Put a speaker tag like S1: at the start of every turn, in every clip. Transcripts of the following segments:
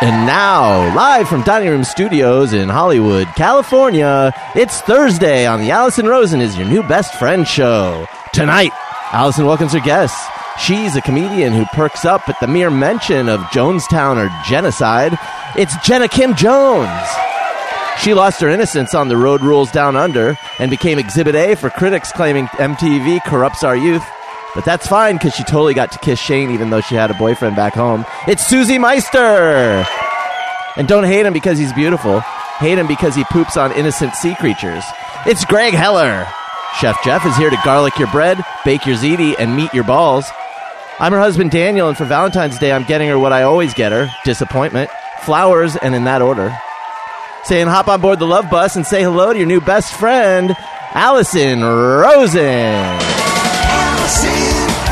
S1: And now, live from Dining Room Studios in Hollywood, California, it's Thursday on the Allison Rosen is Your New Best Friend show. Tonight, Allison welcomes her guests. She's a comedian who perks up at the mere mention of Jonestown or genocide. It's Jenna Kim Jones. She lost her innocence on the Road Rules Down Under and became Exhibit A for critics claiming MTV corrupts our youth. But that's fine because she totally got to kiss Shane even though she had a boyfriend back home. It's Susie Meister! And don't hate him because he's beautiful. Hate him because he poops on innocent sea creatures. It's Greg Heller! Chef Jeff is here to garlic your bread, bake your ziti, and meet your balls. I'm her husband Daniel, and for Valentine's Day, I'm getting her what I always get her disappointment, flowers, and in that order saying hop on board the love bus and say hello to your new best friend, Allison Rosen.
S2: Allison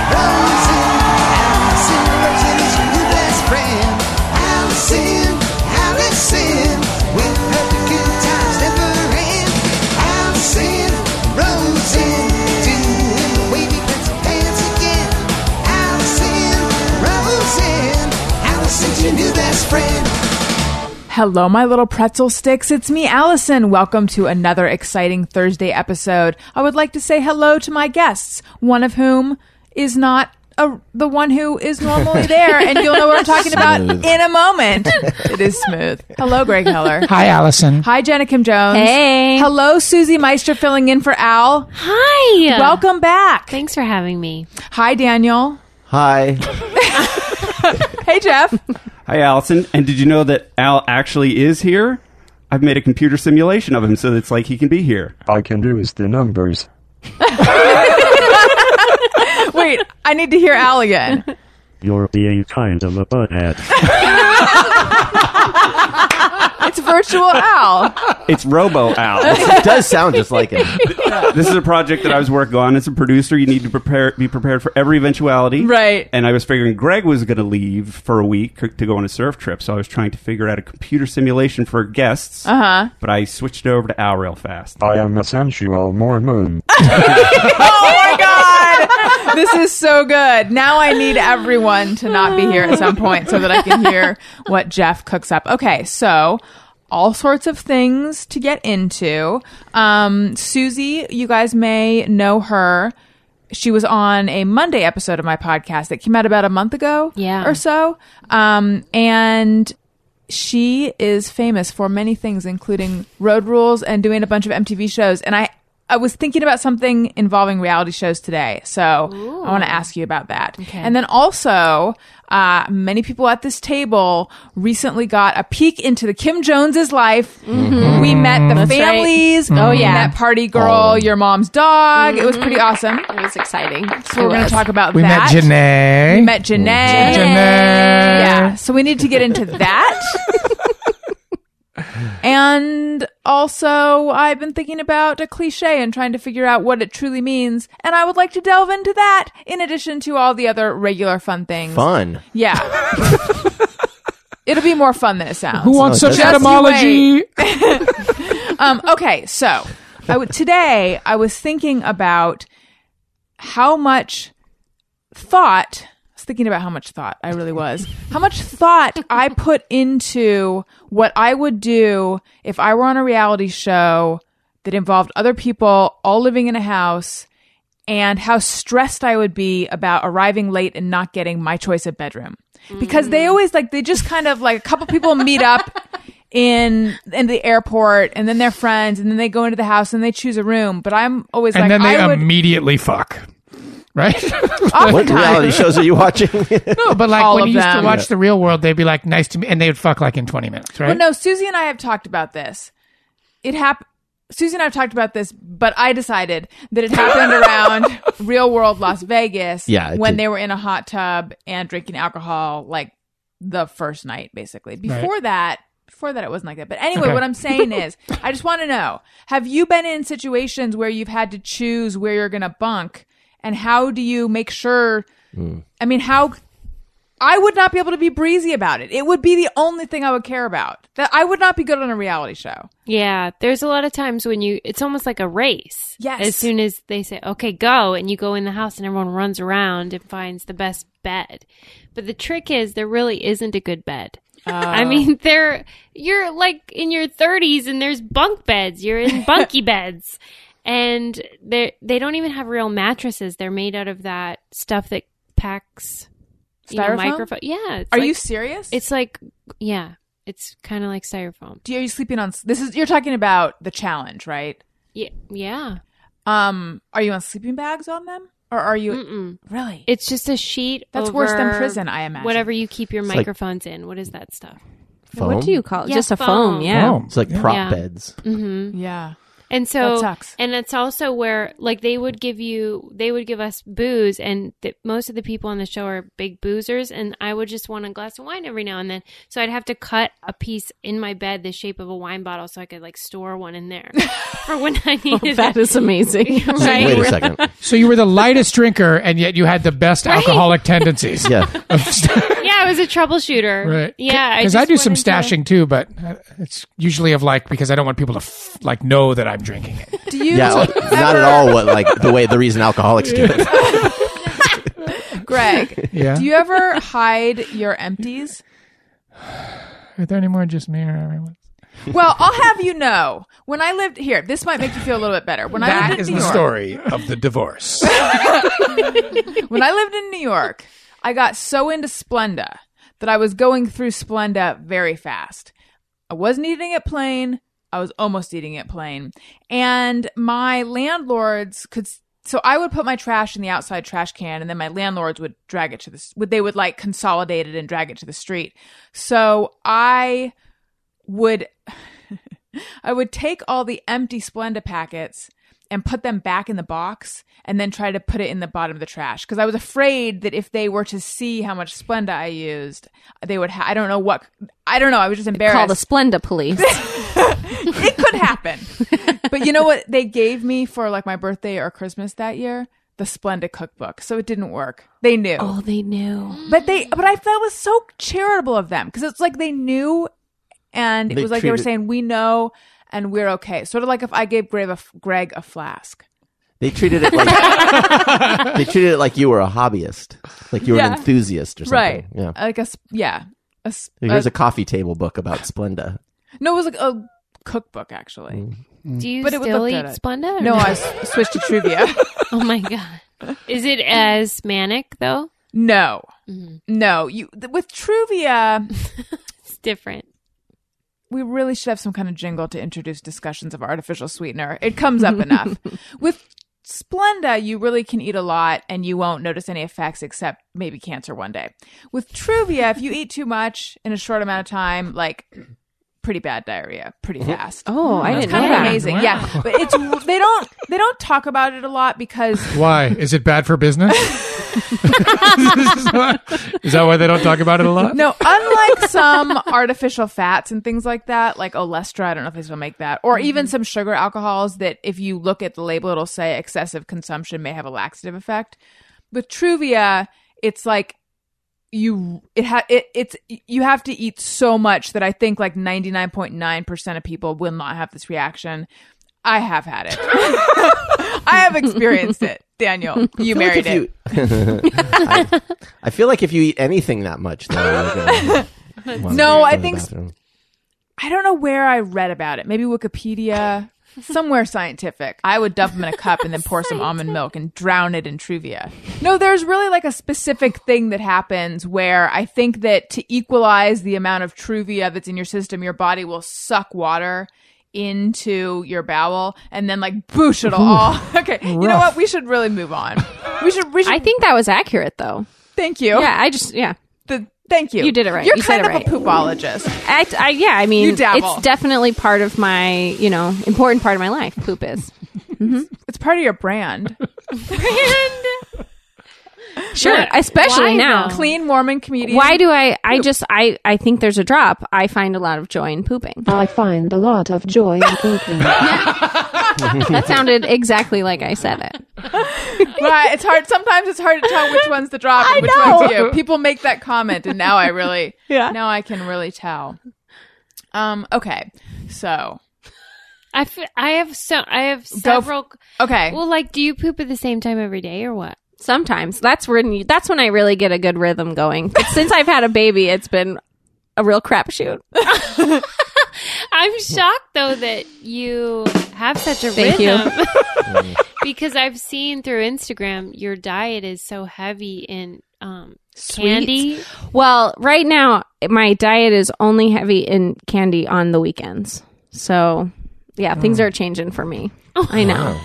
S2: Rosen, Allison Rosen is your new best friend. Allison, Allison, with her the good times never end. Allison Rosen, doing the wavy pencil dance again. Allison Rosen, Allison's your new best friend.
S3: Hello, my little pretzel sticks. It's me, Allison. Welcome to another exciting Thursday episode. I would like to say hello to my guests, one of whom is not a, the one who is normally there, and you'll know what I'm talking about
S1: Smooth.
S3: in a moment. It is smooth. Hello, Greg Heller.
S4: Hi, Allison.
S3: Hi, Jenna Kim Jones.
S5: Hey.
S3: Hello, Susie Meister filling in for Al.
S5: Hi.
S3: Welcome back.
S5: Thanks for having me.
S3: Hi, Daniel.
S1: Hi.
S3: Hey, Jeff.
S6: Hi, Allison. And did you know that Al actually is here? I've made a computer simulation of him so that it's like he can be here.
S7: I can do is the numbers.
S3: Wait, I need to hear Al again.
S7: You're being kind of a butthead.
S3: It's virtual Al.
S6: It's Robo Al.
S1: It does sound just like it.
S6: this is a project that I was working on as a producer. You need to prepare, be prepared for every eventuality.
S3: Right.
S6: And I was figuring Greg was going to leave for a week to go on a surf trip, so I was trying to figure out a computer simulation for guests. Uh
S3: Uh-huh.
S6: huh. But I switched it over to Al real fast.
S7: I am a sensual Mormon.
S3: this is so good. Now I need everyone to not be here at some point so that I can hear what Jeff cooks up. Okay, so all sorts of things to get into. Um, Susie, you guys may know her. She was on a Monday episode of my podcast that came out about a month ago
S5: Yeah.
S3: or so. Um, and she is famous for many things, including road rules and doing a bunch of MTV shows. And I, I was thinking about something involving reality shows today, so I want to ask you about that. And then also, uh, many people at this table recently got a peek into the Kim Joneses' life. We met the
S5: Mm-hmm. right.
S3: families.
S5: Oh,
S3: We
S5: yeah. Mm-hmm.
S3: met Party Girl, your mom's dog. It was pretty awesome.
S5: It was exciting.
S3: So we're going to talk about
S4: We
S3: that.
S4: met Janae.
S3: We met Janae.
S4: Janae.
S3: Yeah. So we need to get into that. and also, I've been thinking about a cliche and trying to figure out what it truly means. And I would like to delve into that in addition to all the other regular fun things.
S1: Fun.
S3: Yeah. It'll be more fun than it sounds.
S4: Who wants
S1: Oh,
S4: such
S1: that's-
S4: etymology?
S3: Um, okay, so I w- today I was thinking about how much thought. I was thinking about how much thought I really was. How much thought I put into what I would do if I were on a reality show that involved other people all living in a house. And how stressed I would be about arriving late and not getting my choice of bedroom. Because they always like, they just kind of like a couple people meet up in in the airport and then they're friends and then they go into the house and they choose a room but i'm always
S4: And
S3: like
S4: then they
S3: i would
S4: immediately fuck. Right?
S1: What reality shows are you watching?
S4: no, but like
S3: All
S4: when
S3: of
S4: you used
S3: them.
S4: to watch The Real World, they'd be like, nice to meet, and they would fuck like in 20 minutes, right?
S3: but no susie and i have talked about this it happened susie and i've talked about this but i decided that it happened around real world las vegas
S1: Yeah, it
S3: when
S1: did.
S3: they were in a hot tub and drinking alcohol like the first night basically before that before that it wasn't like that but anyway
S4: Okay.
S3: what i'm saying is i just want to know have you been in situations where you've had to choose where you're gonna bunk and how do you make sure
S1: Hmm.
S3: i mean how i would not be able to be breezy about it it would be the only thing i would care about that i would not be good on a reality show
S5: Yeah, there's a lot of times when you, it's almost like a race.
S3: Yes.
S5: As soon as they say, okay, go, and you go in the house and everyone runs around and finds the best bed. But the trick is, there really isn't a good bed.
S8: I
S3: Uh.
S8: mean, they're you're like in your 30s and there's bunk beds. You're in bunky beds, and they they don't even have real mattresses. They're made out of that stuff that packs you know,
S3: Styrofoam?
S8: microphone. Yeah, it's
S3: Are
S8: like-
S3: you serious?
S8: It's like yeah, it's kind of like styrofoam.
S3: Do you, are you sleeping on? s- This is you're talking about the challenge, right?
S8: Yeah, yeah.
S3: Um, are you on sleeping bags on them, or are you
S8: Mm-mm.
S3: really?
S8: It's just a sheet.
S3: That's worse than
S8: over
S3: prison, I imagine.
S8: Whatever you keep your
S1: like-
S8: microphones in. What is that stuff?
S1: Foam.
S5: What do you call it?
S8: Yeah,
S5: Just a foam,
S8: foam.
S5: yeah.
S4: Oh,
S1: It's like prop
S8: Yeah.
S1: beds.
S8: Mm-hmm.
S3: yeah,
S8: And so,
S3: That sucks.
S8: and it's also where like they would give you, they would give us booze, and th- most of the people on the show are big boozers, and I would just want a glass of wine every now and then. So I'd have to cut a piece in my bed the shape of a wine bottle so I could like store one in there for when I needed
S5: Oh, That
S8: it.
S5: is amazing.
S8: Right?
S1: Wait a second.
S4: So you were the lightest drinker, and yet you had the best alcoholic tendencies.
S1: Yeah.
S8: Yeah, I was a troubleshooter.
S4: Right.
S8: Yeah,
S4: Because I, do
S8: just
S4: some
S8: wanted to-
S4: stashing too, but uh, it's usually of like because I don't want people to f- like know that I'm drinking it.
S3: do you?
S1: Yeah, not at all what like the way the reason alcoholics do it.
S3: Greg.
S4: Yeah.
S3: Do you ever hide your empties?
S4: Are there any more just me or everyone?
S3: Well, I'll have you know. When I lived here, this might make you feel a little bit better. When I
S4: That
S3: lived
S4: is
S3: in New
S4: the
S3: York,
S4: story of the divorce.
S3: when I lived in New York, I got so into Splenda that I was going through Splenda very fast. I wasn't eating it plain. I was almost eating it plain. And my landlords could so I would put my trash in the outside trash can and then my landlords would drag it to the would they would like consolidate it and drag it to the street. So I would I would take all the empty Splenda packets and put them back in the box and then try to put it in the bottom of the trash because I was afraid that if they were to see how much Splenda I used, they would. Ha- I don't know what. I don't know. I was just embarrassed.
S5: Call the Splenda police.
S3: it could happen. but you know what? They gave me for like my birthday or Christmas that year the Splenda cookbook, so it didn't work. They knew.
S5: oh, they knew.
S3: But they, but I felt it was so charitable of them because it's like they knew, and it
S1: They
S3: was like they were
S1: treated-
S3: saying, "We know, and we're okay." Sort of like if I gave Greg a, Greg a flask.
S1: They treated it like they treated it like you were a hobbyist, like you were
S3: Yeah. Uh,
S1: an enthusiast or something. Yeah.
S3: Like a s- yeah. A, s-
S1: Here's
S3: a-
S1: a coffee table book about Splenda.
S3: no, it was like a cookbook actually.
S1: Mm.
S4: Mm.
S8: Do you
S3: But it would
S8: still
S3: look
S8: eat
S3: good at-
S8: Splenda? or
S3: No, I s- switched to trivia.
S8: Oh my god. Is it as manic though?
S3: No, Mm-hmm. no. You th- with trivia,
S8: It's different.
S3: we really should have some kind of jingle to introduce discussions of artificial sweetener. It comes up enough. With Splenda, you really can eat a lot and you won't notice any effects except maybe cancer one day. With Truvia, if you eat too much in a short amount of time, like pretty bad diarrhea, pretty fast.
S5: Oh, I didn't know
S3: kind of
S5: that.
S3: amazing. Yeah, but it's they don't they don't talk about it a lot because
S4: Why is it bad for business? is that why they don't talk about it a lot?
S3: No, unlike some artificial fats and things like that, like Olestra, I don't know if they still make that, or
S1: Mm-hmm.
S3: even some sugar alcohols that if you look at the label, it'll say excessive consumption may have a laxative effect. With Truvia, it's like you it ha it, it's you have to eat so much that I think like ninety nine point nine percent of people will not have this reaction. I have had it. I have experienced it, Daniel. You
S1: I feel
S3: married
S1: like if
S3: it.
S1: you- I, I feel like if you eat anything that much, though. you're gonna wanna
S3: No,
S1: go
S3: I
S1: to the
S3: think-
S1: bathroom.
S3: I don't know where I read about it. Maybe Wikipedia, somewhere scientific. I would dump them in a cup and then pour some almond milk and drown it in Truvia. No, there's really like a specific thing that happens where I think that to equalize the amount of Truvia that's in your system, your body will suck water into your bowel and then like boosh it'll all. Okay, you know what? We should really move on. We should. We should.
S5: I think that was accurate, though.
S3: thank you.
S5: Yeah, I just yeah.
S3: The- thank you.
S5: You did it right.
S3: You're
S5: You
S3: kind
S5: said
S3: of
S5: it
S3: a poopologist.
S5: I, I yeah. I mean,
S3: You dabble.
S5: it's definitely part of my you know important part of my life. Poop is
S3: It's part of your brand.
S5: sure, especially
S8: Why,
S5: now.
S8: though?
S3: Clean Mormon comedian.
S5: Why do I? I just I I think there's a drop. I find a lot of joy in pooping.
S9: I find a lot of joy in pooping.
S5: That sounded exactly like I said it.
S3: right. It's hard. Sometimes it's hard to tell which one's the drop and which one's you. People make that comment, and now I really,
S5: Yeah.
S3: now I can really tell. Um. Okay. So
S8: I, f- I have so I have several.
S3: okay.
S8: well, like, do you poop at the same time every day or what?
S5: Sometimes that's when you, that's when I really get a good rhythm going. But since I've had a baby, it's been
S8: a real crapshoot.
S5: I'm shocked though that you have such a
S8: Thank you.
S5: rhythm. because I've seen through Instagram your diet is so heavy in um candy.
S8: Well, right now my diet is only heavy in candy on the weekends. So, yeah, things are changing for me. I know.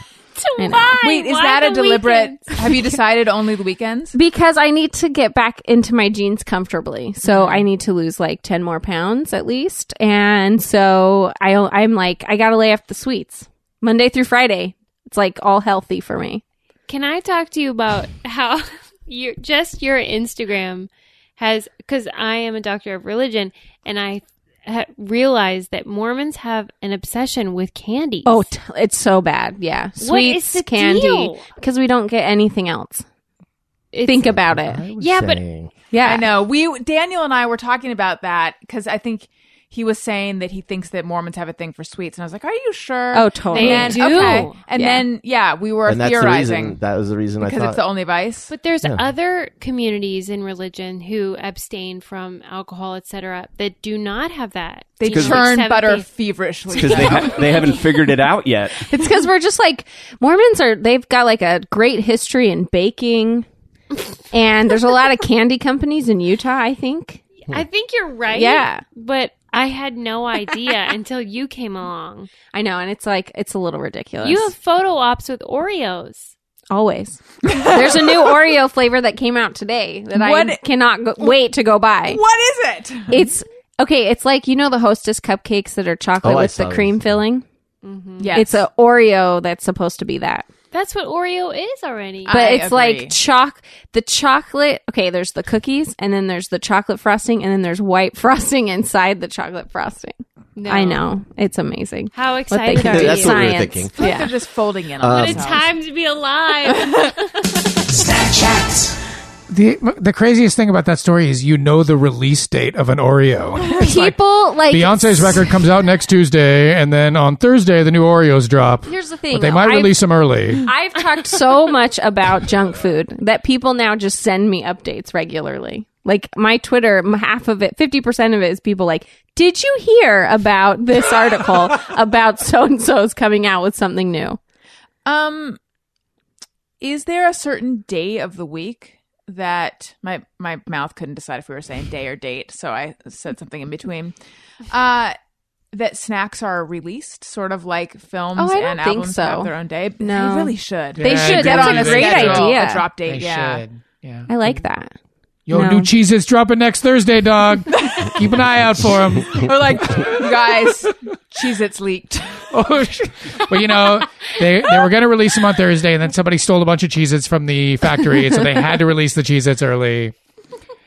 S8: I know.
S5: Why?
S3: Wait, is
S5: Why
S3: that a
S5: the
S3: deliberate?
S5: weekends?
S3: Have you decided only the weekends?
S8: Because I need to get back into my jeans comfortably. So I need to lose like 10 more pounds at least. And so I, I'm like, I got to lay off the sweets Monday through Friday. It's like all healthy for me.
S5: Can I talk to you about how your just your Instagram has cuz I am a doctor of religion and I ha- realized that Mormons have an obsession with candy.
S8: Oh, t- it's so bad. Yeah. Sweets,
S5: is the
S8: candy.
S5: deal?
S8: Because we don't get anything else. Think about it.
S5: Yeah, but-
S8: Yeah.
S3: I know. We Daniel and I were talking about that because I think he was saying that he thinks that Mormons have a thing for sweets, and I was like, "Are you sure?"
S8: Oh, totally.
S5: They
S3: And
S5: do.
S3: okay, and
S8: Yeah.
S3: then yeah, we were
S1: and that's the reason.
S3: theorizing
S1: That was the reason I
S3: because
S1: thought.
S3: it's the only vice.
S5: But there's other communities in religion who abstain from alcohol, etc., that do not have that.
S3: they
S5: You know,
S3: churn
S5: Seventh
S3: butter
S5: Day-
S3: feverishly.
S6: because they ha- they haven't figured it out yet.
S8: It's because we're just like Mormons are. They've got like a great history in baking, and there's a lot of candy companies in Utah. I think.
S5: I think you're right.
S8: Yeah.
S5: but I had no idea until you came along.
S8: I know, and it's like it's a little ridiculous.
S5: You have photo ops with Oreos.
S8: always. there's a new Oreo flavor that came out today that I
S3: What-
S8: cannot go- wait to go buy.
S3: what is it?
S8: It's okay. It's like you know the Hostess cupcakes that are chocolate
S1: Oh, I
S8: with
S1: saw
S8: the cream
S1: those.
S8: filling.
S3: Yes.
S8: It's a Oreo that's supposed to be that.
S5: That's what Oreo is already.
S8: but
S3: I
S8: it's
S3: agree.
S8: like chalk the chocolate okay there's the cookies and then there's the chocolate frosting and then there's white frosting inside the chocolate frosting
S5: No.
S8: i know it's amazing
S5: How
S8: what they
S5: excited
S8: can
S5: are
S8: do
S5: you?
S1: That's
S8: science
S1: what we were thinking.
S3: yeah. they're just folding
S1: Um,
S3: in. on
S5: what a
S3: themselves.
S5: time to be alive.
S2: Snapchat.
S4: The the craziest thing about that story is you know the release date of an Oreo. It's like,
S8: people like
S4: Beyonce's record comes out next Tuesday, and then on Thursday the new Oreos drop.
S8: here's the thing
S4: But they
S8: though.
S4: might
S8: I've-
S4: release them early.
S8: I've talked so much about junk food that people now just send me updates regularly. Like my Twitter, m- half of it, 50% of it is people like, Did you hear about this article about so and so's coming out with something new?
S3: Um, is there a certain day of the week that my my mouth couldn't decide if we were saying day or date, so I said something in between. Uh, that snacks are released, sort of like films
S8: Oh, I don't
S3: and
S8: think
S3: albums
S8: so.
S3: have their own day.
S8: No.
S3: they really should.
S8: They
S4: Yeah,
S8: should.
S4: Get
S8: That's
S4: on
S8: a
S4: a
S8: great
S3: schedule,
S8: idea.
S3: A drop date, yeah.
S4: Yeah.
S8: I like that.
S4: Yo,
S8: No.
S4: new cheese is dropping next Thursday, dog. Keep an eye out for them.
S3: Or like, you guys, Cheez It's leaked.
S4: Oh, sh- but you know, they, they were going to release them on Thursday, and then somebody stole a bunch of Cheez Its from the factory, so they had to release the Cheez Its early.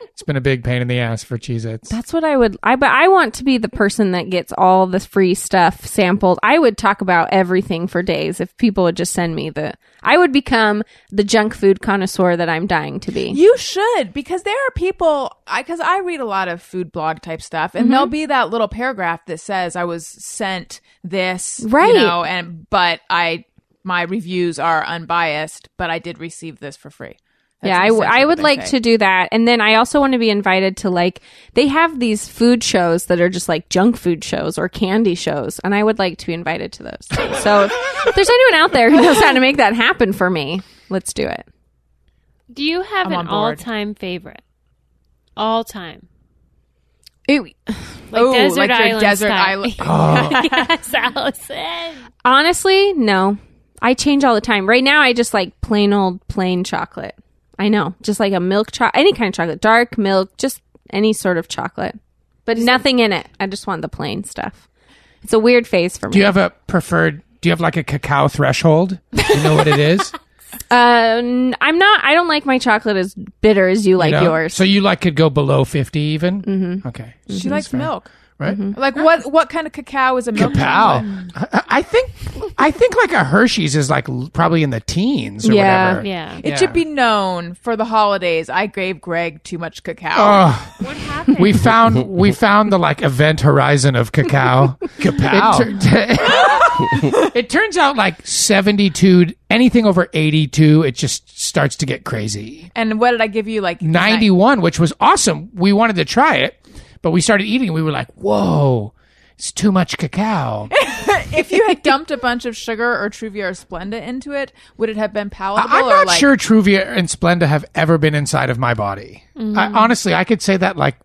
S4: It's been a big pain in the ass for Cheez Its.
S8: That's what I would. I but I want to be the person that gets all the free stuff sampled. I would talk about everything for days if people would just send me the. I would become the junk food connoisseur that I'm dying to be.
S3: You should because there are people I because I read a lot of food blog type stuff, and
S8: Mm-hmm.
S3: there'll be that little paragraph that says I was sent this, you
S8: Right.
S3: know, and but I my reviews are unbiased, but I did receive this for free. That's
S8: yeah, I, w-
S3: essentially
S8: I
S3: what
S8: would
S3: they
S8: like
S3: say.
S8: to do that, and then I also want to be invited to like they have these food shows that are just like junk food shows or candy shows, and I would like to be invited to those. so if there's anyone out there who knows how to make that happen for me, let's do it.
S5: Do you have
S3: I'm on
S5: an
S3: board.
S5: all-time favorite? All time,
S8: It-
S5: like
S3: Ooh,
S5: desert
S3: like your
S5: island.
S3: desert
S5: style.
S3: island-
S5: yes, Allison.
S8: Honestly, no. I change all the time. Right now, I just like plain old plain chocolate. I know, just like a milk chocolate, any kind of chocolate, dark milk, just any sort of chocolate, but nothing in it. I just want the plain stuff. It's a weird phase for me.
S4: Do you have a preferred? Do you have like a cacao threshold? Do you know what it is?
S8: Uh, n- I'm not. I don't like my chocolate as bitter as you like
S4: You know?
S8: yours.
S4: So you like could go below fifty even. Mm-hmm. Okay,
S3: She likes milk.
S4: right?
S8: Mm-hmm.
S3: Like what? What kind of cacao is a milk? chocolate?
S4: Cacao. I, I think I think like a Hershey's is like l- probably in the teens or
S8: Yeah.
S4: whatever.
S5: Yeah.
S3: It should be known for the holidays. I gave Greg too much cacao.
S4: Oh,
S5: What happened?
S4: we found we found the like event horizon of cacao.
S1: Kapow.
S4: It, tur- it turns out like 72, anything over 82, it just starts to get crazy.
S3: and what did I give you? Like
S4: 91, which was awesome. We wanted to try it, But we started eating and we were like, whoa, it's too much cacao.
S3: if you had dumped a bunch of sugar or Truvia or Splenda into it, would it have been palatable?
S4: I'm
S3: or
S4: not
S3: like,
S4: sure Truvia and Splenda have ever been inside of my body.
S3: Mm-hmm.
S4: I, honestly, I could say that like,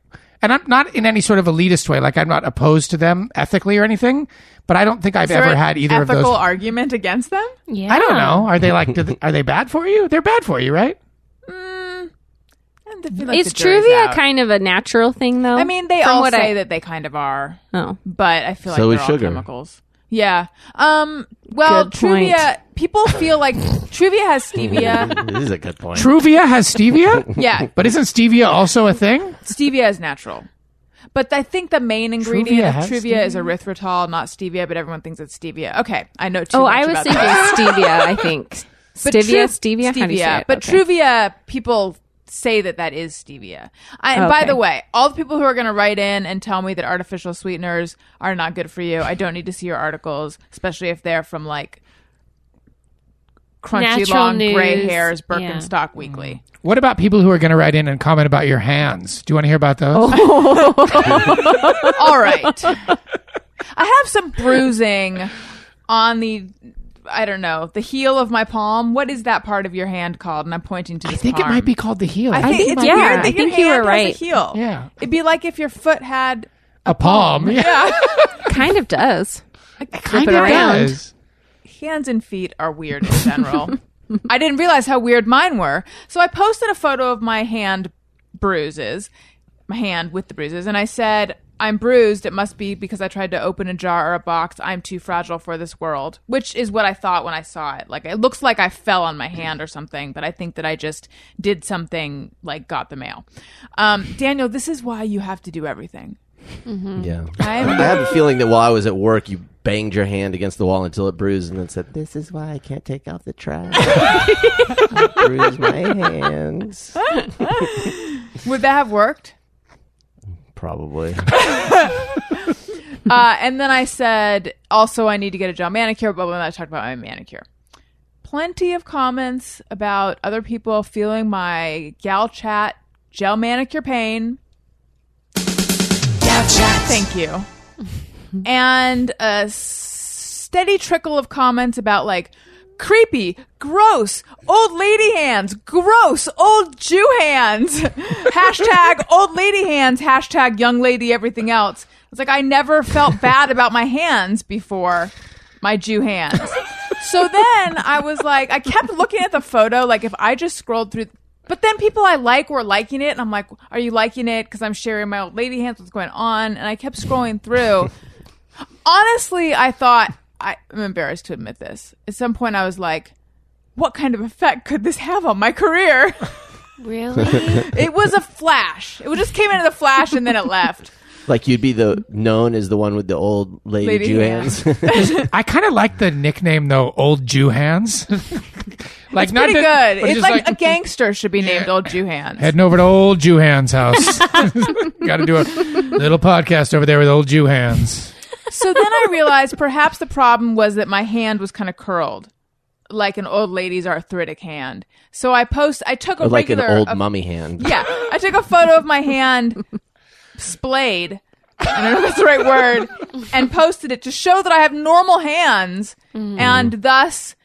S4: and I'm not in any sort of elitist way. Like, I'm not opposed to them ethically or anything, but I don't think I've
S3: Is there
S4: ever
S3: an
S4: had either of
S3: ethical
S4: those.
S3: argument against them?
S5: Yeah.
S4: I don't know. Are they like? do they- are they bad for you? They're bad for you, right?
S3: And I feel like
S8: Is
S3: the jury's
S8: Truvia
S3: out.
S8: kind of a natural thing, though?
S3: I mean, they
S8: From
S3: all
S8: what
S3: say
S8: I-
S3: that they kind of are,
S8: Oh.
S3: but I feel
S1: So
S3: like
S1: is
S3: they're
S1: sugar.
S3: all chemicals. Yeah. Um. Well,
S8: Good point.
S3: Truvia. People feel like Truvia has stevia.
S1: this is a good point.
S4: Truvia has stevia,
S3: yeah,
S4: but isn't stevia also a thing?
S3: stevia is natural. But I think the main ingredient
S4: Truvia
S3: of
S4: has
S3: Truvia is erythritol, not stevia. But everyone thinks it's stevia. Okay, I know too
S8: Oh,
S3: much
S8: I was
S3: about
S8: thinking
S3: that.
S8: stevia. I think
S3: But
S8: stevia,
S3: Tru-
S8: stevia, How do you say it?
S3: But
S8: Okay.
S3: Truvia people say that that is stevia. I, and by
S8: Okay.
S3: the way, all the people who are going to write in and tell me that artificial sweeteners are not good for you, I don't need to see your articles, especially if they're from like crunchy
S5: Natural
S3: long gray
S5: news.
S3: hairs
S5: Yeah.
S3: Birkenstock Weekly.
S4: What about people who are going to write in and comment about your hands? Do you want to hear about those?
S3: Oh, all right. I have some bruising on the I don't know, the heel of my palm. What is that part of your hand called? And I'm pointing to
S4: I
S3: this
S4: think it
S3: palm.
S4: might be called the heel.
S3: I think it's
S8: think it might
S3: weird
S8: be.
S3: that
S8: I
S3: your
S8: think you
S3: hand
S8: were
S3: has a
S8: right.
S3: heel.
S4: Yeah.
S3: It'd be like if your foot had
S4: a palm. Yeah,
S8: kind of does.
S4: it kind of
S8: around.
S4: does.
S3: hands and feet are weird in general. I didn't realize how weird mine were. So I posted a photo of my hand bruises, my hand with the bruises, and I said, I'm bruised. It must be because I tried to open a jar or a box. I'm too fragile for this world, which is what I thought when I saw it. Like, it looks like I fell on my hand or something, but I think that I just did something like got the mail. Um, Daniel, this is why you have to do everything.
S1: Yeah.
S3: I'm-
S1: I have a feeling that while I was at work, you banged your hand against the wall until it bruised and then said, This is why I can't take off the trash. I bruise my hands.
S3: Would that have worked?
S1: Probably.
S3: Uh, and then I said, also, I need to get a gel manicure, but when I talked about my manicure, plenty of comments about other people feeling my gal chat gel manicure pain.
S2: Gal chat.
S3: Thank you. and a s- steady trickle of comments about like creepy, gross, old lady hands, gross, old Jew hands, hashtag old lady hands, hashtag young lady everything else. It's like I never felt bad about my hands before my Jew hands. so then I was like, I kept looking at the photo, like if I just scrolled through. But then people I like were liking it, and I'm like, "Are you liking it?" Because I'm sharing my old lady hands. What's going on? And I kept scrolling through. Honestly, I thought I, I'm embarrassed to admit this. At some point, I was like, "What kind of effect could this have on my career?"
S5: Really?
S3: it was a flash. It was- just came into the flash, and then it left.
S1: like you'd be the known as the one with the old lady,
S3: Lady
S1: Jew
S3: hands.
S1: hands.
S4: I kind of like the nickname though, Old Jew Hands. like
S3: It's
S4: not
S3: pretty
S4: that-
S3: good.
S4: but
S3: It's
S4: just
S3: like, a gangster should be named Old Jew Hands.
S4: heading over to Old Jew Hands' house. Got to do a little podcast over there with Old Jew Hands.
S3: So then I realized perhaps the problem was that my hand was kind of curled, like an old lady's arthritic hand. So I post, I took a
S1: Or like an
S3: regular,
S1: old
S3: a-
S1: mummy hand.
S3: yeah, I took a photo of my hand splayed. I don't know if that's the right word, and posted it to show that I have normal hands
S5: Mm-hmm.
S3: and thus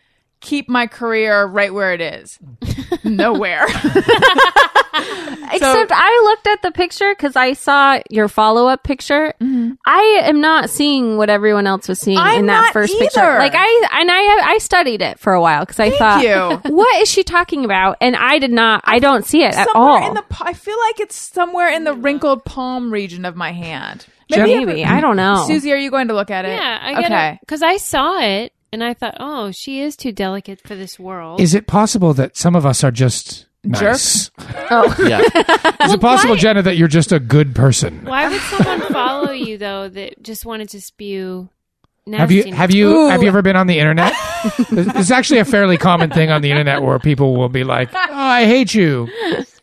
S3: keep my career right where it is. Nowhere.
S8: Except I looked at the picture because I saw your follow up picture. I am not seeing what everyone else was seeing
S3: Mm-hmm. I'm
S8: in that
S3: not
S8: first
S3: either.
S8: picture. Like I and I I studied it for a while because I thought,
S3: you.
S8: what is she talking about? And I did not. I don't see it at
S3: somewhere
S8: all.
S3: in the pa- I feel like it's somewhere in the wrinkled palm region of my hand.
S8: Maybe, I don't know.
S3: Susie, are you going to look at it?
S5: yeah. I gotta,
S3: okay.
S5: Because I saw it and I thought, oh, she is too delicate for this world.
S4: Is it possible that some of us are just nice?
S3: Jerks?
S1: Yeah.
S4: Is it possible, Jenna, that you're just a good person?
S5: Why would someone follow you though that just wanted to spew
S4: Have
S5: nastiness?
S4: you have you have you ever been on the internet? it's actually a fairly common thing on the internet where people will be like, "Oh, I hate you,"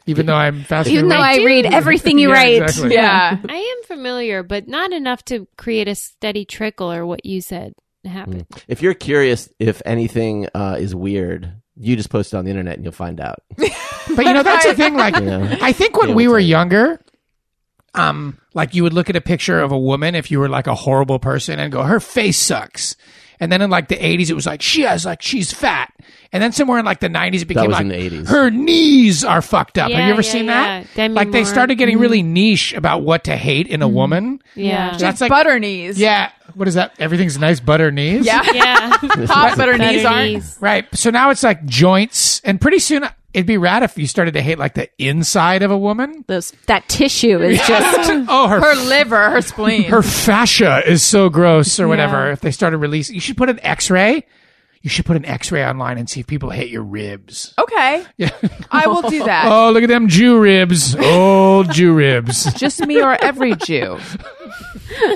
S4: even though I'm fast.
S8: Even though I read everything you
S4: Yeah,
S8: write.
S4: exactly.
S3: Yeah.
S5: I am familiar, but not enough to create a steady trickle or what you said happened.
S1: If you're curious if anything uh, is weird, you just post it on the internet and you'll find out.
S4: But you know, that's the thing. Like,
S1: Yeah.
S4: I think when
S1: Yeah,
S4: we
S1: we'll
S4: were
S1: tell you.
S4: younger, um like you would look at a picture of a woman if you were like a horrible person and go her face sucks and then in like the 80s it was like she has like she's fat and then somewhere in like the 90s it became
S1: was
S4: like
S1: in the 80s.
S4: her knees are fucked up have
S5: Yeah,
S4: you ever
S5: yeah,
S4: seen
S5: yeah.
S4: that
S5: Demi
S4: like they
S5: Moore. Mm-hmm.
S4: started getting really niche about what to hate in a woman
S5: Yeah.
S4: that's like
S3: butter knees.
S4: yeah what is that everything's nice butter knees
S3: Yeah.
S5: Yeah.
S3: Hot butter
S5: Better
S3: knees aren't.
S5: knees.
S4: Right. So now it's like joints, and pretty soon it'd be rad if you started to hate like the inside of a woman.
S8: Those that tissue is just
S4: Oh, her
S3: Her liver, her spleen.
S4: her fascia is so gross, or whatever. If they started releasing, you should put an X-ray. You should put an X-ray online and see if people hate your ribs.
S3: okay. I will do that.
S4: Oh, look at them Jew ribs, old Jew ribs.
S3: Just me or every Jew.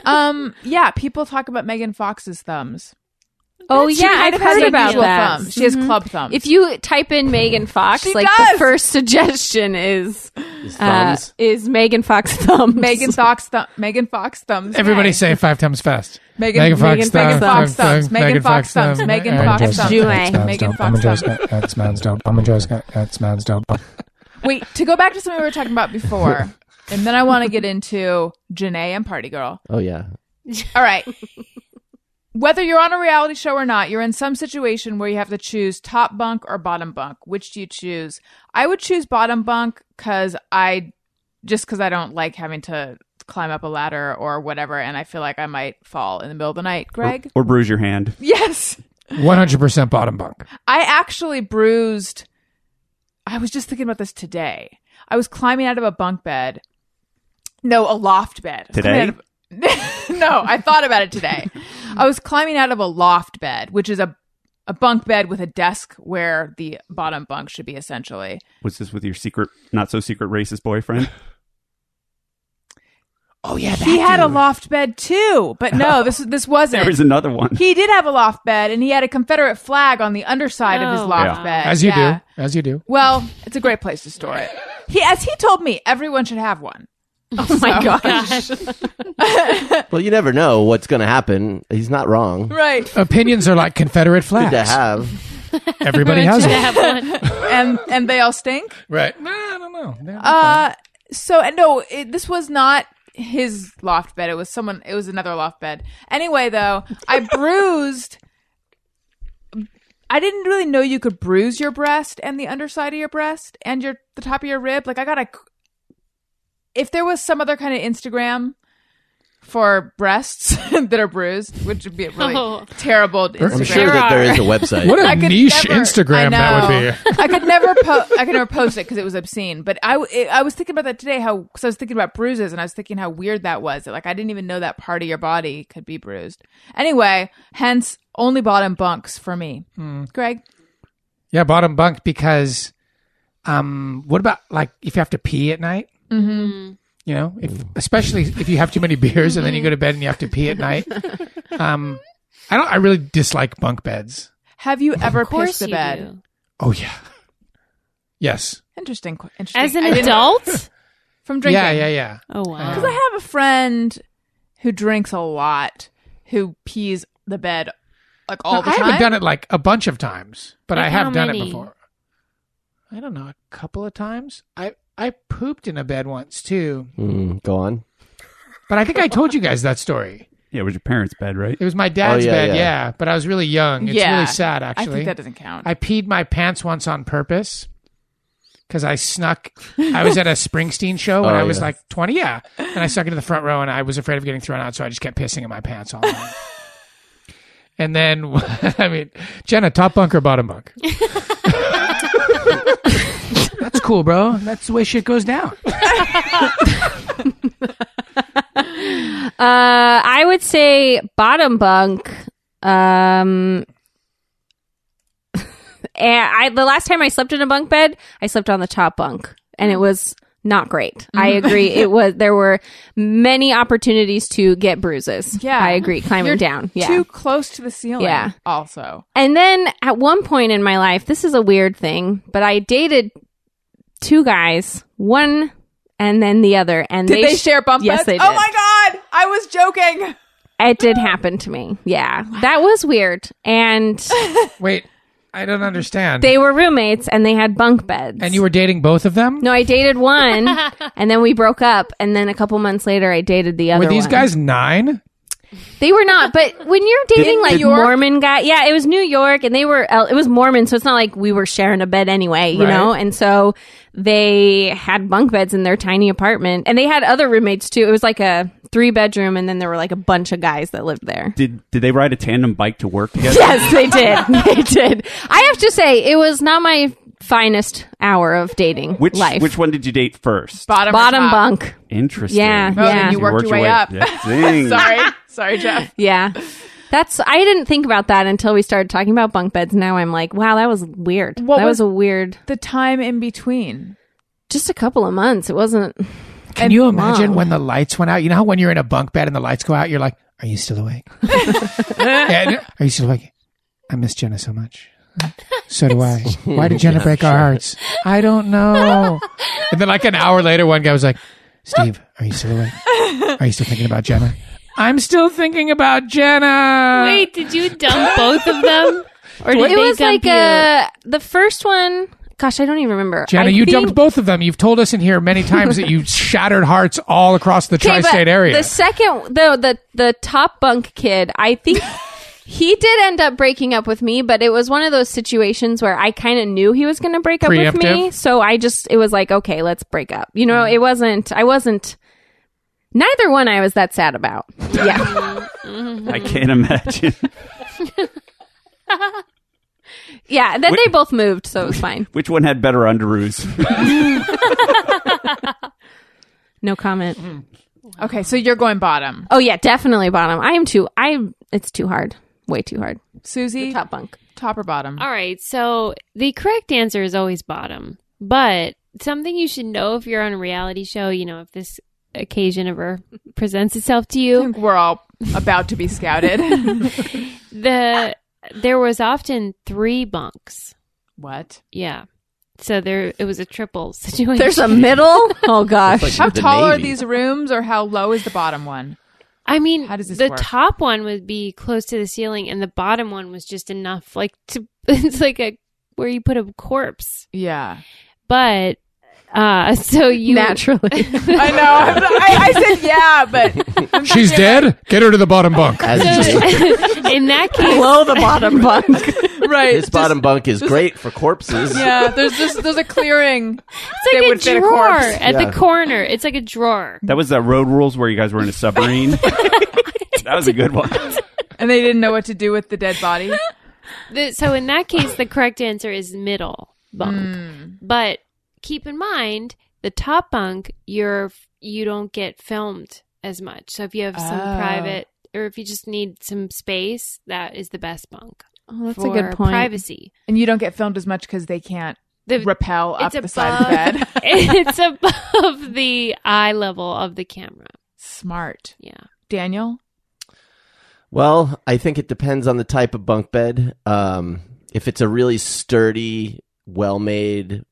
S3: um. Yeah. People talk about Megan Fox's thumbs.
S8: oh
S3: She
S8: yeah,
S3: kind
S8: I've
S3: of has
S8: heard about
S3: unusual
S8: that. Mm-hmm.
S3: Thumbs. She has club thumbs.
S8: If you type in Megan Fox,
S3: She
S8: like
S3: does!
S8: the first suggestion is uh,
S1: thumbs.
S8: is Megan Fox thumb
S3: Megan Fox thumb. Megan Fox thumbs.
S4: Everybody
S3: Yay.
S4: say it five times fast.
S3: Megan-
S8: Megan Fox
S3: thumbs. Megan Fox thumbs. Megan Fox
S8: thumbs.
S3: Megan Fox thumbs.
S4: That's man's dope. That's man's dope.
S3: Wait, to go back to something we were talking about before, and then I want to get into Janae and Party Girl.
S1: Oh yeah.
S3: All right. Whether you're on a reality show or not, you're in some situation where you have to choose top bunk or bottom bunk. Which do you choose? I would choose bottom bunk because I just because I don't like having to climb up a ladder or whatever, and I feel like I might fall in the middle of the night. Greg?
S6: Or, or bruise your hand.
S3: Yes.
S4: One hundred percent bottom bunk.
S3: I actually bruised. I was just thinking about this today. I was climbing out of a bunk bed. No, a loft bed. I was climbing
S6: Today?
S3: out of- no, I thought about it today. I was climbing out of a loft bed, which is a a bunk bed with a desk where the bottom bunk should be essentially.
S6: Was this with your secret, not so secret racist boyfriend?
S4: Oh yeah,
S3: He had a loft bed too, but no, this this wasn't.
S6: There was another one.
S3: he did have a loft bed, and he had a Confederate flag on the underside of his
S5: Oh,
S3: loft
S5: Yeah.
S3: bed.
S4: as you
S3: Yeah.
S4: do, as you do.
S3: Well, it's a great place to store it. He, as he told me, everyone should have one.
S8: Oh my gosh.
S1: Well, you never know what's going to happen. He's not wrong.
S3: Right.
S4: Opinions are like Confederate
S1: Good to
S4: flags.
S1: have.
S4: Everybody has
S5: To
S4: it,
S5: have one.
S3: And and they all stink.
S4: right? Nah, I don't know. They're fine.
S3: Uh, so and no, it, this was not his loft bed. It was someone. It was another loft bed. Anyway, though, I bruised. I didn't really know you could bruise your breast and the underside of your breast and your the top of your rib. Like I got a. If there was some other kind of Instagram for breasts that are bruised, which would be a really
S5: Oh.
S3: terrible Instagram.
S1: I'm sure that there is a website.
S4: what a
S3: I could
S4: niche
S3: never- I
S4: Instagram
S3: know.
S4: that would be.
S3: I could never po- I could never post it because it was obscene. But I w- it- I was thinking about that today. How because I was thinking about bruises and I was thinking how weird that was. That, like I didn't even know that part of your body could be bruised. Anyway, hence only bottom bunks for me.
S4: Hmm.
S3: Greg,
S4: Yeah, bottom bunk because, um, what about like if you have to pee at night? Mm-hmm. You know, if especially if you have too many beers and then you go to bed and you have to pee at night. Um, I don't. I really dislike bunk beds.
S3: have you ever
S5: Of course
S3: pissed the
S5: you
S3: bed?
S5: do.
S4: Oh yeah, yes,
S3: Interesting. qu- Interesting.
S5: As an
S3: I didn't-
S5: adult?
S3: from drinking.
S4: yeah, yeah, yeah.
S5: Oh, wow.
S3: I have a friend who drinks a lot, who pees the bed like all the
S4: Oh, I
S3: time.
S4: haven't done it like a bunch of times, but I
S5: Like how
S4: have done it
S5: many?
S4: before. I don't know, a couple of times. I I pooped in a bed once too,
S1: Mm, go on.
S4: but I think I told you guys that story.
S6: Yeah, it was your parents' bed, right?
S4: It was my dad's
S1: yeah,
S4: bed,
S1: yeah.
S4: yeah. But I was really young. It's
S3: Yeah.
S4: really sad,
S3: I think
S4: actually. I,
S3: that doesn't count.
S4: peed my pants once on purpose because I snuck. I was at a Springsteen show when
S1: Oh,
S4: I was
S1: yeah.
S4: like twenty, yeah, and I snuck into the front row, and I was afraid of getting thrown out, so I just kept pissing in my pants all night. And then, I mean, Jenna, top bunk or bottom bunk? That's cool, bro. That's the way shit goes down.
S8: Uh, I would say bottom bunk. Um, and I the last time I slept in a bunk bed, I slept on the top bunk, and it was not great. I agree. It was there were many opportunities to get bruises.
S3: Yeah.
S8: I agree. Climbing
S3: You're
S8: down, yeah.
S3: Too close to the ceiling.
S8: Yeah.
S3: Also.
S8: And then at one point in my life, this is a weird thing, but I dated two guys, one and then the other, and
S3: Did they,
S8: sh-
S3: share bump
S8: yes,
S3: beds?
S8: They did.
S3: Oh my god! I was joking.
S8: It did happen to me. Yeah. That was weird. And
S4: Wait, I don't understand.
S5: They were roommates and they had bunk beds.
S4: and you were dating both of them?
S5: No, I dated one, and then we broke up, and then a couple months later, I dated the other.
S4: Were these
S5: one.
S4: guys nine?
S5: They were not. But when you're dating like Mormon guy, yeah, it was New York, and they were uh, it was Mormon, so it's not like we were sharing a bed anyway, you
S4: Right.
S5: know. And so they had bunk beds in their tiny apartment, and they had other roommates too. It was like a three bedroom, and then there were like a bunch of guys that lived there.
S6: Did did they ride a tandem bike to work together?
S5: Yes, they did. they did. I have to say, it was not my finest hour of dating
S6: Which
S5: life.
S6: which one did you date first?
S3: Bottom, or
S5: Bottom
S3: top?
S5: bunk.
S6: Interesting.
S5: Yeah, Oh,
S3: Oh,
S5: yeah.
S3: then you worked, your way, up.
S6: Yeah. Zing.
S3: Sorry, sorry, Jeff.
S5: Yeah. That's I didn't think about that until we started talking about bunk beds. Now I'm like, wow, that was weird.
S3: What
S5: that
S3: was-
S5: was, a weird
S3: The time in between.
S5: just a couple of months. It wasn't
S4: Can you imagine when the lights went out? You know how when you're in a bunk bed and the lights go out, you're like, "Are you still awake? And, are you still awake? I miss Jenna so much. So do I. Why did Jenna break our hearts? I don't know. And then like an hour later, one guy was like, "Steve, are you still awake? Are you still thinking about Jenna? I'm still thinking about Jenna.
S8: Wait, did you dump both of them, or did they
S5: it was
S8: dump
S5: like
S8: you? uh,
S5: a the first one gosh, I don't even remember.
S4: Jenna,
S5: I
S4: you
S5: think-
S4: dumped both of them. You've told us in here many times that you shattered hearts all across the
S5: Okay, but
S4: tri-state area.
S5: The second though the the top bunk kid, I think he did end up breaking up with me, but it was one of those situations where I kind of knew he was going to break up with me,
S4: Preemptive?
S5: so I just it was like, okay, let's break up. You know, it wasn't I wasn't neither one I was that sad about. Yeah.
S6: I can't imagine.
S5: yeah, and then they both moved, so it was fine.
S6: Which one had better underoos?
S5: No comment.
S3: Okay, so you're going bottom,
S5: Mm-hmm. Oh yeah, definitely bottom. I am too I it's too hard. Way too hard.
S3: Susie.
S5: Top bunk.
S3: top or bottom?
S8: All right, so the correct answer is always bottom, but something you should know if you're on a reality show, you know, if this occasion ever presents itself to
S3: I
S8: you,
S3: think we're all about to be scouted.
S8: the there was often three bunks.
S3: what?
S8: Yeah. So there it was a triple situation.
S5: There's a middle. Oh gosh.
S1: Like
S3: Uh, How
S1: the
S3: tall are
S1: Navy.
S3: these rooms, or how low is the bottom one?
S8: I mean,
S3: How does this
S8: the
S3: work?
S8: top one would be close to the ceiling, and the bottom one was just enough, like to it's like a where you put a corpse.
S3: Yeah,
S8: But uh, so you
S5: Naturally.
S3: I know. I'm, I, I said yeah, but
S4: She's dead. Get her to the bottom bunk.
S1: As
S8: So
S1: you do.
S8: in that case,
S5: Below the bottom bunk.
S3: right.
S1: This bottom bunk is great for corpses.
S3: Yeah, there's just there's a clearing. They would
S8: it's like
S3: fit
S8: a
S3: a
S8: drawer
S3: corpse.
S8: at
S1: Yeah.
S8: the corner. It's like a drawer.
S6: That was that road rules where you guys were in a submarine. that was a good one.
S3: and they didn't know what to do with the dead body.
S8: The, so in that case, the correct answer is middle bunk.
S5: Hmm.
S8: But keep in mind, the top bunk, you're you don't get filmed as much. So if you have some
S3: Oh.
S8: private, or if you just need some space, that is the best bunk.
S5: Oh, that's
S8: for
S5: a good point.
S8: Privacy.
S3: And you don't get filmed as much because they can't
S8: The-
S3: rappel up
S8: it's
S3: the side of the bed.
S8: above- it's above the eye level of the camera.
S3: Smart,
S8: Yeah.
S3: Daniel.
S1: Well, I think it depends on the type of bunk bed. Um, if it's a really sturdy, well made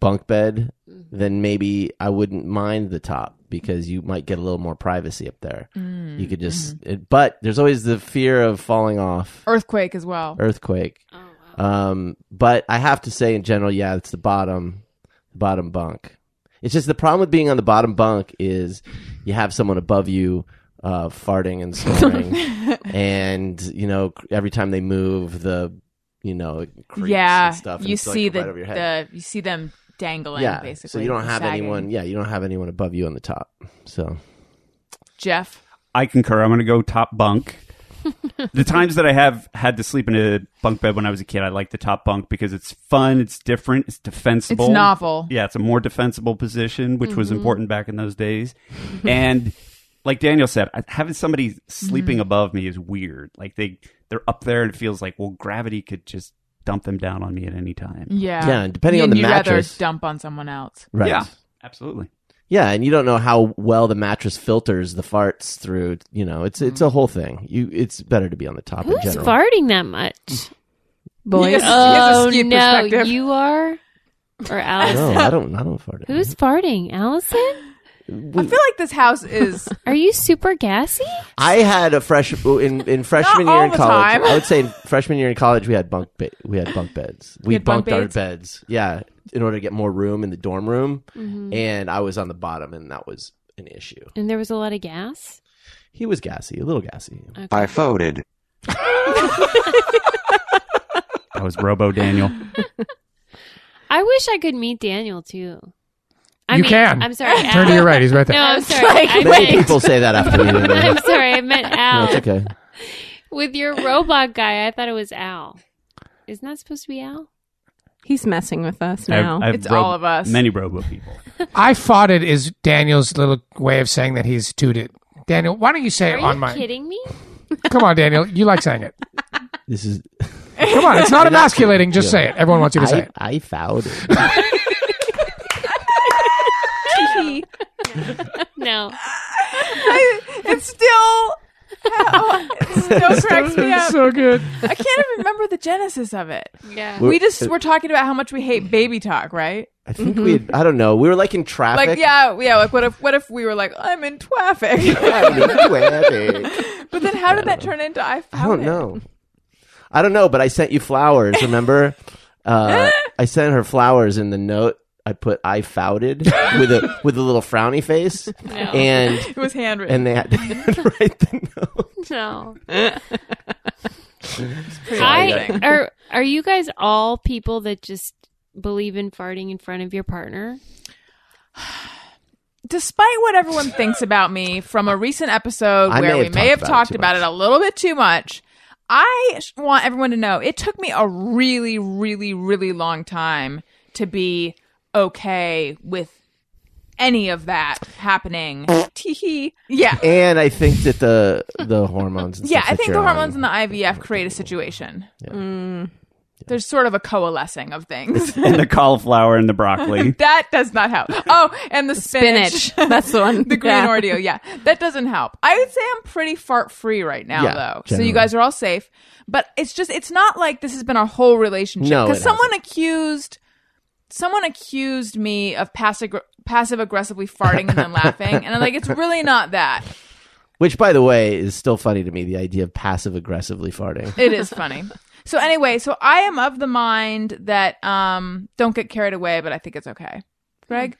S1: bunk bed, then maybe I wouldn't mind the top because you might get a little more privacy up there. Mm. You could just,
S3: Mm-hmm.
S1: it, but there's always the fear of falling off,
S3: Earthquake as well.
S1: earthquake.
S8: Oh wow.
S1: Um, but I have to say, in general, yeah, it's the bottom, the bottom bunk. It's just the problem with being on the bottom bunk is you have someone above you uh, farting and snoring, and you know cr- every time they move, the you know it creaks
S3: yeah,
S1: and stuff. and
S3: you
S1: it's, like,
S3: see
S1: right
S3: the,
S1: over your head.
S3: the you see them dangling.
S1: yeah.
S3: basically.
S1: so you don't have
S3: sagging.
S1: anyone. Yeah, you don't have anyone above you on the top. So
S3: Jeff.
S6: I concur. I'm going to go top bunk. the times that I have had to sleep in a bunk bed when I was a kid, I like the top bunk because it's fun, it's different, it's defensible.
S3: It's novel.
S6: Yeah, it's a more defensible position, which
S3: Mm-hmm.
S6: was important back in those days. and like Daniel said, I- having somebody
S3: Mm-hmm.
S6: sleeping above me is weird. Like they they're up there and it feels like well gravity could just dump them down on me at any time.
S3: Yeah.
S1: Yeah, and depending on
S3: And
S1: the
S3: you'd
S1: mattress.
S3: rather dump on someone else.
S1: right.
S6: Yeah. Absolutely.
S1: Yeah, and you don't know how well the mattress filters the farts through. You know, it's
S3: Mm-hmm.
S1: it's a whole thing. You, it's better to be on the top in
S8: Who's
S1: general.
S8: farting that much?
S3: Boy, Yes,
S8: oh
S3: skewed
S8: no,
S3: perspective.
S8: you are, or
S1: No,
S8: Allison.
S1: I don't. I don't fart.
S8: Who's farting, Allison?
S3: I feel like this house is
S5: Are you super gassy?
S1: I had a fresh in in freshman
S3: all
S1: year in
S3: the
S1: college.
S3: time.
S1: I would say in freshman year in college we had bunk be- we had bunk beds. We
S3: had bunk
S1: bunked our
S3: beds? Mm-hmm.
S1: beds, yeah, in order to get more room in the dorm room. And I was on the bottom, and that was an issue.
S5: And there was a lot of gas.
S1: He was gassy, a little gassy.
S10: I voted.
S6: That was Robo Daniel.
S5: I wish I could meet Daniel too. I
S4: You can.
S5: I'm sorry.
S4: Turn to your right. He's right
S5: No,
S4: there.
S5: I'm sorry.
S1: Many
S5: I meant,
S1: people say that after me.
S5: I'm
S1: no,
S5: sorry. I meant Al.
S1: it's okay.
S5: With your robot guy, I thought it was Al. Isn't that supposed to be Al?
S8: He's messing with us now.
S6: I've
S3: It's
S6: ro-
S3: all of us.
S6: Many Robo people.
S4: I fought it is Daniel's little way of saying that he's tooted. Daniel, why don't you say
S5: Are
S4: it
S5: you
S4: on my?
S5: kidding me?
S4: Come on, Daniel. You like saying it.
S1: This is
S4: Come on. It's not emasculating. Just say it. Everyone wants you to say
S1: I,
S4: it.
S1: I fouled it.
S5: No.
S3: it still oh, it still cracks me up.
S4: so good.
S3: I can't even remember the genesis of it.
S5: Yeah.
S3: We just were talking about how much we hate baby talk, right?
S1: I think we. Had, I don't know. We were like in traffic.
S3: Mm-hmm. Like yeah, yeah, like what if what if we were like, I'm in traffic.
S1: I'm in traffic.
S3: but then how did that turn into I found
S1: I don't
S3: it?
S1: know. I don't know, but I sent you flowers. Remember, uh, I sent her flowers in the note. I put I fouted with a with a little frowny face, and
S3: It was
S1: and
S3: handwritten.
S1: they had, they had to write the note.
S5: No.
S3: Pretty
S5: I
S3: amazing.
S5: are are you guys all people that just believe in farting in front of your partner?
S3: Despite what everyone thinks about me from a recent episode
S1: I may
S3: where
S1: have
S3: we
S1: talked
S3: may have
S1: about it
S3: talked
S1: too
S3: about
S1: much.
S3: it a little bit too much, I sh- want everyone to know it took me a really, really, really long time to be okay with any of that happening. Teehee. Yeah.
S1: And I think that the the hormones. And
S3: Yeah,
S1: stuff
S3: I
S1: that
S3: think
S1: you're
S3: the hormones
S1: on-
S3: and the IVF create a situation. Mm. There's sort of a coalescing of things.
S6: And the cauliflower and the broccoli.
S3: that does not help. Oh, and the spinach.
S8: Spinach. That's the one.
S3: the green
S8: Yeah.
S3: ordeal. Yeah, that doesn't help. I would say I'm pretty fart free right now,
S1: Yeah,
S3: though. So
S1: generally.
S3: you guys are all safe. But it's just, it's not like this has been our whole relationship.
S1: No,
S3: because
S1: it
S3: someone accused, someone accused me of passive passive aggressively farting and then laughing, and I'm like, it's really not that.
S1: which, by the way, is still funny to me. The idea of passive aggressively farting.
S3: It is funny. So anyway, so I am of the mind that um don't get carried away, but I think it's okay. Greg,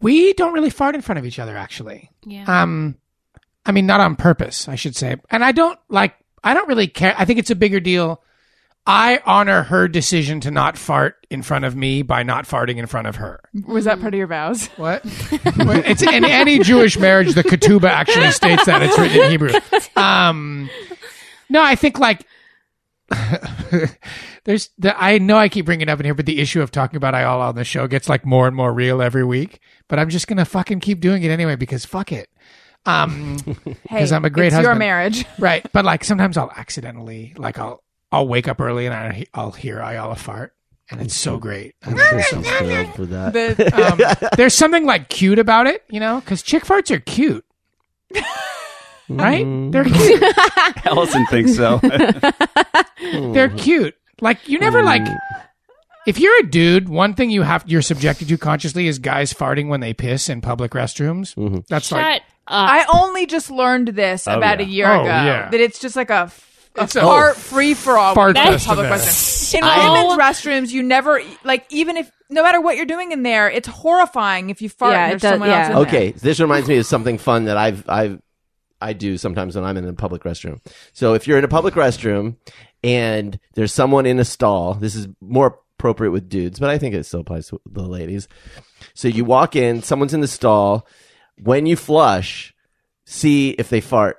S4: We don't really fart in front of each other, actually.
S5: Yeah.
S4: Um, I mean, not on purpose, I should say. And I don't like. I don't really care. I think it's a bigger deal. I honor her decision to not fart in front of me by not farting in front of her.
S3: was that part of your vows?
S4: What? Well, it's in any Jewish marriage, the ketubah actually states that it's written in Hebrew. Um, no, I think like there's the I know I keep bringing it up in here, but the issue of talking about I all on the show gets like more and more real every week. But I'm just gonna fucking keep doing it anyway because fuck it. Um,
S3: Hey,
S4: 'Cause I'm a great
S3: it's Your
S4: husband.
S3: marriage.
S4: right? But like sometimes I'll accidentally like I'll I'll wake up early and I, I'll hear I all fart. And it's so great. I'm so
S1: I'm thrilled with that.
S3: The-
S4: um, there's something like cute about it, you know, because chick farts are cute, right? They're cute.
S6: Allison thinks so.
S4: They're cute. Like you never like. If you're a dude, one thing you have you're subjected to consciously is guys farting when they piss in public restrooms. That's like
S5: Shut up.
S3: I only just learned this about
S6: yeah.
S3: a year
S4: Oh,
S3: ago
S4: yeah.
S3: that it's just like a, f- a
S4: It's a-
S3: fart free for all
S4: Fart
S3: public
S4: fest event.
S3: restrooms. In
S5: I-
S3: women's restrooms, you never like even if no matter what you're doing in there, it's horrifying if you fart
S8: Yeah,
S3: and
S8: it
S3: there's
S8: does-
S3: someone
S8: yeah.
S3: else in there.
S1: Okay, this reminds me of something fun that I've I've I do sometimes when I'm in a public restroom. So if you're in a public restroom and there's someone in a stall, this is more appropriate with dudes, but I think it still applies to the ladies. So you walk in, someone's in the stall. When you flush, see if they fart.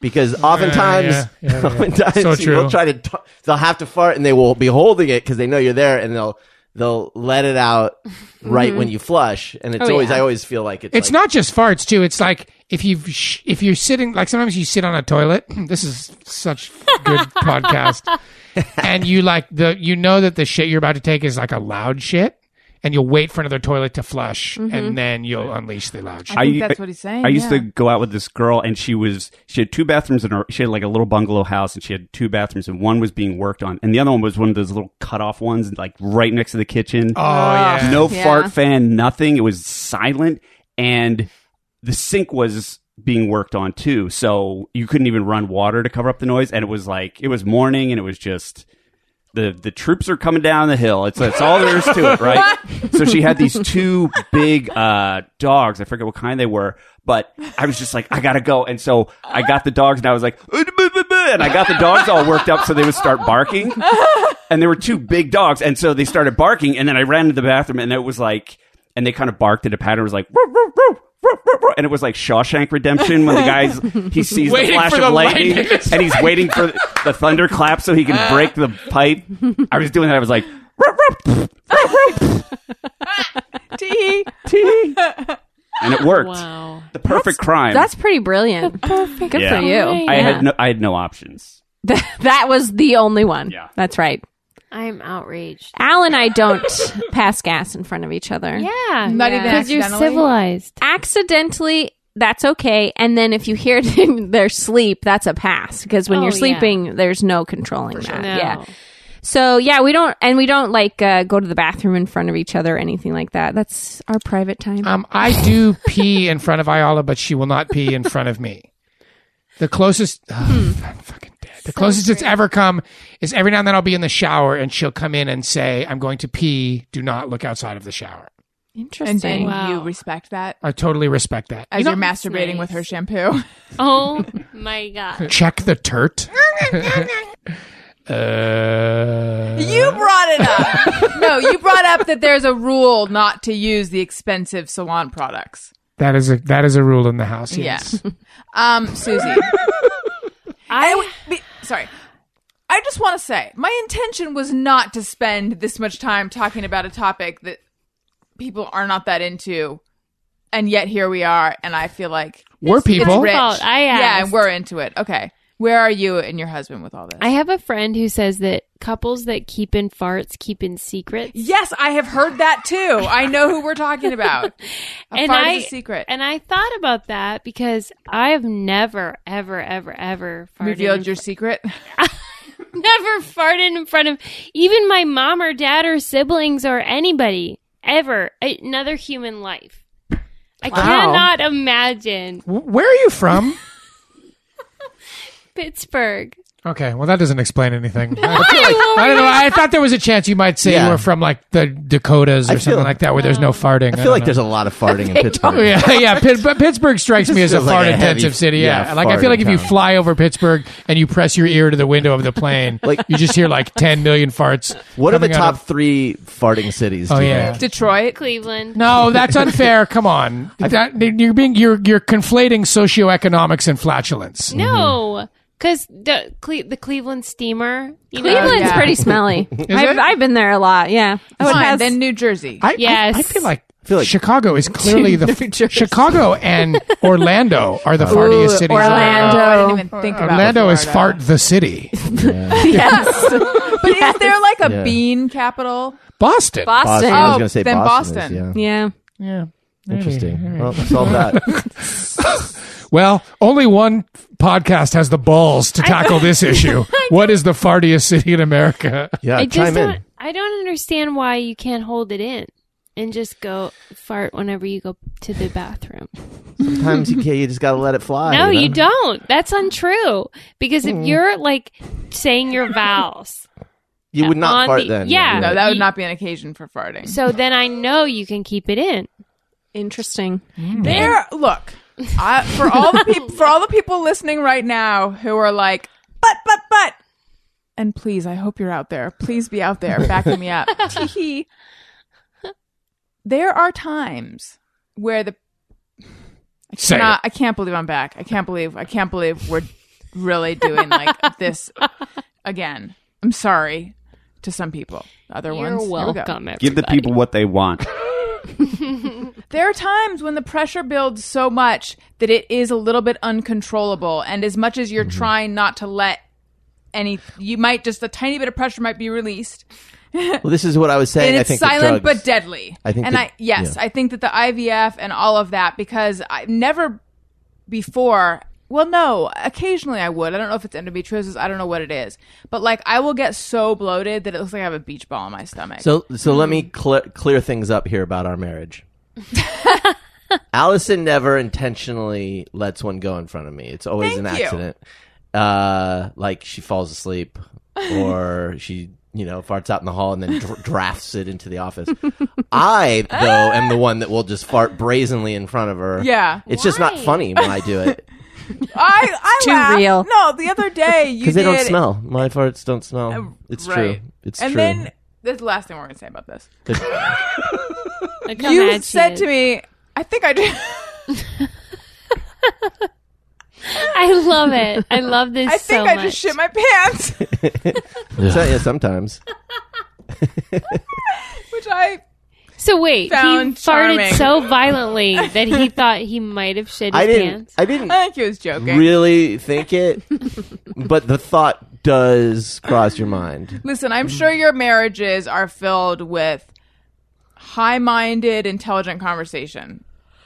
S1: Because oftentimes,
S4: yeah, yeah, yeah.
S1: oftentimes people
S4: So true.
S1: try to, t- they'll have to fart and they will be holding it because they know you're there and they'll, they'll let it out right when you flush. And it's
S8: Oh,
S1: always,
S8: yeah.
S1: I always feel like it's,
S4: it's
S1: like-
S4: not just farts too. It's like if you sh- if you're sitting like sometimes you sit on a toilet. this is such good podcast. And you like the you know that the shit you're about to take is like a loud shit, and you'll wait for another toilet to flush, and then you'll unleash the loud shit.
S3: I think that's what he's saying,
S6: I used
S3: yeah.
S6: to go out with this girl, and she was she had two bathrooms in her. She had like a little bungalow house, and she had two bathrooms, and one was being worked on, and the other one was one of those little cut off ones, like right next to the kitchen.
S4: oh yeah,
S6: no
S8: Yeah.
S6: fart fan, nothing. It was silent, and the sink was being worked on too, so you couldn't even run water to cover up the noise. And it was like it was morning, and it was just the the troops are coming down the hill. It's that's all there is to it, right? so she had these two big uh, dogs. I forget what kind they were, but I was just like, I gotta go. And so I got the dogs, and I was like, "Uh, buh, buh, buh," and I got the dogs all worked up, so they would start barking. And there were two big dogs, and so they started barking. And then I ran to the bathroom, and it was like, and they kind of barked at a pattern. It was like. "Woof, woof, woof, woof, woof," And it was like Shawshank Redemption when the guys he sees the
S4: Waiting
S6: flash
S4: for
S6: of
S4: the
S6: lightning,
S4: lightning to
S6: and he's waiting for the thunderclap so he
S5: Ah.
S6: can break the pipe. I was doing that. I was like, "Ruff, ruff, ruff, ruff,
S3: Tee.
S6: tee." and it worked.
S8: Wow.
S6: The perfect crime.
S5: That's pretty brilliant. Good
S6: Yeah.
S5: for you.
S8: Right.
S6: I
S5: yeah.
S6: had no, I had no options.
S5: that was the only one.
S6: Yeah.
S5: That's right.
S8: I'm outraged.
S5: Al and I don't pass gas in front of each other.
S8: Yeah.
S3: Not even
S8: because you're
S3: accidentally?
S8: civilized.
S5: Accidentally, that's okay. And then if you hear it in their sleep, that's a pass because when
S8: Oh,
S5: you're
S8: yeah.
S5: sleeping, there's no controlling that.
S8: No.
S5: Yeah. So yeah, we don't, and we don't like uh, go to the bathroom in front of each other or anything like that. That's our private time.
S4: Um, I do pee in front of Ayala, but she will not pee in front of me. The closest, Ugh, I'm fucking dead. The closest it's ever come is every now and then I'll be in the shower and she'll come in and say, "I'm going to pee. Do not look outside of the shower."
S3: And,
S5: Interesting.
S3: and
S8: Wow.
S3: you respect that
S4: I totally respect that.
S3: as
S4: You
S3: you're
S4: know,
S3: masturbating
S8: nice.
S3: with her shampoo.
S8: Oh my god.
S4: check the turt. uh,
S3: You brought it up. no, you brought up that there's a rule not to use the expensive salon products.
S4: that is a that is a rule in the house. Yes.
S3: Um, Susie.
S8: I
S3: Be- sorry. I just want to say my intention was not to spend this much time talking about a topic that people are not that into, and yet here we are, and I feel like
S4: We're people.
S3: rich.
S8: fault. I
S3: yeah,
S8: asked.
S3: and we're into it. Okay, where are you and your husband with all this?
S8: I have a friend who says that couples that keep in farts keep in secrets.
S3: yes, I have heard that too. I know who we're talking about. A fart is a secret.
S8: And I thought about that because I have never, ever, ever, ever farted in
S3: revealed your secret.
S8: never farted in front of even my mom or dad or siblings or anybody ever another human life. I cannot imagine
S4: W- Where are you from?
S8: Pittsburgh.
S4: Okay, well that doesn't explain anything. I, feel like- I don't know. I thought there was a chance you might say
S1: Yeah.
S4: you were from like the Dakotas or
S1: I feel-
S4: something like that, where there's no farting.
S1: I feel like there's a lot of farting in Pittsburgh.
S4: Oh yeah, yeah. Pitt, but Pittsburgh strikes me as a
S1: feels like a
S4: fart
S1: heavy-
S4: intensive city. Yeah,
S1: yeah,
S4: like I
S1: fart
S4: feel like if you
S1: town.
S4: fly over Pittsburgh and you press your ear to the window of the plane,
S1: Like-
S4: you just hear like ten million farts.
S1: What are the
S4: coming out
S1: top
S4: of-
S1: three farting cities?
S4: Oh,
S1: do you
S4: yeah.
S1: think?
S3: Detroit.
S8: Oh, Cleveland.
S4: no, that's unfair. Come on, that, you're being you're you're conflating socioeconomics and flatulence.
S8: No. Because the, Cle- the Cleveland steamer. You
S5: Cleveland's
S8: Know,
S3: yeah.
S5: pretty smelly.
S4: it?
S5: I've, I've been there a lot. Yeah. Oh, it
S3: Come on,
S5: has-
S3: then New Jersey.
S4: I, I-
S8: Yes.
S4: I, feel like.
S1: feel like-
S4: Chicago is clearly the
S1: New Jersey.
S4: Chicago and Orlando are the
S5: Ooh,
S4: fartiest cities. in the-
S5: Orlando.
S3: Oh, I didn't even think about
S4: Orlando is
S3: Florida.
S4: fart the city.
S5: yes.
S3: But is there like a
S1: Yeah.
S3: bean capital?
S4: Boston.
S5: Boston.
S1: I was
S3: Oh,
S1: going to say
S3: then
S1: Boston. is,
S3: Boston.
S1: yeah.
S5: Yeah.
S4: Yeah.
S1: Interesting. Well, solve that.
S4: Well, only one podcast has the balls to tackle this issue. What is the fartiest city in America?
S1: Yeah,
S8: I
S1: chime
S8: just don't.
S1: in.
S8: I don't understand why you can't hold it in and just go fart whenever you go to the bathroom.
S1: Sometimes you can't. You just got to let it fly.
S8: No,
S1: you, know?
S8: you don't. That's untrue. Because if you're like saying your vows,
S1: You would not
S8: On
S1: fart
S8: the-
S1: then.
S8: yeah.
S1: you're
S3: No,
S1: right.
S3: that would not be an occasion for farting.
S8: so then I know you can keep it in.
S5: Interesting.
S3: There, look I, for all the people for all the people listening right now who are like, but but but, and please, I hope you're out there. Please be out there backing me up. Tee-hee. there are times where the
S4: Say
S3: Nah,
S4: it.
S3: I can't believe I'm back. I can't believe I can't believe we're really doing like this again. I'm sorry to some people. Other
S8: You're
S3: ones, here we go.
S8: welcome.
S6: Give the
S8: everybody.
S6: people what they want.
S3: There are times when the pressure builds so much that it is a little bit uncontrollable. And as much as you're
S8: Mm-hmm.
S3: trying not to let any, you might just a tiny bit of pressure might be released.
S1: Well, this is what I was saying.
S3: And
S1: I
S3: it's
S1: think
S3: silent
S1: with drugs.
S3: but deadly.
S1: I think
S3: and
S1: that-
S3: I, yes,
S1: yeah.
S3: I think that the IVF and all of that, because I've never before, well, no, occasionally I would. I don't know if it's endometriosis. I don't know what it is. But like, I will get so bloated that it looks like I have a beach ball in my stomach.
S1: So, so let me cl- clear things up here about our marriage. Allison never intentionally lets one go in front of me. It's always an
S3: Thank you.
S1: accident. Uh, like she falls asleep or she, you know, farts out in the hall and then dr- drafts it into the office. I, though, am the one that will just fart brazenly in front of her.
S3: Yeah.
S1: It's just not
S5: Why?
S1: funny when I do it
S3: I, I
S8: Too
S3: laughed.
S8: real.
S3: No, the other day you
S1: because they don't
S3: did- Oh,
S1: smell. My farts don't smell. It's true.
S3: right.
S1: It's
S3: and
S1: true.
S3: then this is the last thing we're gonna say about this.
S1: Good-
S5: Look how
S3: You
S5: mad she
S3: said
S5: is.
S3: to me, I think I did.
S5: I love it. I love this
S3: I think
S5: so
S3: I
S5: much.
S3: just shit my pants,
S1: So, yeah, sometimes.
S3: which I
S5: so wait,
S3: Found
S5: he
S3: charming.
S5: farted so violently that he thought he might have shit his
S1: I didn't.
S5: pants.
S1: I didn't
S3: I think he was joking.
S1: really think it, but the thought does cross your mind.
S3: Listen, I'm sure your marriages are filled with high-minded, intelligent conversation.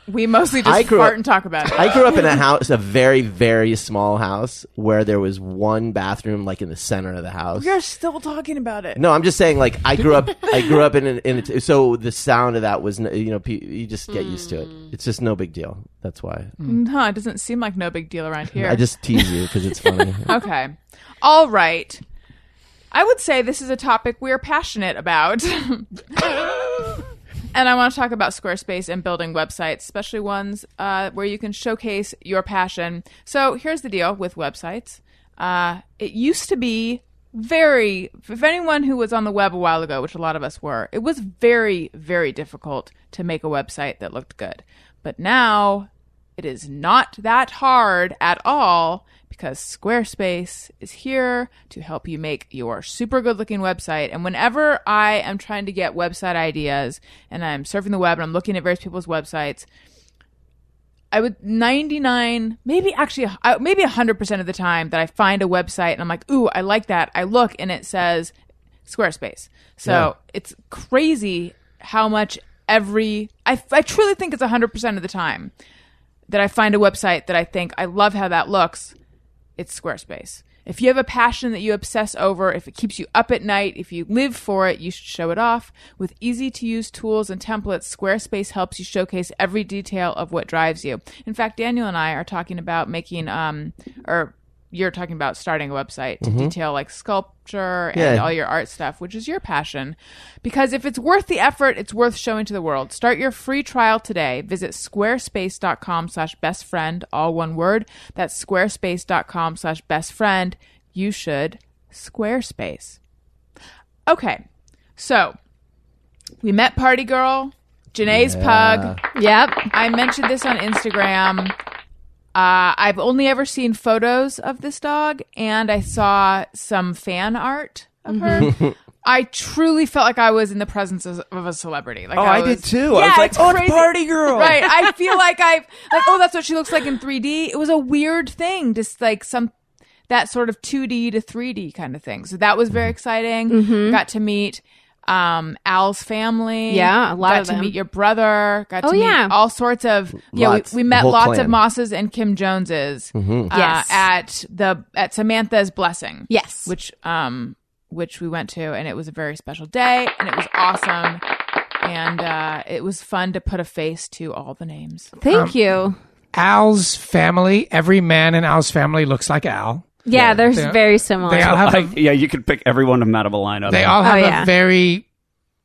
S3: We mostly
S1: I
S3: just
S1: grew
S3: fart
S1: up-
S3: and talk about it.
S1: I grew up in a house, a very, very small house, where there was one bathroom, like in the center of the house.
S3: You're still talking about it.
S1: No, I'm just saying. Like I grew up, I grew up in, an, in a, so the sound of that was, n- you know, pe- you just get used to it. It's just no big deal. That's why
S3: Huh, it doesn't seem like no big deal around here.
S1: I just tease you because it's funny.
S3: okay. All right. I would say this is a topic we're passionate about. and I want to talk about Squarespace and building websites, especially ones uh, where you can showcase your passion. So here's the deal with websites uh, it used to be very, if anyone who was on the web a while ago, which a lot of us were, it was very, very difficult to make a website that looked good. But now it is not that hard at all because Squarespace is here to help you make your super good looking website. And whenever I am trying to get website ideas and I'm surfing the web and I'm looking at various people's websites, I would 99, maybe actually, I- maybe 100% of the time that I find a website and I'm like, ooh, I like that. I look and it says Squarespace. So it's crazy how much every, I, I truly think it's 100% of the time that I find a website that I think I love how that looks, it's Squarespace. If you have a passion that you obsess over, if it keeps you up at night, if you live for it, you should show it off. With easy to use tools and templates, Squarespace helps you showcase every detail of what drives you. In fact, Daniel and I are talking about making, um, or you're talking about starting a website to detail like sculpture and
S1: Yeah.
S3: all your art stuff, which is your passion. Because if it's worth the effort, it's worth showing to the world. Start your free trial today. Visit squarespace.com slash best friend, all one word. That's squarespace.com slash best friend. You should Squarespace. Okay. So we met Party Girl, Janae's Pug.
S8: Yep.
S3: I mentioned this on Instagram. Uh, I've only ever seen photos of this dog, and I saw some fan art of her. I truly felt like I was in the presence of, of a celebrity. Like
S6: Oh, I did
S3: was-
S6: too.
S3: Yeah,
S6: I was like,
S3: it's
S6: "Oh, it's
S3: crazy."
S6: Party Girl.
S3: Right. I feel like I like. Oh, that's what she looks like in 3D. It was a weird thing, just like some that sort of 2D to 3D kind of thing. So that was very exciting.
S8: Mm-hmm.
S3: Got to meet um Al's family.
S8: Yeah, a lot
S3: got
S8: of
S3: to
S8: them.
S3: meet your brother. Got
S8: Oh,
S3: to meet
S8: yeah.
S3: all sorts of yeah.
S1: Lots.
S3: we, we
S1: The
S3: met
S1: whole
S3: lots of
S1: clan. Mm-hmm.
S3: Mosses and Kim Joneses. uh,
S8: Yes.
S3: at the at Samantha's blessing.
S8: Yes.
S3: which um which we went to, and it was a very special day, and it was awesome. And uh, it was fun to put a face to all the names.
S8: Thank
S1: um,
S8: you.
S4: Al's family. Every man in Al's family looks like Al.
S8: Yeah, they're
S4: they-
S8: very similar.
S4: They all have a,
S6: Like, yeah, you could pick every one of them out of a lineup.
S4: they all have
S8: Oh, yeah.
S4: a very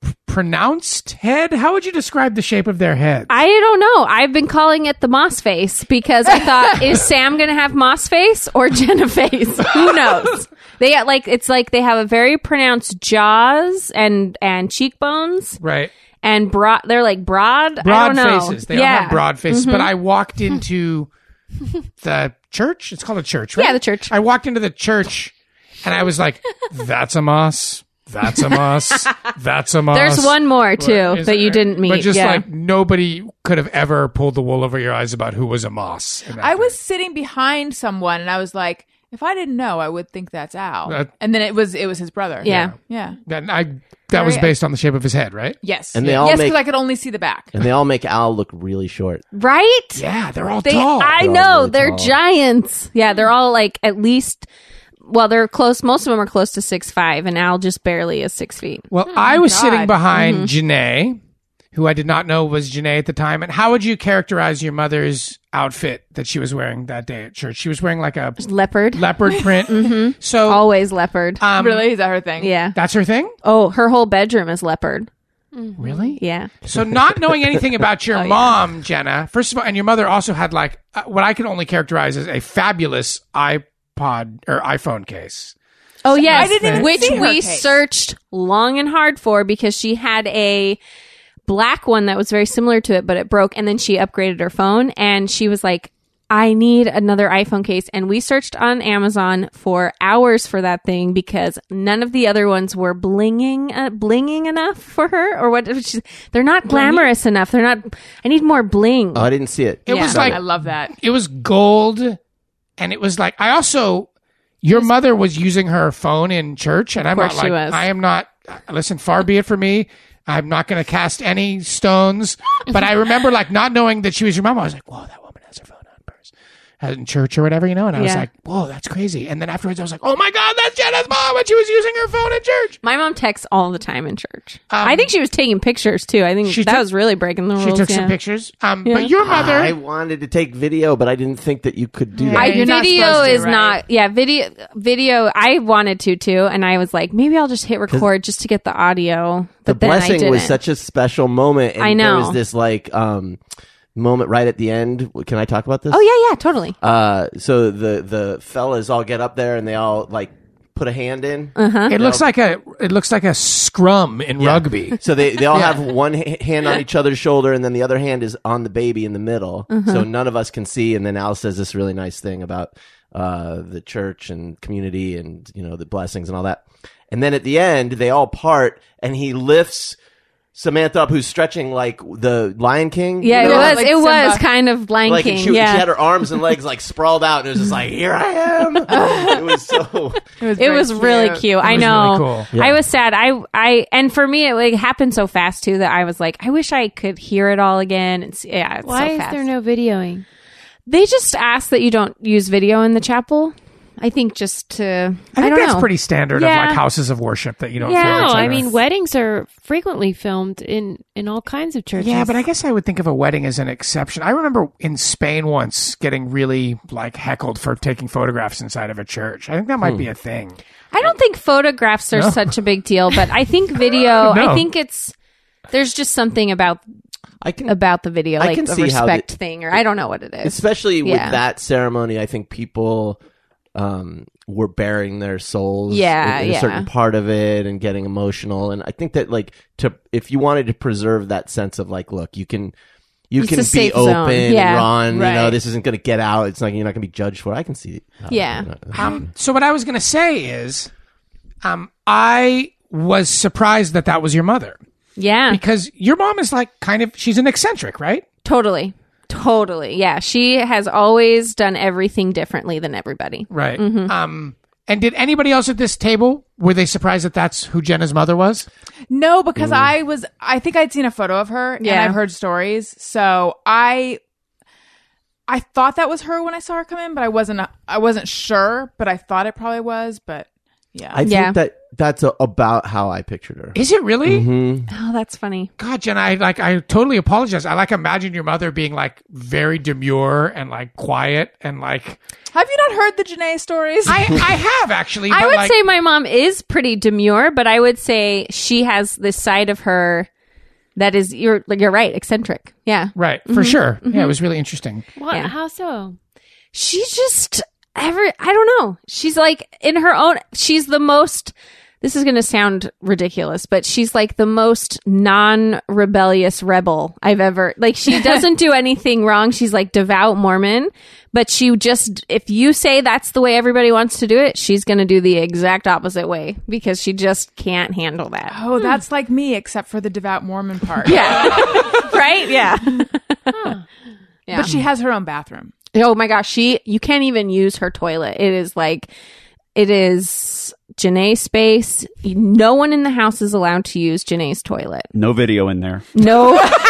S4: p- pronounced head. How would you describe the shape of their head?
S8: I don't know. I've been calling it the moss face because I thought, is Sam going to have moss face or Jenna face? Who knows? They got like it's like they have a very pronounced jaws and and cheekbones
S4: right.
S8: and broad. They're like broad. I
S4: broad
S8: don't know.
S4: faces. They
S8: yeah. Mm-hmm.
S4: all have broad faces. But I walked into the church. It's called a church, right?
S8: Yeah, the church.
S4: I walked into the church and I was like, that's a moss. That's a moss. That's a moss.
S8: There's one more too
S4: Is
S8: that you
S4: there-
S8: didn't meet.
S4: But just
S8: yeah.
S4: like nobody could have ever pulled the wool over your eyes about who was a moss. in that
S3: I was sitting behind someone, and I was like, if I didn't know, I would think that's Al.
S4: That-
S3: and then it was it was his brother.
S8: Yeah.
S3: yeah,
S4: That I that was
S3: Very-
S4: based on the shape of his head, right?
S3: yes,
S1: And they all
S3: yes,
S1: make-
S3: because I could only see the back.
S1: and they all make Al look really short.
S8: right.
S4: Yeah, they're all
S8: They,
S4: tall.
S8: I
S1: They're all
S8: know
S1: really
S8: they're
S1: tall.
S8: giants. Yeah, they're all like at least. Well, they're close. Most of them are close to six five, and Al just barely is six feet.
S4: well, I was
S3: Oh God. Mm-hmm.
S4: sitting behind Janae who I did not know was Janae at the time. And how would you characterize your mother's outfit that she was wearing that day at church? She was wearing like a
S8: Leopard.
S4: leopard print. mm-hmm. So
S8: Always leopard.
S4: um,
S3: really? Is that her thing?
S8: yeah.
S4: that's her thing.
S8: Oh, her whole bedroom is leopard.
S3: Mm-hmm.
S4: Really?
S8: Yeah.
S4: So not knowing anything about
S3: Oh,
S4: your mom, Jenna. First of all, and your mother also had like uh, what I could only characterize as a fabulous iPod or iPhone case.
S8: Oh yes,
S3: didn't even
S8: which
S3: see her
S8: we
S3: case.
S8: searched long and hard for because she had a black one that was very similar to it, but it broke, and then she upgraded her phone, and she was like, "I need another iPhone case," and we searched on Amazon for hours for that thing because none of the other ones were blinging, uh, blinging enough for her, or what? She's, they're not glamorous enough. They're not. I need more bling.
S1: Oh, I didn't see it.
S4: It
S8: Yeah.
S4: was
S3: I
S4: like
S3: love that.
S4: it was gold, and it was like I also your mother was using her phone in church, and I'm
S8: course
S4: not
S8: she
S4: like
S8: was.
S4: I am not. Listen, far be it for me. I'm not going to cast any stones, but I remember like not knowing that she was your mom. I was like, "Whoa, that woman has her phone on purse uh, in church or whatever," you know. And I was
S8: Yeah.
S4: like, "Whoa, that's crazy." And then afterwards, I was like, "Oh my god, that's Jenna's mom!" And she was using her phone in church.
S8: My mom texts all the time in church.
S4: Um,
S8: I think she was taking pictures too. I think
S4: She
S8: that
S4: took-
S8: was really breaking the rules.
S4: She took
S8: yeah.
S4: some pictures. Um, but your mother,
S1: I wanted to take video, but I didn't think that you could do that.
S8: I,
S3: You're not
S8: video
S3: supposed to,
S8: is
S3: right?
S8: not yeah video video I wanted to too and I was like maybe I'll just hit record just to get the audio
S1: the
S8: but then I
S1: blessing
S8: didn't
S1: was such a special moment. And
S8: I
S1: There
S8: know.
S1: was this like um, moment right at the end. Can I talk about this?
S8: oh yeah yeah totally
S1: Uh, so the the fellas all get up there and they all like put a hand
S8: Uh-huh.
S1: in.
S4: it looks like a it looks like a scrum in rugby.
S1: So they, they all have one ha- hand on each other's shoulder, and then the other hand is on the baby in the middle. So none of us can see. And then Al says this really nice thing about uh, the church and community and, you know, the blessings and all that. And then at the end, they all part, and he lifts Samantha up, who's stretching like the Lion King.
S8: yeah
S1: you
S8: it
S1: know?
S8: was
S3: like
S8: it was
S3: Simba.
S8: kind of blanking
S1: Like, and she, she
S8: yeah
S1: had her arms and legs like sprawled out, and it was just like, here I am. it was so.
S8: it
S3: very
S8: was really cute I
S4: was
S8: know
S4: really cool.
S8: I was sad I I and for me it like, happened so fast too that I was like I wish I could hear it all again and see, yeah it's
S5: Why
S8: so
S5: is
S8: fast.
S5: there no videoing?
S8: they just asked that you don't use video in the chapel I think just to
S4: I think
S8: don't
S4: that's
S8: know.
S4: pretty standard
S8: Yeah.
S4: of like houses of worship that you don't.
S8: Yeah.
S4: feel
S5: No,
S4: each
S5: I
S4: other.
S5: mean weddings are frequently filmed in in all kinds of churches.
S4: Yeah, but I guess I would think of a wedding as an exception. I remember in Spain once getting really like heckled for taking photographs inside of a church. I think that might be a thing.
S8: I don't think photographs are such a big deal, but I think video.
S4: No.
S8: I think it's there's just something about
S1: I can
S8: about the video,
S1: I
S8: like
S1: can
S8: the
S1: see how
S8: respect
S1: the-
S8: thing, or I don't know what it is.
S1: especially with
S8: Yeah.
S1: that ceremony i think people um were bearing their souls
S8: Yeah,
S1: in, in
S8: yeah.
S1: a certain part of it and getting emotional and i think that like to if you wanted to preserve that sense of like look you can you
S8: It's
S1: can
S8: a
S1: be
S8: safe
S1: open
S8: zone.
S1: and
S8: Yeah,
S1: run you know
S3: right.
S1: this isn't gonna get out it's not you're not gonna be judged for it i can see how-
S8: Yeah.
S4: Um, so what I was going to say is, um, I was surprised that that was your mother
S8: Yeah,
S4: because your mom is like kind of she's an eccentric, right?
S8: totally, totally. Yeah, she has always done everything differently than everybody.
S4: Right.
S8: Mm-hmm.
S4: Um, and did anybody else at this table were they surprised that that's who Jenna's mother was?
S3: No, because
S1: Mm-hmm.
S3: I was. I think I'd seen a photo of her, and
S8: Yeah.
S3: I've heard stories. So I, I thought that was her when I saw her come in, but I wasn't. I wasn't sure, but I thought it probably was. But yeah,
S1: i think
S8: Yeah.
S1: that that's a, about how i pictured her Mm-hmm.
S4: Is it really?
S8: Oh, that's funny.
S4: God, Jenna, I like I totally apologize. I like imagine your mother being like very demure and like quiet and like
S3: have you not heard the Janae stories?
S4: I I have actually.
S8: I
S4: but,
S8: would
S4: like,
S8: say my mom is pretty demure, but I would say she has this side of her that is you're you're right, eccentric. Yeah,
S4: right for sure. Yeah, it was really interesting.
S5: What?
S8: Yeah.
S5: How so?
S8: she just ever i don't know she's like in her own she's the most this is going to sound ridiculous but she's like the most non-rebellious rebel i've ever like she doesn't do anything wrong she's like devout mormon but she just if you say that's the way everybody wants to do it she's going to do the exact opposite way because she just can't handle that
S3: oh, that's like me, except for the devout Mormon part.
S8: yeah right yeah
S3: but she has her own bathroom.
S8: Oh my gosh, she you can't even use her toilet. It is like it is Janae's space. No one in the house is allowed to use Janae's toilet.
S6: No video in there.
S8: No.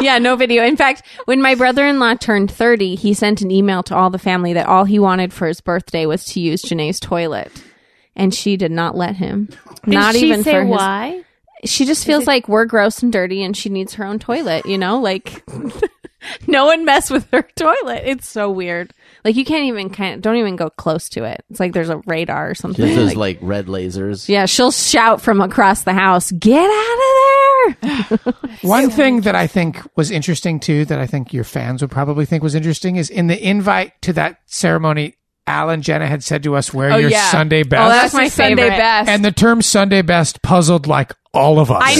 S8: yeah, no video. In fact, when my brother-in-law turned 30, he sent an email to all the family that all he wanted for his birthday was to use Janae's toilet. And she did not let him.
S5: Did
S8: not
S5: she
S8: even
S5: say
S8: for his
S5: why?
S8: she just feels like we're gross and dirty and she needs her own toilet, you know? Like no one mess with her toilet. It's so weird. Like you can't even kind of, don't even go close to it. It's like there's a radar or something.
S1: Just those
S8: Like-
S1: like red lasers.
S8: yeah, she'll shout from across the house, "Get out of there!"
S4: One thing that I think was interesting too, that I think your fans would probably think was interesting, is in the invite to that ceremony, Alan Jenna had said to us, "Wewear
S3: Oh,
S4: your
S3: yeah.
S4: Sunday best."
S8: Oh, that's my
S3: your Sunday
S8: favorite.
S3: best.
S4: and the term Sunday best puzzled like all of us.
S8: I know.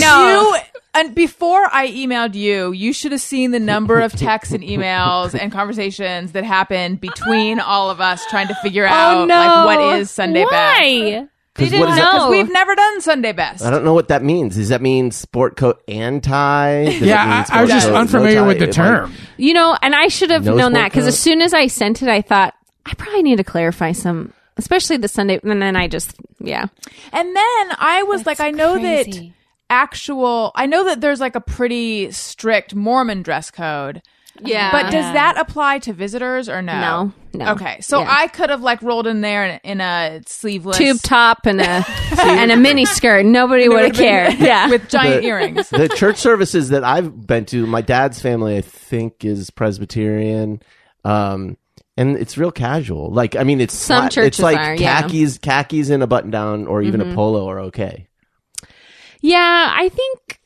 S8: No.
S3: You and before I emailed you, you should have seen the number of texts and emails and conversations that happened between all of us trying to figure out like what is Sunday best.
S8: Oh, Why? Oh. They
S1: what
S8: didn't
S1: is it-
S8: know.
S3: We've never done Sunday best.
S1: I don't know what that means. Does that mean sport coat and tie? Does that mean
S4: Yeah, I, I
S1: sport
S4: was just
S1: coat, no
S4: unfamiliar
S1: tie?
S4: with the
S1: Like,
S4: term.
S8: You know, and I should have
S1: Nose
S8: known that
S1: workout.
S8: because as soon as I sent it, I thought I probably need to clarify some, especially the Sunday. And then I just, yeah,
S3: And then I was like, I know that
S5: crazy.
S3: actual, I know that there's like a pretty strict Mormon dress code.
S8: yeah.
S3: But does that apply to visitors or no?
S8: No, no.
S3: Okay, so
S8: Yeah.
S3: I could have like rolled in there in, in a sleeveless
S8: tube top and a and a mini skirt, nobody would have
S3: would've been-
S8: cared. Yeah,
S3: with giant
S1: The-
S3: earrings.
S1: the church services that I've been to, my dad's family, I think, is Presbyterian. Um, and it's real casual. Like, I mean, it's
S8: Some
S1: flat- it's
S8: churches
S1: like
S8: are, yeah. Mm-hmm.
S1: khakis, khakis and a button down, or even a polo are okay.
S8: yeah. I think.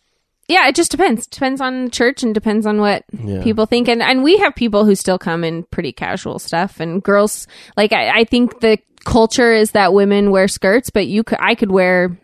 S8: Yeah, it just depends. Depends on the church and depends on what
S1: Yeah.
S8: people think. And and we have people who still come in pretty casual stuff. And girls, like I, I think the culture is that women wear skirts, but you could I could wear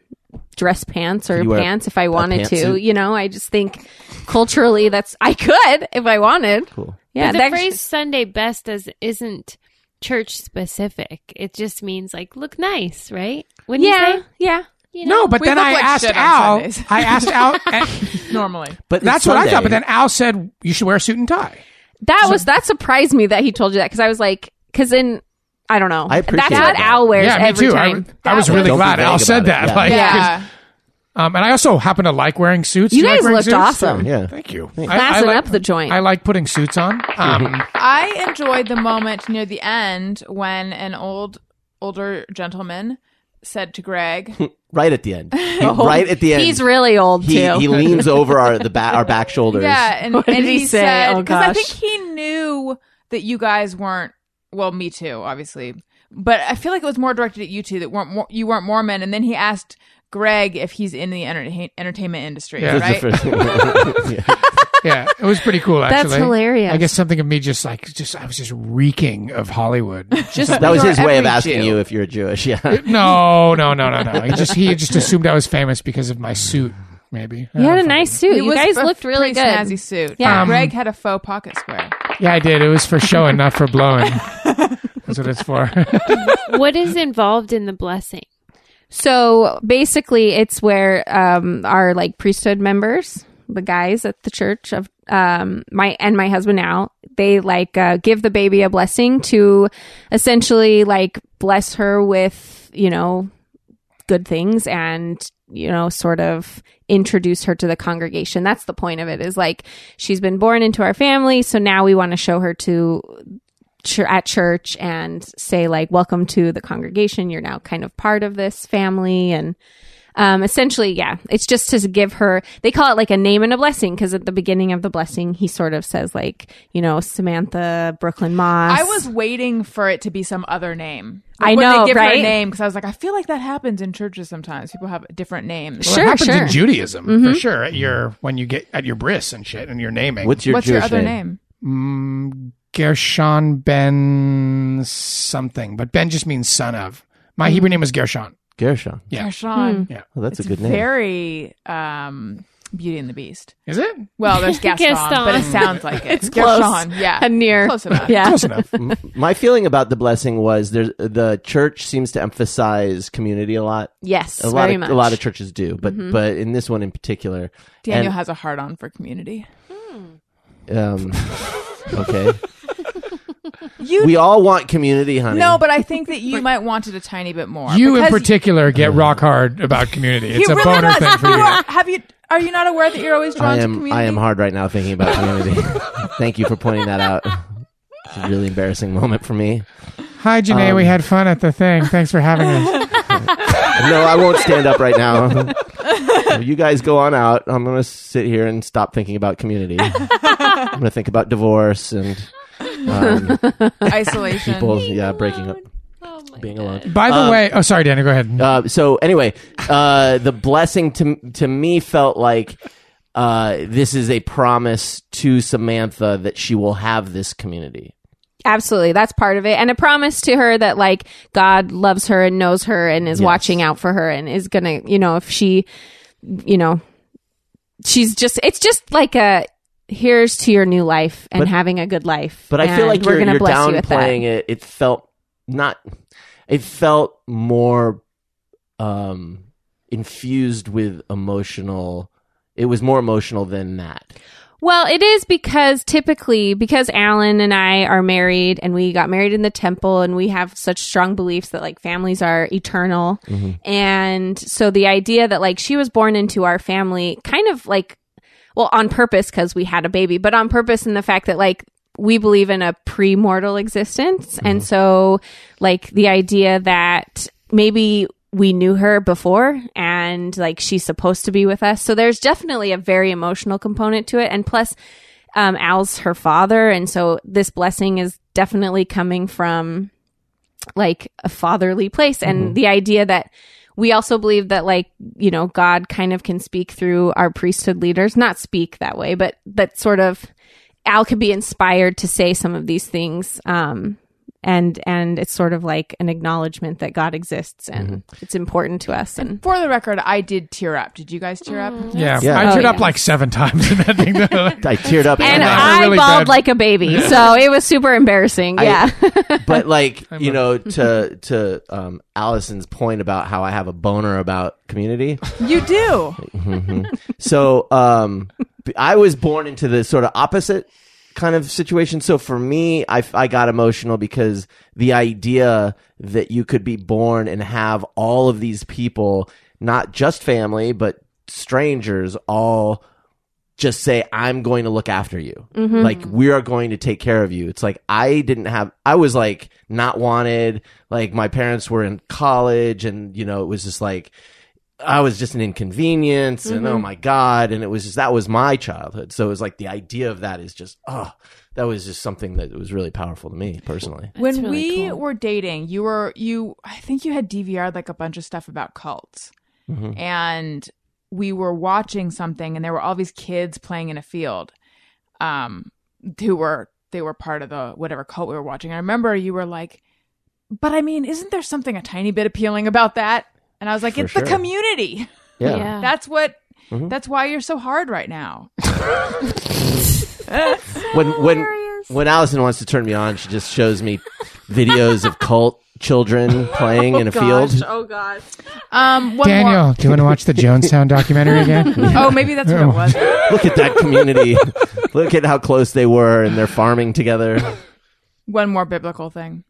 S8: dress pants or
S1: Could you wear
S8: pants if I wanted to.
S1: pantsuit?
S8: You know, I just think culturally that's I could if I wanted.
S1: Cool.
S8: Yeah,
S5: the
S8: that-
S5: phrase Sunday best does, isn't church specific. It just means like look nice, right? Wouldn't
S8: Yeah,
S5: you say?
S8: yeah.
S5: You know?
S4: No, but
S3: We
S4: then
S3: look
S4: I,
S3: like
S4: asked
S3: shit on
S4: Al,
S3: Sundays.
S4: I asked Al. and
S3: normally.
S1: But it's
S4: That's what I
S1: Sunday.
S4: thought. But then Al said you should wear a suit and tie.
S8: That was that surprised me that he told you that because I was like, because in I don't know,
S1: I appreciate
S8: that's what
S1: that.
S8: Al wears
S4: yeah, me
S8: every
S4: too.
S8: time.
S4: I, I was really
S1: Don't be
S4: glad
S1: vague
S4: Al
S1: about
S4: said
S1: it.
S4: that.
S1: Yeah.
S4: Like, 'cause-
S3: Yeah.
S4: Um, and I also happen to like wearing suits.
S8: You
S4: Do like
S8: guys
S4: wearing
S8: looked
S4: suits?
S8: awesome.
S1: Yeah.
S4: Thank you.
S8: Classing up the joint.
S4: I like putting suits on.
S1: Mm-hmm.
S4: Um,
S3: I enjoyed the moment near the end when an old older gentleman said to Greg,
S1: Right at the end. He- right at the end.
S8: Oh, He's really old
S1: he,
S8: too.
S1: he leans over our the back our back shoulders.
S3: "Yeah," and,
S8: What
S3: and
S8: did he say?
S3: said
S8: Oh,
S3: because I
S8: gosh.
S3: think he knew that you guys weren't well, me too, obviously, but I feel like it was more directed at you two that weren't more, you weren't Mormon, and then he asked Greg if he's in the enter- entertainment industry,
S4: Yeah.
S1: That's
S3: right?
S1: the first- Yeah.
S4: yeah, it was pretty cool. Actually,
S8: hilarious.
S4: I guess something of me just like just I was just reeking of Hollywood.
S3: Just
S1: That was
S3: your
S1: his way of
S3: every
S1: asking
S3: Jew.
S1: you if you're Jewish. Yeah.
S4: no, no, no, no, no. He just he just assumed I was famous because of my suit. Maybe I
S8: you had a
S4: don't
S8: nice suit.
S3: It
S8: You
S3: was
S8: guys
S3: a
S8: looked really
S3: pretty
S8: good.
S3: Snazzy suit.
S8: Yeah.
S4: Um,
S3: Greg had a faux pocket square.
S4: fucking- Yeah, I did. It was for showing, not for blowing. That's what it's for.
S5: what is involved in the blessing?
S8: So basically, it's where um, our like priesthood members, the guys at the church of um, my and my husband now, they like uh, give the baby a blessing to essentially like bless her with you know good things and you know sort of introduce her to the congregation that's the point of it is like she's been born into our family so now we want to show her to chur- at church and say like welcome to the congregation you're now kind of part of this family and um, essentially yeah it's just to give her they call it like a name and a blessing because at the beginning of the blessing he sort of says like you know samantha brooklyn moss
S3: I was waiting for it to be some other name.
S8: I
S3: when
S8: know,
S3: they give her
S8: right?
S3: a name because I was like, I feel like that happens in churches sometimes. People have different names.
S4: it
S8: Sure,
S4: happens
S8: sure. Mm-hmm.
S4: in Judaism for sure. At your when you get at your bris and shit, and your naming.
S1: What's your
S3: What's
S1: Jewish
S3: your other name?
S4: Mm, Gershon ben something, but Ben just means son of.
S8: Mm.
S4: My Hebrew name is Gershon.
S1: Gershon.
S4: Yeah.
S8: Hmm.
S3: Gershon.
S4: Yeah,
S1: Oh, that's
S3: It's
S1: a good name.
S3: Very um, Beauty and the Beast.
S4: is it
S3: Well, there's Gaston,
S5: Gaston.
S3: but it sounds like it. it's
S8: close.
S3: Gershon. Yeah,
S8: a near
S3: close enough.
S8: yeah
S4: close enough?
S1: My feeling about the blessing was there, the church seems to emphasize community a lot.
S8: yes
S1: A lot,
S8: very
S1: of,
S8: much
S1: a lot of churches do, but but in this one in particular,
S3: Mm-hmm. Daniel
S1: And-
S3: has a hard on for community.
S1: um, okay,
S3: You
S1: we all want community, honey.
S3: no, but I think that you might want it a tiny bit more.
S4: You in
S3: because
S4: particular get rock hard about community.
S3: he
S4: It's a
S3: really
S4: boner
S3: does.
S4: thing for
S3: You
S4: you.
S3: are- have you? Are you not aware that you're always drawn
S1: I
S3: to
S1: am
S3: community?
S1: I am hard right now thinking about community. Thank you for pointing that out. It's a really embarrassing moment for me.
S4: Hi, Janae. we had fun at the thing. Thanks for having us.
S1: No, I won't stand up right now. Well, you guys go on out. I'm going to sit here and stop thinking about community. I'm going to think about divorce and um,
S3: Isolation.
S1: people, yeah, breaking up.
S5: Oh my
S1: Being
S5: God.
S1: alone.
S4: By the way, oh sorry, Danny, go ahead.
S1: Uh, so anyway, uh, the blessing to to me felt like uh, this is a promise to Samantha that she will have this community.
S8: Absolutely. That's part of it. And a promise to her that like God loves her and knows her and is
S1: Yes.
S8: watching out for her and is going to, you know, if she, you know, she's just it's just like a here's to your new life and
S1: But-
S8: having a good life.
S1: But I feel
S8: And
S1: like you're,
S8: gonna
S1: you're
S8: you with that.
S1: downplaying it. It felt not. It felt more um, infused with emotional. It was more emotional than that.
S8: Well, it is because typically, because Alan and I are married and we got married in the temple and we have such strong beliefs that like families are eternal. And so the idea that like she was born into our family kind of like, well, on purpose because we had a baby, but on purpose in the fact that like we believe in a pre mortal existence. And so like the idea that maybe we knew her before and like she's supposed to be with us. So there's definitely a very emotional component to it. And plus, um, Al's her father. And so this blessing is definitely coming from like a fatherly place. And the idea that we also believe that like, you know, God kind of can speak through our priesthood leaders, not speak that way, but that sort of Al could be inspired to say some of these things. Um, and and it's sort of like an acknowledgement that God exists and
S4: Mm-hmm.
S8: it's important to us. And
S3: For the record, I did tear up. Did you guys tear up?
S5: Mm.
S4: Yeah,
S1: Yeah.
S4: I
S1: Oh,
S4: turned
S8: yeah.
S4: up like seven times in that thing. though.
S1: I teared up.
S8: and
S4: Yeah,
S8: I
S4: really
S8: bawled
S4: bad.
S8: like a baby, so it was super embarrassing.
S1: I-
S8: yeah,
S1: but like
S4: I'm
S1: you
S4: a-
S1: know to to um allison's point about how i have a boner about community
S3: You do.
S1: so um b- i was born into the sort of opposite kind of situation so for me I, f- I got emotional because the idea that you could be born and have all of these people not just family but strangers all just say i'm going to look after you like we are going to take care of you it's like i didn't have i was like not wanted like my parents were in college and you know it was just like i was just an inconvenience and
S8: Mm-hmm.
S1: oh my god and it was just that was my childhood so it was like the idea of that is just oh that was just something that was really powerful to me personally
S3: when
S5: really
S3: we
S5: cool.
S3: were dating, you were you I think you had DVR'd like a bunch of stuff about cults.
S1: Mm-hmm.
S3: And we were watching something and there were all these kids playing in a field. Um who were they were part of the whatever cult we were watching. I remember you were like, "But I mean, isn't there something a tiny bit appealing about that?" And I was like,
S1: For
S3: "It's the
S1: sure. Mm-hmm.
S3: community.
S1: yeah,
S5: Yeah.
S3: That's what that's why you're so hard right now."
S1: when when when allison wants to turn me on she just shows me videos of cult children playing in a field
S8: Oh gosh.
S3: Um one
S4: Daniel,
S3: more.
S4: do you want to watch the Jonestown documentary again?
S3: Oh, maybe that's what it was.
S1: look at that community look at how close they were and they're farming together
S3: one more biblical thing.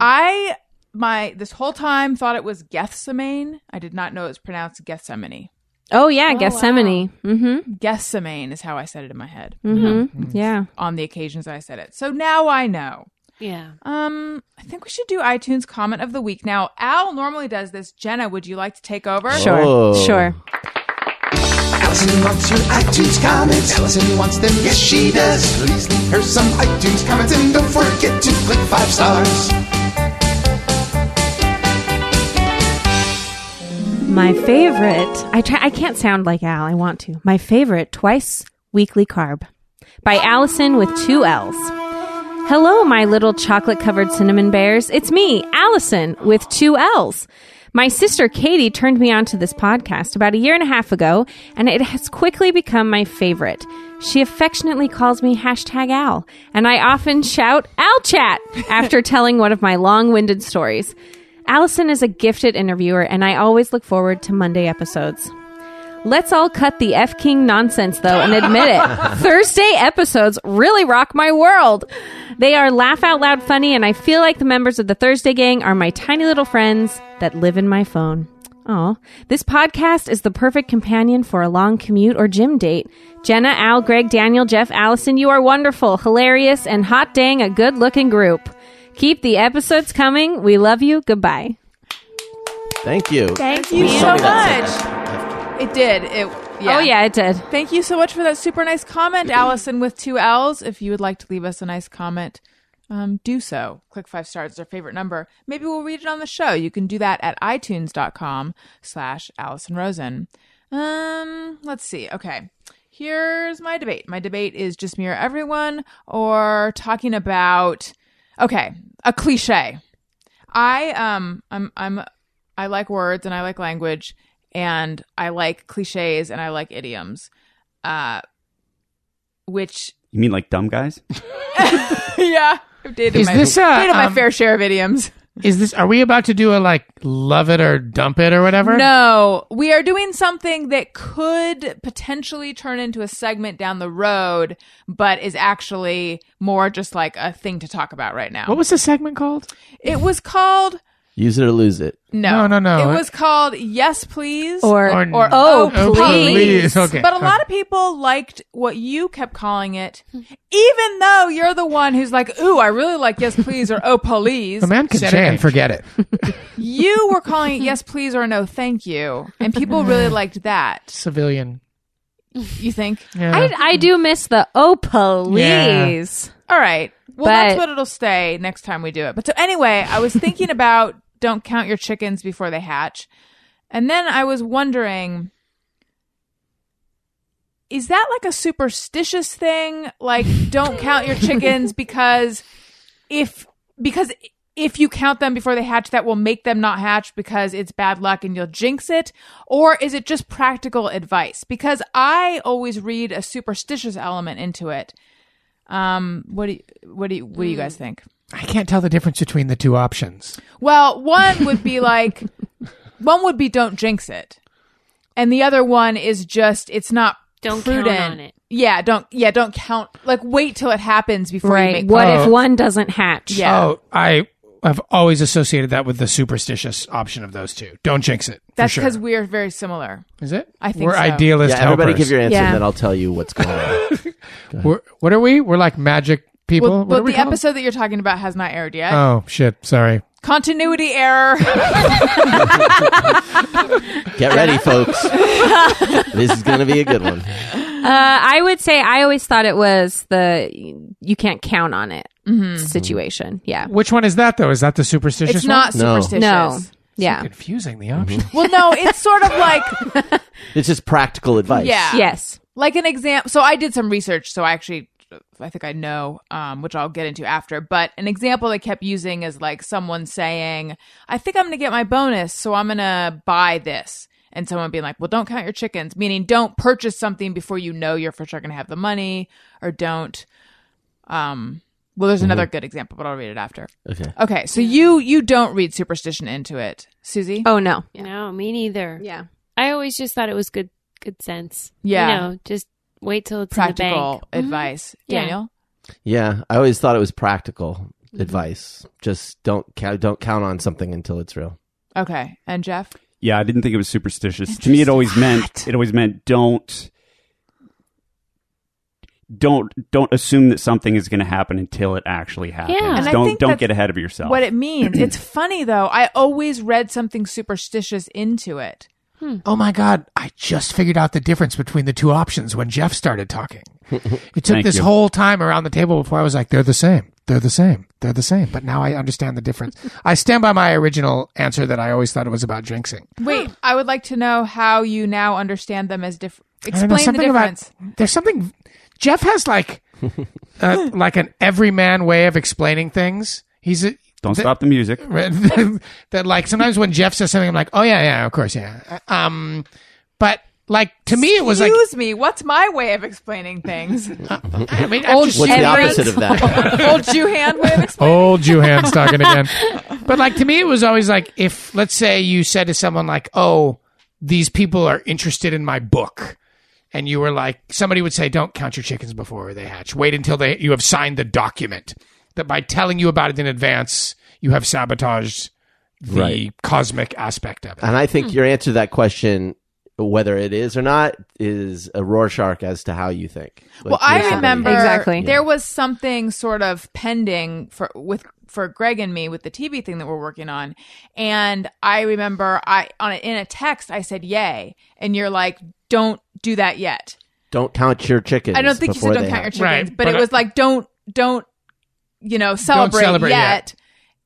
S3: I my this whole time thought it was Gethsemane. I did not know it was pronounced Gethsemane.
S8: Oh yeah, Gethsemane. Mm-hmm.
S3: Gethsemane is how I said it in my head
S4: Hmm.
S8: Mm-hmm. Yeah.
S3: on the occasions I said it. So now I know.
S5: Yeah.
S3: Um, I think we should do iTunes comment of the week now. Al normally does this. Jenna, would you like to take over?
S8: Sure.
S1: Oh.
S8: Sure.
S2: Allison wants your iTunes comments. Allison wants them, yes she does. Please leave her some iTunes comments and don't forget to click five stars.
S8: My favorite. I try. I can't sound like Al. I want to. My favorite twice weekly carb by Allison with two L's. Hello, my little chocolate covered cinnamon bears. It's me, Allison with two L's. My sister Katie turned me onto this podcast about a year and a half ago, and it has quickly become my favorite. She affectionately calls me hashtag Al, and I often shout Al Chat after telling one of my long winded stories. Allison is a gifted interviewer, and I always look forward to Monday episodes. Let's all cut the F King nonsense, though, and admit it. Thursday episodes really rock my world. They are laugh out loud funny, and I feel like the members of the Thursday gang are my tiny little friends that live in my phone. Aw. This podcast is the perfect companion for a long commute or gym date. Jenna, Al, Greg, Daniel, Jeff, Allison, you are wonderful, hilarious, and hot dang a good looking group. Keep the episodes coming. We love you. Goodbye.
S1: thank you
S8: Thank
S3: Thank you so
S1: Somebody that
S3: much.
S1: said that.
S3: It did. It.
S8: Oh yeah, it did.
S3: Thank you so much for that super nice comment, Allison with two L's. If you would like to leave us a nice comment, um, do so. Click five stars, it's our favorite number. Maybe we'll read it on the show. You can do that at itunes.com slash Allison Rosen. Um, let's see. Okay. Here's my debate. My debate is just mirror everyone or talking about okay, a cliche. I um I'm I'm I like words and I like language and I like cliches and I like idioms. Uh which
S6: You mean like dumb guys?
S3: yeah, I've dated
S4: Is
S3: my,
S4: this a,
S3: dated my
S4: um,
S3: fair share of idioms.
S4: Is this? Are we about to do a like love it or dump it or whatever?
S3: No, we are doing something that could potentially turn into a segment down the road, but is actually more just like a thing to talk about right now.
S4: What was the segment called?
S3: it was called
S1: Use it or lose it.
S3: no,
S4: No, no, no.
S3: It was called Yes Please
S8: Or,
S4: Or-
S3: or
S8: Oh,
S3: oh,
S8: please.
S3: please.
S4: Okay.
S3: But a lot
S4: Okay.
S3: of people liked what you kept calling it, even though you're the one who's like, "Ooh, I really like yes please" or "Oh, please."
S4: The man can
S3: Said
S4: jam.
S3: it.
S4: Forget it.
S3: You were calling it "Yes please" or "No thank you," and people really liked that.
S4: Civilian.
S3: You think?
S4: Yeah.
S8: I, I do miss the oh please.
S3: All right. Well,
S8: But-
S3: that's what it'll stay next time we do it. But so anyway, I was thinking about don't count your chickens before they hatch. And then I was wondering is that like a superstitious thing? Like don't count your chickens because if because if you count them before they hatch that will make them not hatch because it's bad luck and you'll jinx it or is it just practical advice because i always read a superstitious element into it um what do you, what do you, what do you
S5: Mm.
S3: guys think
S4: I can't tell the difference between the two options.
S3: well one would be like one would be don't jinx it and the other one is just it's not
S5: Don't count
S3: prudent
S5: on it.
S3: yeah don't yeah don't count like wait till it happens before you
S8: Right.
S3: make
S8: What
S4: Oh.
S8: if one doesn't hatch?
S3: Yeah.
S4: Oh, I have always associated that with the superstitious option of those two. Don't jinx it.
S3: that's
S4: because
S3: because we're very similar
S4: is it?
S3: I think
S4: we're
S3: so.
S4: idealist
S1: yeah, everybody
S4: helpers.
S1: give your answer,
S8: Yeah.
S1: and then I'll tell you what's going on.
S4: We're, what are we? We're like magic people.
S3: well,
S4: What
S3: but
S4: are we
S3: the
S4: called?
S3: episode that you're talking about has not aired yet
S4: Oh shit! Sorry.
S3: continuity error
S1: Get ready, folks. this is going to be a good one.
S8: Uh, I would say I always thought it was the you can't count on it
S5: Mm-hmm.
S8: situation. Yeah.
S4: Which one is that though? Is that the superstitious
S3: it's
S4: one?
S3: not
S1: No.
S3: superstitious
S8: No. Yeah.
S4: Confusing the option.
S3: well no it's sort of like
S1: It's just practical advice.
S3: yeah
S8: Yes.
S3: like an example so i did some research so i actually i think i know um, which i'll get into after but an example i kept using is like someone saying i think i'm gonna get my bonus so i'm gonna buy this and someone being like well don't count your chickens meaning don't purchase something before you know you're for sure gonna have the money or don't um well there's another good example but i'll read it after
S1: Okay.
S3: okay so you you don't read superstition into it susie
S8: Oh no.
S5: No, me neither.
S8: Yeah.
S5: I always just thought it was good good sense.
S3: Yeah.
S5: You know, just wait till it's in the
S3: practical
S5: bank. Mm-hmm.
S3: advice
S5: Yeah.
S3: daniel
S1: Yeah, I always thought it was practical advice. Just don't count. Don't count on something until it's real.
S3: okay and jeff
S6: Yeah, I didn't think it was superstitious. To me, it always meant it always meant don't don't don't assume that something is going to happen until it actually happens.
S5: Yeah. And
S3: I
S6: don't
S3: think
S6: don't
S3: that's
S6: get ahead of yourself.
S3: what it means. it's funny though. I always read something superstitious into it.
S4: Oh my God, I just figured out the difference between the two options when Jeff started talking. It took
S6: Thank
S4: this
S6: you.
S4: whole time around the table before I was like, they're the same. They're the same. They're the same. But now I understand the difference. I stand by my original answer that I always thought it was about jinxing.
S3: Wait, I would like to know how you now understand them as different.
S4: I don't know,
S3: Explain the
S4: something about-
S3: difference.
S4: there's something. Jeff has like, uh, like an everyman way of explaining things. He's a,
S6: don't
S4: the-
S6: stop the music.
S4: that, that, like sometimes when Jeff says something, I'm like, oh yeah, yeah, of course, yeah. Um, but like to me, it was like,
S3: Excuse me. What's my way of explaining things?
S4: I mean, I'm just-
S1: What's the
S8: Every-
S1: opposite of that?
S3: Old Jew hand way of explaining.
S4: Old Jew hands talking again. But like to me, it was always like if let's say you said to someone like, "Oh, these people are interested in my book," and you were like, somebody would say, "Don't count your chickens before they hatch. Wait until they you have signed the document." That by telling you about it in advance, you have sabotaged the
S1: Right.
S4: cosmic aspect of it.
S1: and I think your answer to that question, whether it is or not, is a Rorschach as to how you think. Like,
S3: well, I
S1: you're somebody-
S3: remember
S8: Exactly.
S3: there was something sort of pending for with for Greg and me with the TV thing that we're working on. And I remember I on a, in a text I said yay, and you're like, don't do that yet.
S1: Don't count your chickens.
S3: I don't think you said
S1: before
S3: don't
S1: they
S3: count your
S1: hatch.
S3: chickens,
S4: Right,
S3: but,
S4: but
S3: it
S4: I-
S3: was like don't don't you know celebrate,
S4: celebrate
S3: yet.
S4: yet.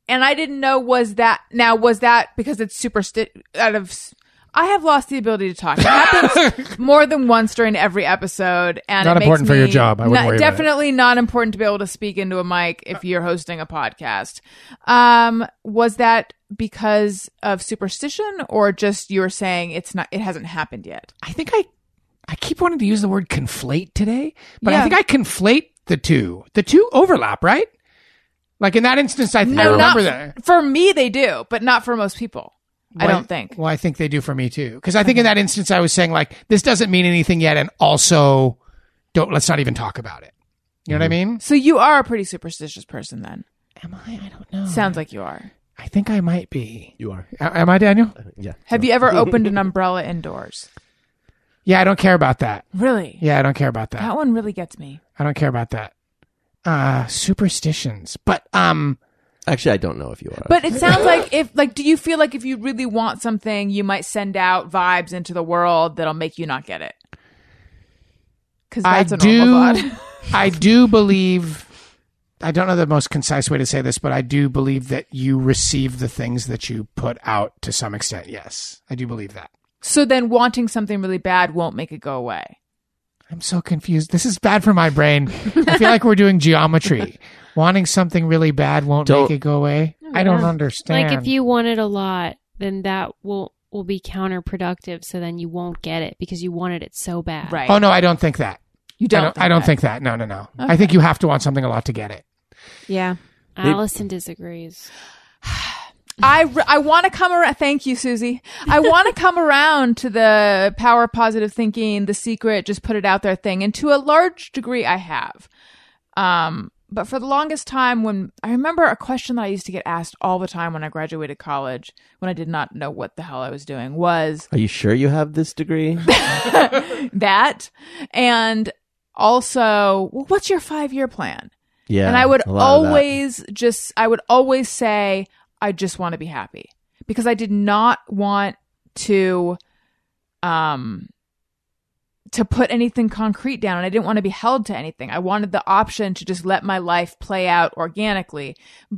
S3: And I didn't know was that now was that because it's supersti out of s- I have lost the ability to talk. It happens more than once during every episode, and
S4: Not
S3: it makes
S4: important for
S3: me
S4: your job. I wouldn't
S3: not-
S4: worry about it.
S3: definitely not important to be able to speak into a mic if you're hosting a podcast. Um, was that because of superstition or just you were saying it's not? It hasn't happened yet.
S4: I think I I keep wanting to use the word conflate today, but
S3: Yeah.
S4: I think I conflate the two. The two overlap, right? Like in that instance, I, I
S3: not
S4: remember
S3: f-
S4: that.
S3: For me, they do, but not for most people. I
S4: Well,
S3: don't think.
S4: Well, I think they do for me too. Because I think in that instance, I was saying like this doesn't mean anything yet, and also don't let's not even talk about it. You know what I mean?
S3: So you are a pretty superstitious person, then.
S4: Am I? I don't know.
S3: Sounds like you are.
S4: I think I might be.
S1: You are.
S4: A- am I, Daniel?
S1: Yeah.
S3: Have you ever opened an umbrella indoors?
S4: Yeah, I don't care about that.
S3: Really?
S4: Yeah, I don't care about that.
S3: That one really gets me.
S4: I don't care about that. Uh superstitions. But um
S1: Actually, I don't know if you are.
S3: But it sounds like if like, do you feel like if you really want something, you might send out vibes into the world that'll make you not get it? Because
S4: I
S3: that's a normal
S4: do
S3: thought.
S4: I do believe I don't know the most concise way to say this, but I do believe that you receive the things that you put out to some extent. Yes. I do believe that.
S3: So then, wanting something really bad won't make it go away.
S4: I'm so confused. This is bad for my brain. I feel like we're doing geometry. Wanting something really bad won't
S1: Don't-
S4: make it go away. I don't
S5: yeah.
S4: understand.
S5: Like if you want it a lot, then that will will be counterproductive. So then you won't get it because you wanted it so bad.
S3: Right?
S4: Oh no, I don't think that.
S3: you
S4: I don't,
S3: don't.
S4: I don't
S3: that.
S4: think that. No, no, no. I think you have to want something a lot to get it.
S8: Yeah.
S5: Allison disagrees.
S3: I, re- I want to come around. Thank you, Susie. I want to come around to the power of positive thinking, the secret, just put it out there thing. And to a large degree, I have. Um, but for the longest time, when I remember a question that I used to get asked all the time when I graduated college, when I did not know what the hell I was doing, was
S1: Are you sure you have this degree?
S3: that. And also, well, what's your five year plan?
S1: Yeah.
S3: and I would
S1: a lot of that.
S3: always just I would always say I just want to be happy because I did not want to um to put anything concrete down and I didn't want to be held to anything. I wanted the option to just let my life play out organically.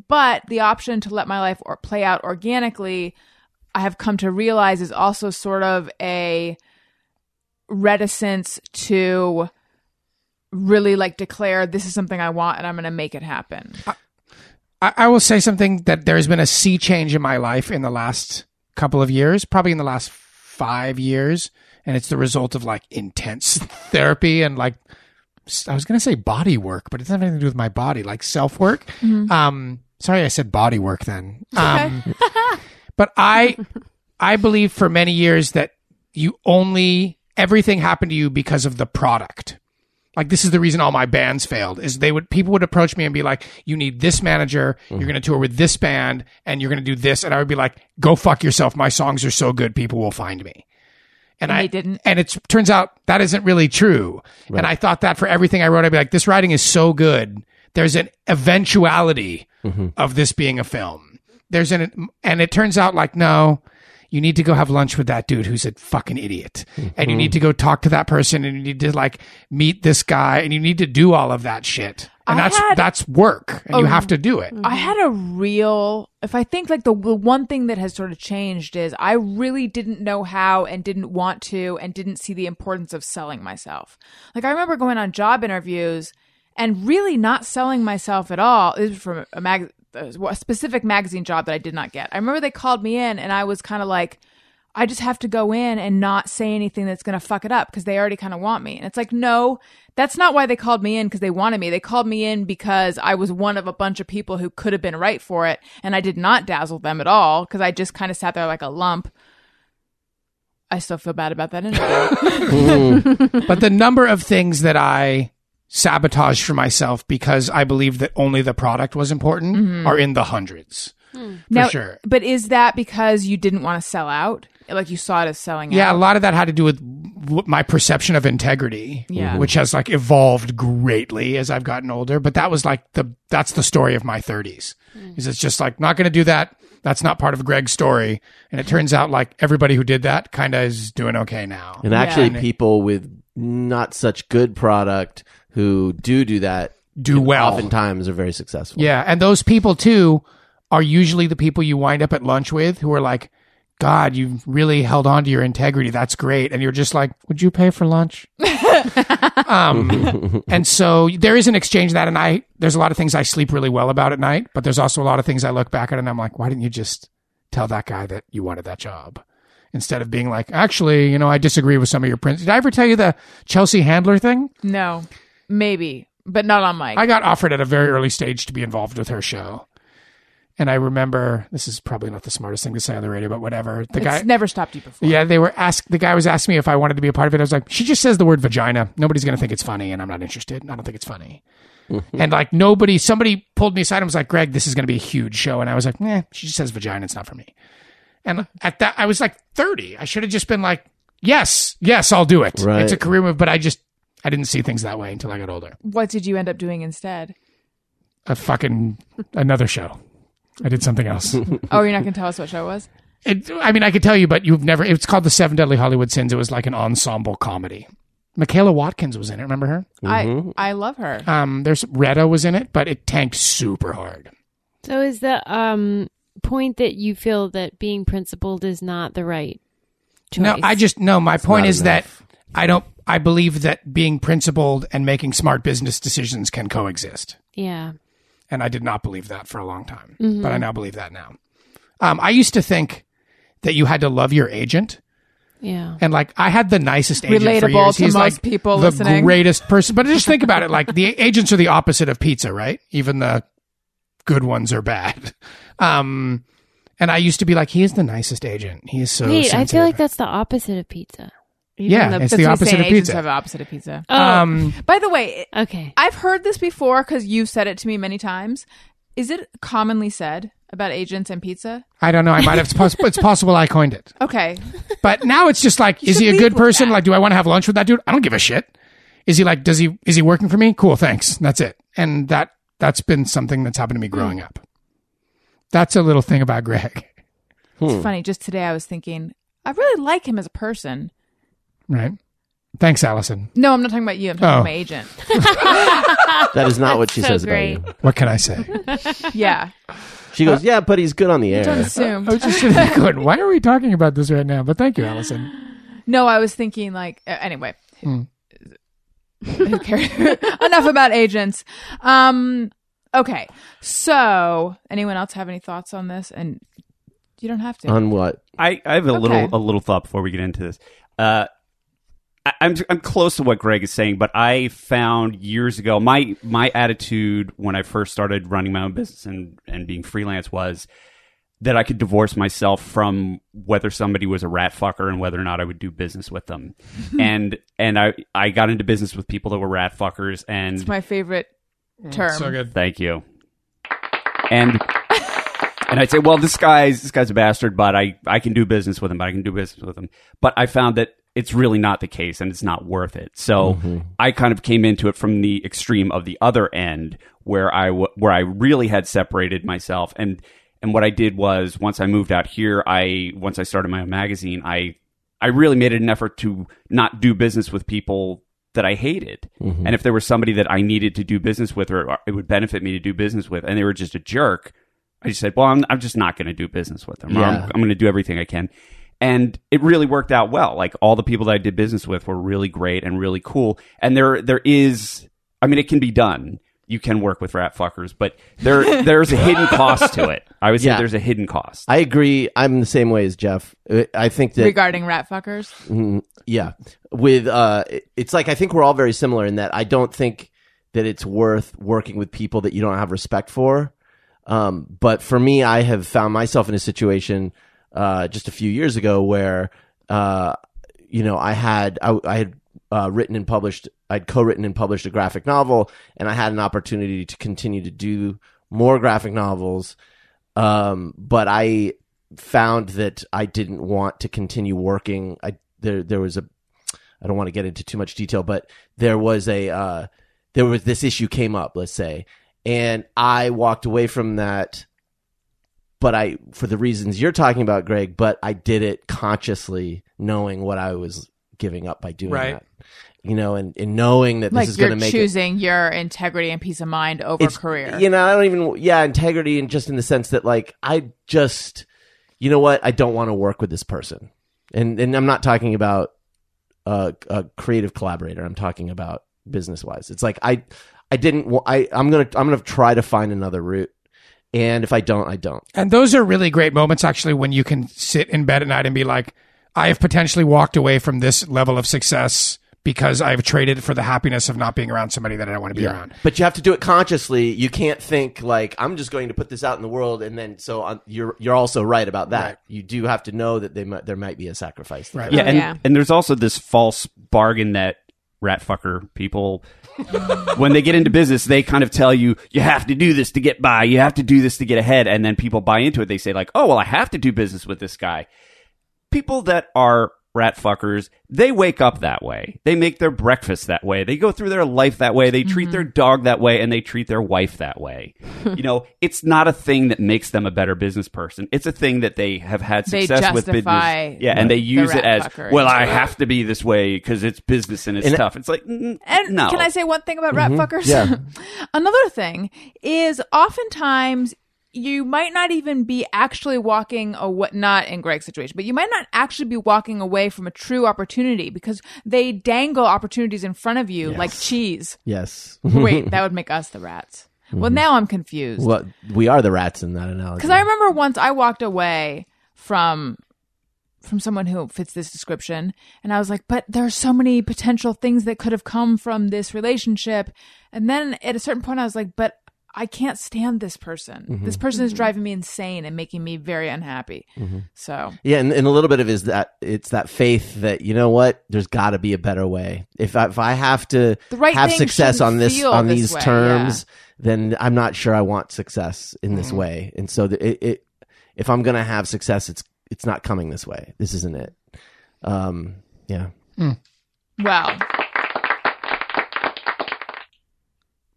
S3: But the option to let my life or play out organically I have come to realize is also sort of a reticence to really like declare this is something I want and I'm going to make it happen.
S4: I, I will say something that there has been a sea change in my life in the last couple of years, probably in the last five years, and it's the result of like intense therapy and like s- I was going to say body work, but it doesn't have anything to do with my body, like self work.
S3: Mm-hmm.
S4: Um, sorry, I said body work then. Um, but I, I believe for many years that you only everything happened to you because of the product like this is the reason all my bands failed is they would people would approach me and be like you need this manager you're going to tour with this band and you're going to do this and i would be like go fuck yourself my songs are so good people will find me
S3: And
S4: and, I
S3: they didn't.
S4: and it turns out that isn't really true and i thought that for everything i wrote i'd be like this writing is so good there's an eventuality of this being a film there's an and it turns out like no you need to go have lunch with that dude who's a fucking idiot and you need to go talk to that person and you need to like meet this guy and you need to do all of that shit and
S3: I
S4: that's
S3: had- Mm-hmm.
S4: that's work and you have to do it
S3: I had a real, if I think like the, the one thing that has sort of changed is I really didn't know how and didn't want to and didn't see the importance of selling myself. Like I remember going on job interviews and really not selling myself at all. This was from a, mag- a specific magazine job that I did not get. I remember they called me in and I was kind of like, I just have to go in and not say anything that's going to fuck it up because they already kind of want me. And it's like, no, that's not why they called me in because they wanted me. They called me in because I was one of a bunch of people who could have been right for it. And I did not dazzle them at all because I just kind of sat there like a lump. I still feel bad about that interview.
S1: Mm.
S4: but the number of things that i sabotaged for myself because i believed that only the product was important are in the hundreds
S3: Mm-hmm. Hmm. now,
S4: sure.
S3: But is that because you didn't want to sell out? Like you saw it as selling
S4: yeah
S3: out?
S4: a lot of that had to do with w- my perception of integrity,
S3: Yeah.
S4: which has like evolved greatly as I've gotten older. But that was like the that's the story of my 30s.
S3: Hmm.
S4: Is it's just like not going to do that. That's not part of Greg's story. And it turns out like everybody who did that kind of is doing okay now.
S1: And actually, people with not such good product who do do that
S4: Do well.
S1: oftentimes are very successful.
S4: Yeah, and those people too are usually the people you wind up at lunch with who are like, "God, you've really held on to your integrity. That's great." And you're just like, "Would you pay for lunch?" um, and so there is an exchange in that, and I there's a lot of things I sleep really well about at night, but there's also a lot of things I look back at and I'm like, "Why didn't you just tell that guy that you wanted that job?" Instead of being like, actually, you know, I disagree with some of your prints. Did I ever tell you the Chelsea Handler thing?
S3: No, maybe, but not on mic.
S4: I got offered at a very early stage to be involved with her show. And I remember this is probably not the smartest thing to say on the radio, but whatever. The
S3: it's
S4: guy
S3: never stopped you before.
S4: Yeah, they were asked the guy was asking me if I wanted to be a part of it. I was like, she just says the word vagina. Nobody's gonna think it's funny and I'm not interested. and I don't think it's funny. and like nobody somebody pulled me aside and was like, Greg, this is gonna be a huge show. And I was like, nah, she just says vagina, it's not for me. And at that I was like thirty. I should have just been like, Yes, yes, I'll do it.
S1: Right.
S4: It's a career move, but I just I didn't see things that way until I got older
S3: What did you end up doing instead?
S4: a fucking another show. I did something else.
S3: Oh, you're not going to tell us what show it was?
S4: it, I mean, I could tell you, but you've never. It's called the Seven Deadly Hollywood Sins. It was like an ensemble comedy. Michaela Watkins was in it. Remember her? Mm-hmm.
S3: I I love her.
S4: Um, there's Retta was in it, but it tanked super hard.
S5: So is the um point that you feel that being principled is not the right choice?
S4: No, I just no. My point
S1: not
S4: is
S1: enough.
S4: that I don't. I believe that being principled and making smart business decisions can coexist.
S5: yeah.
S4: and I did not believe that for a long time, but I now believe that now. Um, I used to think that you had to love your agent.
S5: Yeah.
S4: And like I had the nicest agent for
S3: Relatable
S4: years.
S3: to
S4: He's
S3: most
S4: like
S3: people
S4: the
S3: listening.
S4: greatest person. But just think about it, like the agents are the opposite of pizza, right? Even the good ones are bad. Um, and I used to be like, he is the nicest agent. He is so.
S5: Wait, I feel
S4: sensitive.
S5: like that's the opposite of pizza.
S3: Even
S4: yeah, it's
S3: that's
S4: the
S3: what I'm
S4: opposite
S3: saying,
S4: of
S3: agents
S4: pizza.
S3: Have the opposite of pizza.
S5: Oh,
S4: Um,
S3: By the way,
S5: okay.
S3: I've heard this before because you've said it to me many times. Is it commonly said about agents and pizza?
S4: I don't know. I might have. It's, poss- it's possible I coined it.
S3: Okay,
S4: But now it's just like, is
S3: should
S4: he a
S3: lead
S4: good
S3: with
S4: person?
S3: that.
S4: Like, do I want to have lunch with that dude? I don't give a shit. Is he like, does he is he working for me? Cool, thanks. That's it. And that that's been something that's happened to me
S3: Hmm.
S4: growing up. That's a little thing about Greg, Hmm.
S3: it's funny. Just today, I was thinking I really like him as a person.
S4: right? Thanks, Allison.
S3: No, I'm not talking about you. I'm talking
S4: Oh.
S3: about my agent.
S1: That is not what she
S5: so
S1: says
S5: great.
S1: about you.
S4: What can I say?
S3: Yeah,
S1: She goes, "Yeah, but he's good on the
S3: don't
S1: air."
S3: assume.
S4: I was just sitting there going, why are we talking about this right now? But thank you, Allison.
S3: No, I was thinking like uh, anyway.
S4: Hmm.
S3: Who cares? Enough about agents. Um okay. So, anyone else have any thoughts on this and you don't have to.
S1: On what?
S6: I, I have a
S3: Okay.
S6: little a little thought before we get into this. Uh, I, I'm I'm close to what Greg is saying, but I found years ago my my attitude when I first started running my own business and and being freelance was that I could divorce myself from whether somebody was a rat fucker and whether or not I would do business with them. and and I I got into business with people that were rat fuckers and
S3: it's my favorite
S1: Mm.
S3: term.
S4: good.
S6: Thank you. And and I'd say, well, this guy's this guy's a bastard, but I I can do business with him. But I can do business with him. But I found that it's really not the case, and it's not worth it. So
S1: Mm-hmm.
S6: I kind of came into it from the extreme of the other end, where I w- where I really had separated myself. And and what I did was once I moved out here, I once I started my own magazine, I I really made it an effort to not do business with people that I hated. And if there was somebody that I needed to do business with or it would benefit me to do business with and they were just a jerk, I just said, well, I'm, I'm just not going to do business with them. or I'm,
S1: Yeah.
S6: I'm going to do everything I can. And it really worked out well. Like all the people that I did business with were really great and really cool. And there, there is, I mean, it can be done. You can work with rat fuckers, but there, there's a hidden cost to it. I would say
S1: Yeah.
S6: there's a hidden cost.
S1: I agree. I'm the same way as Jeff. Uh, I think that
S3: Regarding rat fuckers,
S1: Mm, yeah. With uh it- it's like I think we're all very similar in that I don't think that it's worth working with people that you don't have respect for. Um but for me I have found myself in a situation uh just a few years ago where uh you know, I had I, I had uh, written and published I'd co-written and published a graphic novel and I had an opportunity to continue to do more graphic novels um, but I found that I didn't want to continue working. I there there was a I don't want to get into too much detail, but there was a uh, there was this issue came up, let's say, and I walked away from that but I, for the reasons you're talking about, Greg, but I did it consciously knowing what I was giving up by doing
S4: Right.
S1: that. You know, and, and knowing that
S3: like
S1: this is going
S3: you're
S1: to make it.
S3: choosing your integrity and peace of mind over career.
S1: You know, I don't even, yeah, integrity and just in the sense that, like, I just, you know what? I don't want to work with this person. And, and I'm not talking about a, a creative collaborator. I'm talking about business wise. It's like, I, I didn't, wa- I, I'm going to, I'm going to try to find another route. And if I don't, I don't.
S4: And those are really great moments, actually, when you can sit in bed at night and be like, I have potentially walked away from this level of success because I've traded for the happiness of not being around somebody that I don't want to be around.
S1: But you have to do it consciously. You can't think like I'm just going to put this out in the world, and then so on, you're you're also right about that. You do have to know that they might, there might be a sacrifice.
S4: Right.
S6: Yeah, and,
S8: yeah.
S6: and there's also this false bargain that rat fucker people when they get into business they kind of tell you you have to do this to get by you have to do this to get ahead and then people buy into it they say like oh well i have to do business with this guy people that are rat fuckers they wake up that way they make their breakfast that way they go through their life that way they treat their
S3: Mm-hmm.
S6: dog that way and they treat their wife that way you know it's not a thing that makes them a better business person it's a thing that they have had
S3: They
S6: success with business
S3: justify
S6: yeah and they use it
S3: rat
S6: as
S3: fucker
S6: well i
S3: into it.
S6: have to be this way because it's business and it's
S1: And-
S6: tough it's like mm,
S3: And
S6: no
S3: can I say one thing about rat fuckers?
S1: Mm-hmm. Yeah.
S3: Another thing is oftentimes you might not even be actually walking away, not in Greg's situation, but you might not actually be walking away from a true opportunity because they dangle opportunities in front of you like cheese.
S1: Yes.
S3: Wait, that would make us the rats.
S1: Mm-hmm.
S3: Well, now I'm confused.
S1: well, we are the rats in that analogy.
S3: Because I remember once I walked away from from someone who fits this description, and I was like, "But there are so many potential things that could have come from this relationship." And then at a certain point, I was like, "But I can't stand this person. This person is driving me insane and making me very unhappy." So
S1: Yeah, and, and a little bit of is that it's that faith that you know what, there's got to be a better way. If I, if I have to
S3: The right
S1: have
S3: thing
S1: success
S3: shouldn't
S1: on this
S3: feel
S1: on
S3: this
S1: these
S3: way,
S1: terms, then I'm not sure I want success in
S3: Mm-hmm.
S1: this way. And so the, it, it if I'm gonna have success, it's it's not coming this way. This isn't it. Um. Yeah.
S3: Well,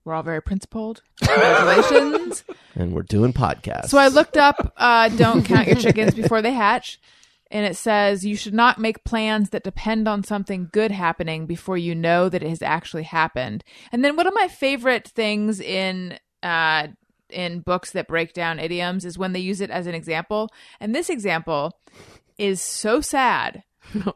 S3: we're all very principled. Congratulations.
S1: And we're doing podcasts.
S3: so I looked up uh, Don't Count Your Chickens Before They Hatch, and it says you should not make plans that depend on something good happening before you know that it has actually happened. And then one of my favorite things in. Uh, in books that break down idioms is when they use it as an example. And this example is so sad.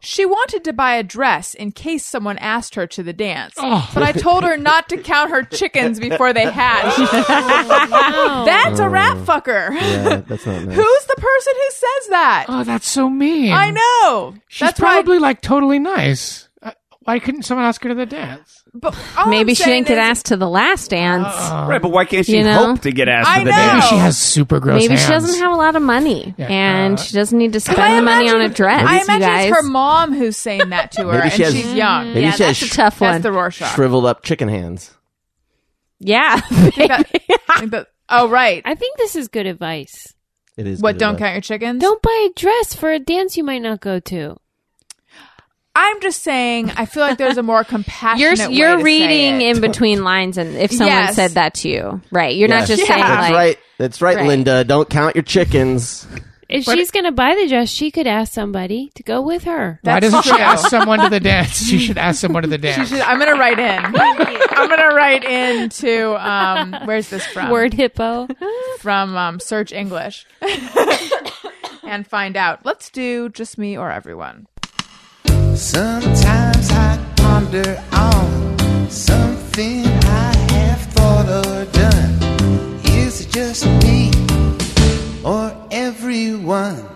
S3: She wanted to buy a dress in case someone asked her to the dance, but I told her not to count her chickens before they hatched. That's a rat fucker.
S1: Uh, Yeah, that's not nice.
S3: Who's the person who says that?
S4: Oh, that's so mean.
S3: I know.
S4: She's
S3: That's
S4: probably
S3: why,
S4: like totally nice. Uh, Why couldn't someone ask her to the dance?
S3: but all I'm
S8: Maybe she
S3: saying
S8: didn't get
S3: is-
S8: asked to the last dance.
S6: right but why can't she
S8: You know?
S6: hope to get asked
S3: I
S6: for the
S3: know.
S6: dance
S4: Maybe she has super gross
S8: Maybe she
S4: hands.
S8: doesn't have a lot of money,
S4: Yeah.
S8: and
S4: Uh,
S8: she doesn't need to
S3: But I
S8: spend the money on
S3: imagine-
S8: a dress.
S3: I
S8: you
S3: imagine
S8: guys. Mm-hmm.
S3: it's her mom who's saying that to her,
S1: Maybe
S3: and
S1: she has-
S3: she's young.
S1: Maybe
S8: yeah,
S1: she has
S8: that's a tough
S3: That's
S8: one.
S3: the Rorschach.
S1: shriveled up chicken hands.
S8: yeah,
S3: That- I think that- oh, right.
S5: I think this is good advice.
S1: It is
S3: What,
S1: good
S3: don't
S1: advice.
S3: count your chickens?
S5: Don't buy a dress for a dance you might not go to.
S3: I'm just saying, I feel like there's a more
S8: you're
S3: compassionate way
S8: you're
S3: to say
S8: reading
S3: it.
S8: in between lines, and if someone
S3: Yes.
S8: said that to you, right? You're
S1: Yes.
S8: not just
S3: Yeah.
S8: saying
S1: That's
S8: like,
S1: right. That's right,
S8: Right.
S1: Linda. Don't count your chickens.
S5: If she's going to buy the dress, she could ask somebody to go with her.
S4: Why
S3: That's
S4: doesn't she
S3: true.
S4: ask someone to the dance? She should ask someone to the
S3: She
S4: dance.
S3: should- I'm gonna write in. I'm gonna write in to um, where's this from?
S5: Word hippo.
S3: from um, Search English and find out. Let's do just me or everyone.
S2: Sometimes I ponder on something I have thought or done. Is it just me or everyone?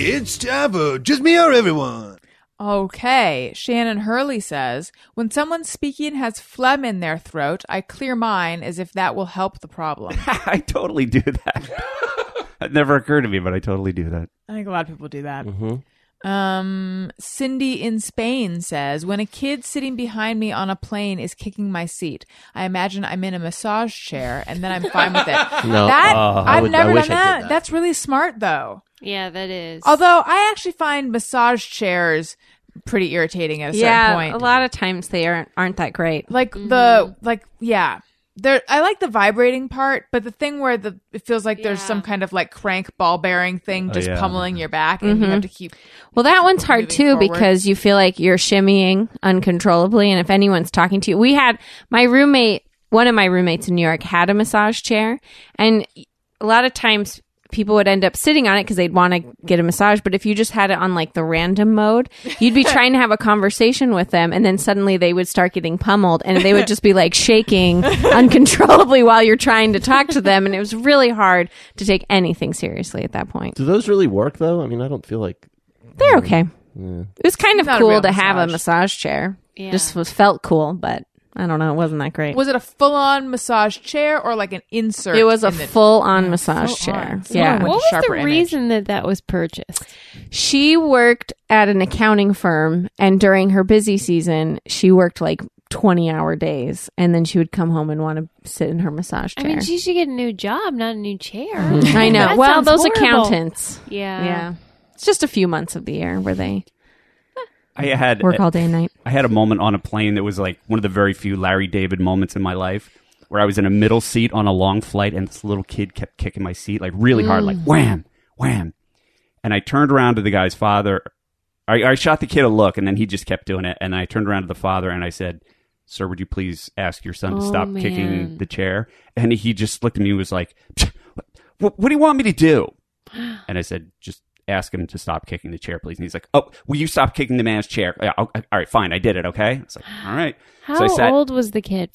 S2: It's time for just me or everyone.
S3: Okay, Shannon Hurley says, when someone's speaking has phlegm in their throat, I clear mine as if that will help the problem.
S6: i totally do that that never occurred to me but i totally do that
S3: I think a lot of people do that.
S1: Mm-hmm.
S3: Um, Cindy in Spain says, "When a kid sitting behind me on a plane is kicking my seat, I imagine I'm in a massage chair, and then I'm fine with it."
S1: No,
S3: that
S1: uh, I
S3: I've
S1: would- I
S3: never
S1: wish
S3: done
S1: I did
S3: that.
S1: that.
S3: That's really smart, though.
S5: Yeah, that is.
S3: Although I actually find massage chairs pretty irritating at a certain
S8: yeah, mm-hmm.
S3: point.
S8: a lot of times they aren't aren't that great.
S3: like the like yeah there i like the vibrating part but the thing where the it feels like there's
S5: Yeah.
S3: some kind of like crank ball bearing thing just
S6: Oh, yeah. Mm-hmm.
S3: pummeling your back and
S8: Mm-hmm.
S3: you have to keep
S8: Well, that one's hard
S3: Moving
S8: too
S3: forward.
S8: because you feel like you're shimmying uncontrollably, and if anyone's talking to you, we had my roommate, one of my roommates in New York, had a massage chair, and a lot of times people would end up sitting on it because they'd want to get a massage. But if you just had it on like the random mode, you'd be trying to have a conversation with them, and then suddenly they would start getting pummeled, and they would just be like shaking uncontrollably while you're trying to talk to them, and it was really hard to take anything seriously at that point.
S1: Do those really work though? I mean, I don't feel like
S8: They're okay. It was kind
S3: not
S8: of
S3: a
S8: cool
S3: real
S8: to have a
S3: massage.
S8: massage chair.
S5: Yeah.
S8: Just was felt cool, but I don't know. It wasn't that great.
S3: was it a full-on massage chair or like an insert
S8: it was a
S3: in the-
S8: full on massage chair.
S3: It's
S8: Yeah.
S3: not
S5: What
S3: With
S5: was
S3: sharper
S5: the
S3: image.
S5: reason that that was purchased?
S8: She worked at an accounting firm, and during her busy season, she worked like 20 hour days, and then she would come home and want to sit in her massage
S5: I
S8: chair.
S5: mean, she should get a new job, not a new chair.
S8: I know.
S5: That
S8: well,
S5: sounds
S8: those
S5: horrible.
S8: accountants.
S5: Yeah.
S8: yeah. It's just a few months of the year where they
S6: I had
S8: work all day and night.
S6: I had a moment on a plane that was like one of the very few Larry David moments in my life where I was in a middle seat on a long flight and this little kid kept kicking my seat like really hard, like wham, wham. And I turned around to the guy's father. I, I shot the kid a look and then he just kept doing it. And I turned around to the father and I said, Sir, would you please ask your son to
S5: Oh,
S6: stop
S5: man.
S6: kicking the chair? And he just looked at me and was like, what, what do you want me to do? And I said, just ask him to stop kicking the chair, please. And he's like, oh, will you stop kicking the man's chair? Yeah, I'll- I- all right, fine. I did it. Okay. I was like, all right.
S5: How
S6: so I sat
S5: old was the kid?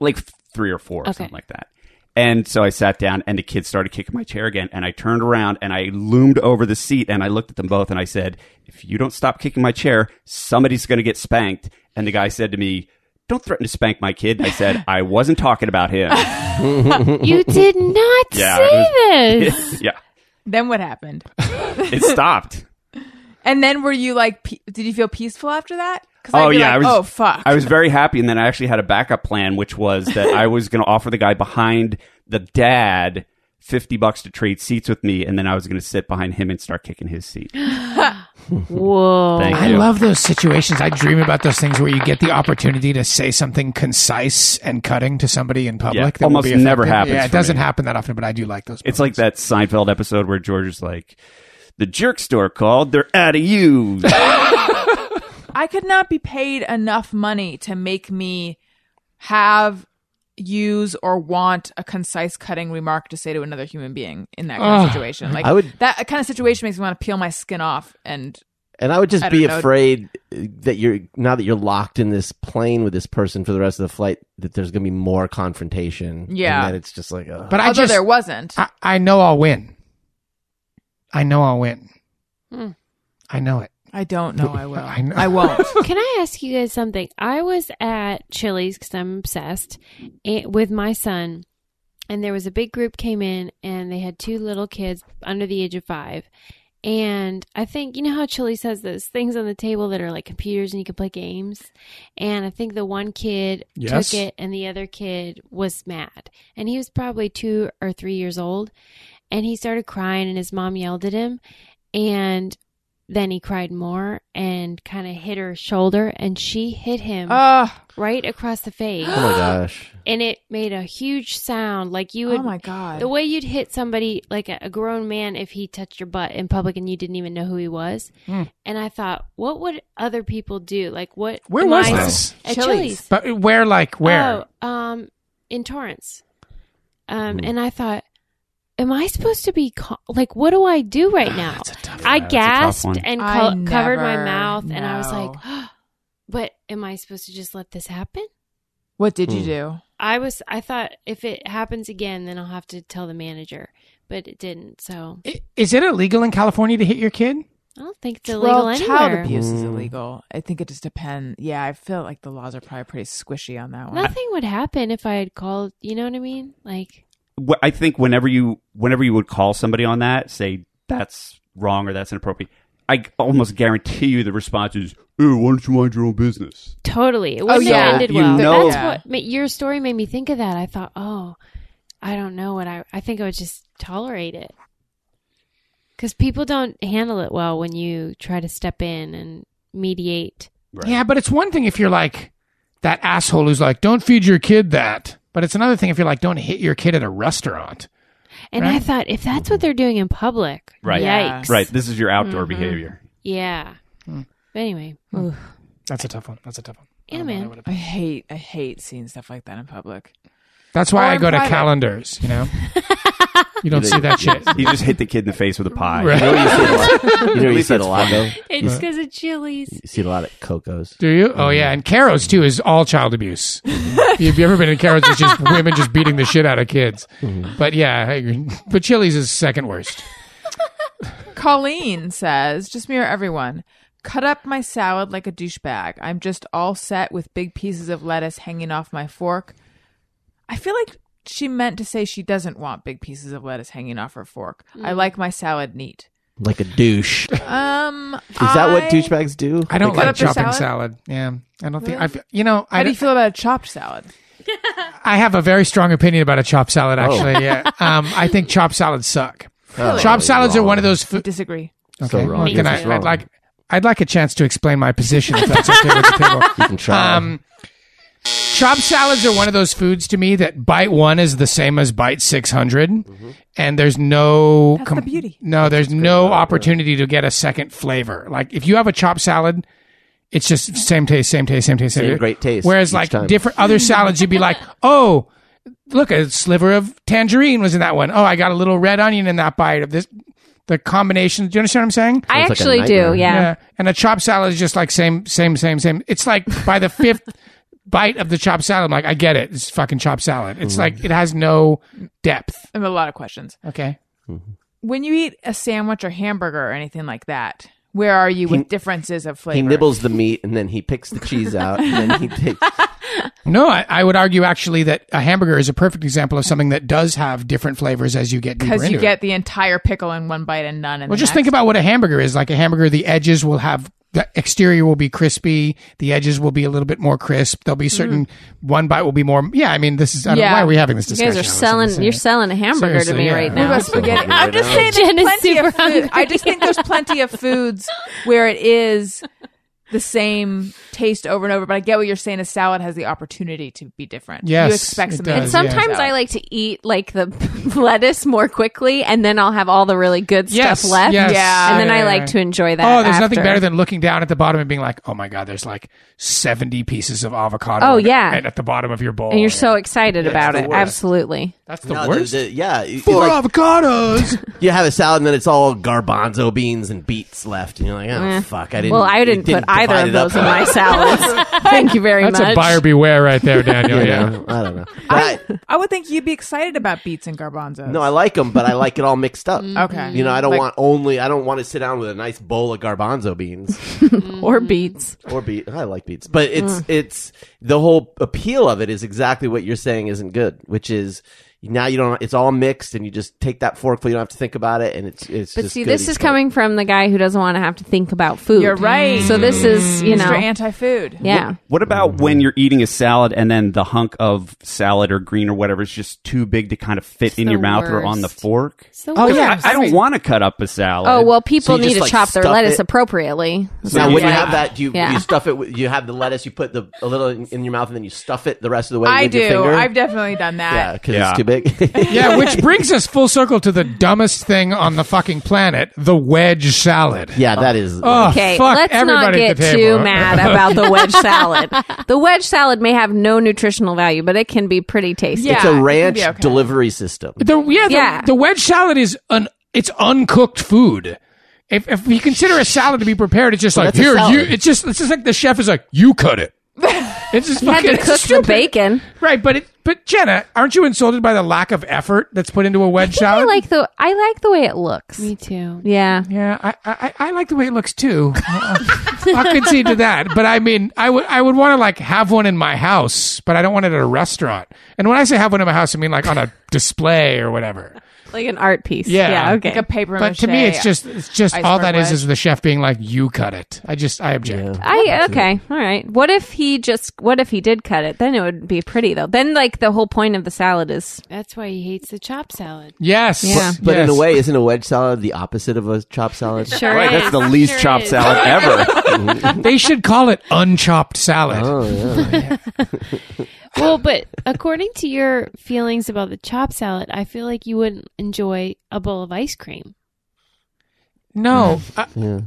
S6: like three or four or
S5: Okay.
S6: something like that. And so I sat down and the kid started kicking my chair again. And I turned around and I loomed over the seat and I looked at them both and I said, if you don't stop kicking my chair, somebody's going to get spanked. And the guy said to me, don't threaten to spank my kid. I said, I wasn't talking about him.
S5: You did not
S6: Yeah,
S5: say
S6: it
S5: this.
S6: yeah.
S3: then what happened
S6: It stopped.
S3: and then were you like pe- did you feel peaceful after that 'Cause I'd
S6: Oh
S3: be
S6: yeah,
S3: like,
S6: I was.
S3: oh fuck
S6: I was very happy, and then I actually had a backup plan, which was that I was going to offer the guy behind the dad fifty bucks to trade seats with me, and then I was going to sit behind him and start kicking his seat.
S5: Whoa.
S6: Thank
S4: I
S6: you.
S4: love those situations. I dream about those things where you get the opportunity to say something concise and cutting to somebody in public.
S6: Yeah,
S4: that will
S6: almost
S4: be
S6: never
S4: effective.
S6: happens
S4: Yeah, it
S6: for
S4: doesn't
S6: me.
S4: happen that often, but I do like those.
S6: it's like that Seinfeld episode where George is like, "The jerk store called. They're out of you."
S3: I could not be paid enough money to make me have use or want a concise cutting remark to say to another human being in that kind of situation. Like
S1: I would-
S3: that kind of situation makes me want to peel my skin off and
S1: And I would just
S3: I
S1: be
S3: don't know.
S1: afraid uh, that you're now that you're locked in this plane with this person for the rest of the flight that there's going to be more confrontation.
S3: Yeah.
S1: and that it's just like, uh, ugh.
S4: But I
S3: although
S4: just
S3: there wasn't.
S4: I, I know I'll win. I know I'll win.
S5: Hmm.
S4: I know it.
S3: I don't know I will.
S4: I know.
S3: I won't.
S5: Can I ask you guys something? I was at Chili's because I'm obsessed eh, with my son, and there was a big group came in, and they had two little kids under the age of five. And I think you know how Chili's has those things on the table that are like computers, and you can play games. And I think the one kid
S4: Yes.
S5: took it, and the other kid was mad, and he was probably two or three years old, and he started crying, and his mom yelled at him, and then he cried more and kind of hit her shoulder and she hit him
S3: Ugh.
S5: right across the face
S1: oh my gosh,
S5: and it made a huge sound like you would
S3: oh my god.
S5: the way you'd hit somebody like a, a grown man if he touched your butt in public and you didn't even know who he was and i thought what would other people do like what
S4: Where
S5: am
S4: was
S5: I-
S4: this?
S5: at
S3: Chili's.
S5: chili's,
S4: But where, like where?
S5: Oh, um, in Torrance. Um,
S1: Mm.
S5: and I thought, am I supposed to be cal- like, what do I do right now? I
S6: one. That's a tough
S5: gasped
S6: one.
S5: and
S3: I
S5: co- covered my
S3: never
S5: mouth, and I was
S3: know.
S5: like, but am I supposed to just let this happen?
S3: what did
S1: Hmm.
S3: you do?
S5: I was, I thought if it happens again, then I'll have to tell the manager, but it didn't. So
S4: I- Is it illegal in California to hit your kid?
S5: I don't think it's illegal
S3: Well, child
S5: anywhere.
S3: abuse
S1: Hmm.
S3: is illegal. I think it just depends. Yeah, I feel like the laws are probably pretty squishy on that one.
S5: Nothing would happen if I had called. You know what I mean? Like,
S6: Wh- I think whenever you whenever you would call somebody on that, say that's wrong or that's inappropriate. I g- almost guarantee you the response is, "Hey, why don't you mind your own business?"
S5: Totally. It wouldn't
S3: Oh, yeah.
S5: have ended
S6: You
S5: well.
S6: know-
S5: That's
S3: Yeah.
S5: what ma- your story made me think of that. I thought, oh, I don't know what I. I think I would just tolerate it because people don't handle it well when you try to step in and mediate.
S4: Yeah, but it's one thing if you're like that asshole who's like, "Don't feed your kid that," but it's another thing if you're like, "Don't hit your kid at a restaurant."
S5: And I
S4: Right.
S5: thought if that's what they're doing in public,
S6: Right.
S5: Yikes. Mm-hmm.
S6: Right. This is your outdoor behavior.
S5: Yeah.
S4: Hmm.
S5: But anyway,
S4: That's a tough one. That's a tough one. I
S5: Yeah,
S4: don't know
S5: man.
S4: what I
S3: I
S4: would've-
S3: hate I hate seeing stuff like that in public.
S4: That's
S3: Or
S4: why I
S3: in
S4: go to
S3: private.
S4: calendars. You know, you don't see that shit.
S6: You just hit the kid in the face with a pie.
S4: Right.
S1: You know what you
S6: least
S1: see it a
S6: it's
S1: lot.
S6: fun.
S1: You know what you see it a lot, though?
S5: it's because of Chili's.
S1: You see it a lot at Coco's.
S4: Do you? Oh yeah, and Caro's too is all child abuse. If you ever been in Caro's, it's just women just beating the shit out of kids. But yeah, I agree. but Chili's is second worst.
S3: Colleen says, just mirror everyone. Cut up my salad like a douchebag. I'm just all set with big pieces of lettuce hanging off my fork. I feel like she meant to say she doesn't want big pieces of lettuce hanging off her fork. I like my salad neat.
S1: Like a douche. Is
S3: Um, is
S1: that what douchebags do?
S4: I don't
S3: cut
S4: like
S3: up their
S4: chopping salad?
S3: salad?
S4: Yeah, I don't think I. f- You know,
S3: How
S4: I,
S3: do you feel about a chopped salad?
S4: I have a very strong opinion about a chopped salad.
S1: Oh.
S4: Actually, yeah, um, I think chopped salads suck. chopped salads are one of those. Food-
S3: Disagree.
S4: okay,
S1: wrong.
S4: well,
S1: Oh, You're
S4: then
S1: just
S4: I,
S1: wrong.
S4: I'd like. I'd like a chance to explain my position if that's okay with the table.
S1: You can try.
S4: Um, chopped salads are one of those foods to me that bite one is the same as bite 600
S1: Mm-hmm.
S4: and there's no
S3: That's the beauty.
S4: no there's no opportunity to get a second flavor like if you have a chopped salad it's just same taste same taste same taste same,
S1: Same
S4: taste.
S1: great taste
S4: whereas
S1: each
S4: like
S1: time.
S4: different other salads you'd be like oh look a sliver of tangerine was in that one. Oh, i got a little red onion in that bite of this the combinations do you understand what i'm saying
S1: Sounds
S8: I
S1: like a
S8: actually do.
S1: nightmare.
S8: Yeah.
S4: and a chopped salad is just like same, same, same, same. It's like by the fifth bite of the chopped salad, I'm like, I get it. It's fucking chopped salad. It's like it has no depth.
S3: I have a lot of questions.
S4: Okay.
S3: When you eat a sandwich or hamburger or anything like that, where are you with differences of flavor?
S1: he nibbles the meat and then he picks the cheese out and then he takes.
S4: No, I, I would argue actually that a hamburger is a perfect example of something that does have different flavors as you get deeper
S3: because
S4: into
S3: you
S4: it.
S3: get the entire pickle in one bite and none. In
S4: Well,
S3: the
S4: just
S3: next.
S4: think about what a hamburger is. Like a hamburger, the edges will have the exterior will be crispy, the edges will be a little bit more crisp. There'll be
S8: Mm.
S4: certain one bite will be more. Yeah, I mean, this is. I don't,
S3: Yeah.
S4: Why are we having this
S8: You
S4: discussion?
S8: guys are
S4: Allison?
S8: selling.
S4: This
S8: You're
S4: is-
S8: selling a hamburger to
S4: Seriously,
S8: me
S4: yeah.
S8: right
S3: What
S8: now.
S3: about spaghetti? I'm just saying there's
S5: Jen is
S3: plenty
S5: super
S3: of food. I just think there's plenty of foods where it is the same taste over and over. But I get what you're saying. A salad has the opportunity to be different.
S4: Yes,
S3: you expect
S4: it
S3: something.
S4: does,
S8: And sometimes I like to eat like the lettuce more quickly, and then I'll have all the really good
S4: Yes,
S8: stuff left.
S4: yes.
S3: Yeah.
S8: and then
S4: Yeah,
S8: I
S4: yeah,
S8: like
S4: yeah.
S8: to enjoy that.
S4: Oh, there's nothing
S8: after.
S4: better than looking down at the bottom and being like, "Oh my god, there's like 70 pieces of avocado."
S8: Oh,
S4: and-
S8: yeah.
S4: and at the bottom of your bowl,
S8: And you're so excited about it.
S4: worst.
S8: Absolutely.
S4: that's the
S1: No,
S4: worst.
S1: the- yeah, you-
S4: Four
S1: like,
S4: avocados.
S1: you have a salad and then it's all garbanzo beans and beets left, and you're like, oh fuck, I didn't.
S8: Eh. Well, I
S1: you
S8: didn't, put either
S1: divide
S8: of
S1: it up
S8: those in
S1: right.
S8: my salads. Thank you very
S4: that's
S8: much.
S4: a buyer beware right there, Daniel.
S1: You
S4: yeah.
S1: know, I don't know.
S3: I,
S1: But
S3: I would think you'd be excited about beets and garbanzos.
S1: no, I like them, but I like it all mixed up.
S8: Mm-hmm.
S3: okay.
S1: You know, I don't
S3: Like-
S1: want only. I don't want to sit down with a nice bowl of garbanzo beans
S8: or beets. Mm.
S1: or beet. I like beets, but it's it's the whole appeal of it is exactly what you're saying isn't good, which is now you don't. It's all mixed, and you just take that forkful. You don't have to think about it, and it's it's.
S8: But
S1: just
S8: see,
S1: good
S8: this
S1: each
S8: is
S1: time.
S8: coming from the guy who doesn't want to have to think about food.
S3: You're right.
S8: So this is, you
S3: Mr.
S8: know,
S3: Anti-food.
S8: yeah.
S6: What about when you're eating a salad and then the hunk of salad or green or whatever is just too big to kind of fit in
S5: the
S6: your mouth or on the
S5: worst.
S6: fork?
S5: So
S4: Oh, yeah.
S6: I, I don't want to cut up a salad.
S8: Oh well, people
S1: you
S8: need
S1: just,
S8: to
S1: like,
S8: chop their
S1: stuff
S8: lettuce
S1: it-
S8: appropriately. So
S1: Now,
S8: it's
S1: when you
S8: like-
S1: have that, do you,
S8: Yeah.
S1: you stuff it. With, you have the lettuce. You put the a little in, in your mouth, and then you stuff it the rest of the way.
S3: I
S1: with
S3: do.
S1: Your finger.
S3: I've definitely done
S1: yeah,
S3: that.
S1: because
S6: Yeah.
S1: it's too big.
S4: yeah, which brings us full circle to the dumbest thing on the fucking planet: the wedge salad.
S1: yeah, that is.
S4: Oh,
S8: Okay,
S4: fuck
S8: let's not
S4: everybody
S8: get
S4: at the
S8: too
S4: table.
S8: mad about the wedge salad. The wedge salad may have no nutritional value, but it can be pretty tasty.
S3: Yeah.
S1: it's a
S3: it can be
S1: ranch
S3: okay.
S1: delivery system.
S4: The, yeah, the,
S8: Yeah.
S4: the wedge salad is an it's uncooked food. If if we consider a salad to be prepared, it's just like
S1: that's a
S4: here you.
S1: salad."
S4: It's just it's just like the chef is like you cut it. It's just
S8: You had
S4: fucking
S8: to
S4: it's
S8: cook the
S4: stupid.
S8: bacon.
S4: right? But it but Jenna, aren't you insulted by the lack of effort that's put into a wedge
S8: I
S4: salad?
S8: like the I like the way it looks.
S5: me too.
S8: Yeah.
S4: yeah, I, I I like the way it looks too. I could see to that, but I mean, I would I would want to like have one in my house, but I don't want it at a restaurant. And when I say have one in my house, I mean like on a display or whatever.
S8: like an art piece.
S4: Yeah.
S8: okay.
S3: like a paper.
S4: But to me,
S3: mache.
S4: it's just it's just all
S3: Iceberg
S4: that is
S3: wedge.
S4: is the chef being like, "You cut it." I just I object.
S1: Yeah.
S8: I okay, all right. What if he just? What if he did cut it? Then it would be pretty though. Then like the whole point of the salad is
S5: That's why he hates the chopped salad.
S4: Yes.
S8: Yeah.
S1: But in a
S4: Yes.
S1: way, isn't a wedge salad the opposite of a chopped salad?
S5: Sure
S6: Right,
S5: is.
S6: that's the least
S5: Sure
S6: chopped
S5: is.
S6: salad ever.
S4: they should call it unchopped salad.
S1: Oh yeah.
S5: Well, but according to your feelings about the chopped salad, I feel like you wouldn't enjoy a bowl of ice cream.
S4: No, I,
S1: yeah.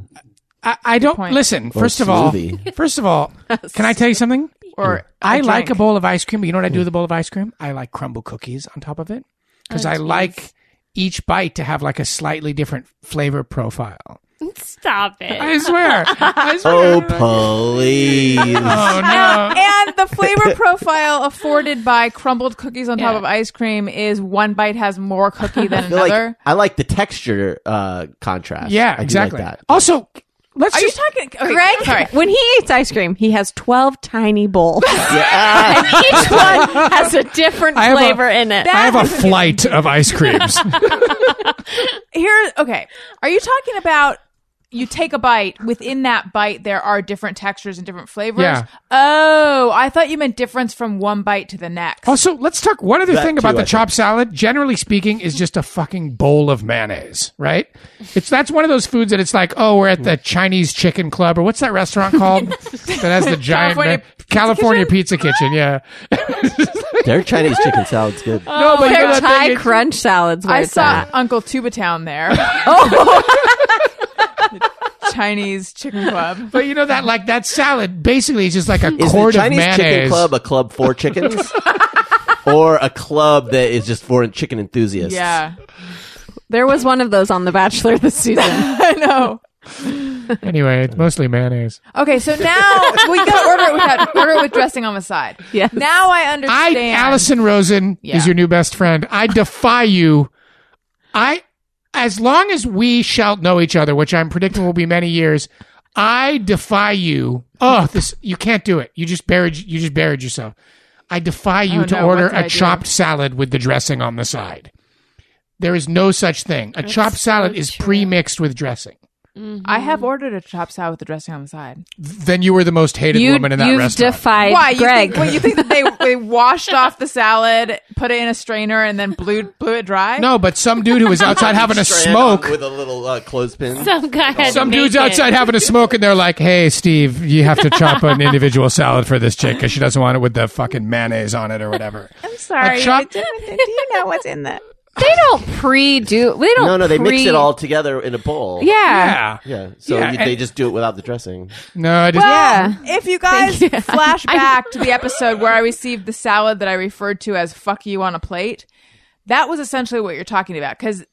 S4: I, I don't
S3: point.
S4: listen.
S1: Or
S4: First of all,
S1: smoothie.
S4: first of all, can I tell you something?
S3: or
S4: I like a
S3: drink.
S4: bowl of ice cream, but you know what I do with a bowl of ice cream? I like crumble cookies on top of it because
S5: Oh,
S4: I
S5: geez.
S4: like each bite to have like a slightly different flavor profile.
S5: Stop it.
S4: I swear. I swear.
S1: Oh please.
S4: Oh, no.
S3: and the flavor profile afforded by crumbled cookies on top of ice cream is one bite has more cookie than
S1: I feel like
S3: another.
S1: I like the texture uh, contrast. I
S4: Yeah,
S1: do
S4: exactly.
S1: Like that.
S4: Also, let's
S3: Are you
S4: just
S3: talking, okay,
S8: Greg.
S3: Sorry,
S8: When he eats ice cream, he has twelve tiny bowls.
S1: Yeah.
S8: Each one has a different
S4: I have a-
S8: flavor in it.
S4: I have a flight of ice creams.
S3: here. Okay, are you talking about? You take a bite. Within that bite, there are different textures and different flavors.
S4: Yeah.
S3: Oh, I thought you meant difference from one bite to the next.
S4: also, let's talk one other
S1: That
S4: thing
S1: too,
S4: about
S1: I
S4: the
S1: think.
S4: chopped salad. Generally speaking, is just a fucking bowl of mayonnaise, right? It's that's one of those foods that it's like, oh, we're at the Chinese chicken club or what's that restaurant called that has the
S3: California
S4: giant California, California Pizza Kitchen? Yeah,
S1: Their Chinese chicken salad's good.
S4: no, but you know
S8: Their
S4: that thing,
S8: Thai
S4: it's-
S8: crunch salads. Where
S3: I
S8: it's
S3: saw
S8: at.
S3: Uncle Tubatown there. Oh, Chinese chicken club.
S4: But you know that like that salad basically is just like a
S1: Is the
S4: quart
S1: Chinese
S4: of
S1: chicken
S4: mayonnaise.
S1: club a club for chickens? or a club that is just for chicken enthusiasts?
S3: Yeah,
S8: There was one of those on The Bachelor this season.
S3: I know.
S4: Anyway, it's mostly mayonnaise.
S3: Okay, so now we got order it without order it with dressing on the side.
S8: Yes.
S3: Now I
S4: I,
S3: understand.
S4: Allison Rosen
S3: Yeah.
S4: is your new best friend. I defy you. I, as long as we shall know each other, which I'm predicting will be many years, I defy you. Oh, this you can't do it. You just buried. You just buried yourself. I defy you
S3: Oh,
S4: to
S3: no,
S4: order
S3: what did I do?
S4: a chopped salad with the dressing on the side. There is no such thing. A chopped salad is pre-mixed with dressing.
S3: I have ordered a chop salad with the dressing on the side.
S4: Then you were the most hated
S8: you
S4: woman in that
S8: you
S4: restaurant.
S8: defied
S3: Why? You
S8: Greg.
S3: Think, what, you think that they they washed off the salad, put it in a strainer, and then blew blew it dry?
S4: no, but some dude who was outside having a
S1: Strand
S4: smoke
S1: with a little uh, clothespin.
S5: Some guy had
S4: Some
S5: to
S4: dude's
S5: make it.
S4: outside having a smoke, and they're like, "Hey, Steve, you have to chop an individual salad for this chick because she doesn't want it with the fucking mayonnaise on it or whatever."
S3: I'm sorry.
S4: A chop-
S3: Do you know what's in that?
S8: they don't pre do. They don't.
S1: No, no, they mix
S8: pre-
S1: it all together in a bowl.
S8: Yeah.
S4: Yeah,
S1: Yeah. So
S4: Yeah,
S1: you- they
S4: and-
S1: just do it without the dressing.
S4: no, I just,
S8: Yeah.
S3: If you guys flash back to the episode where I received the salad that I referred to as fuck you on a plate, that was essentially what you're talking about because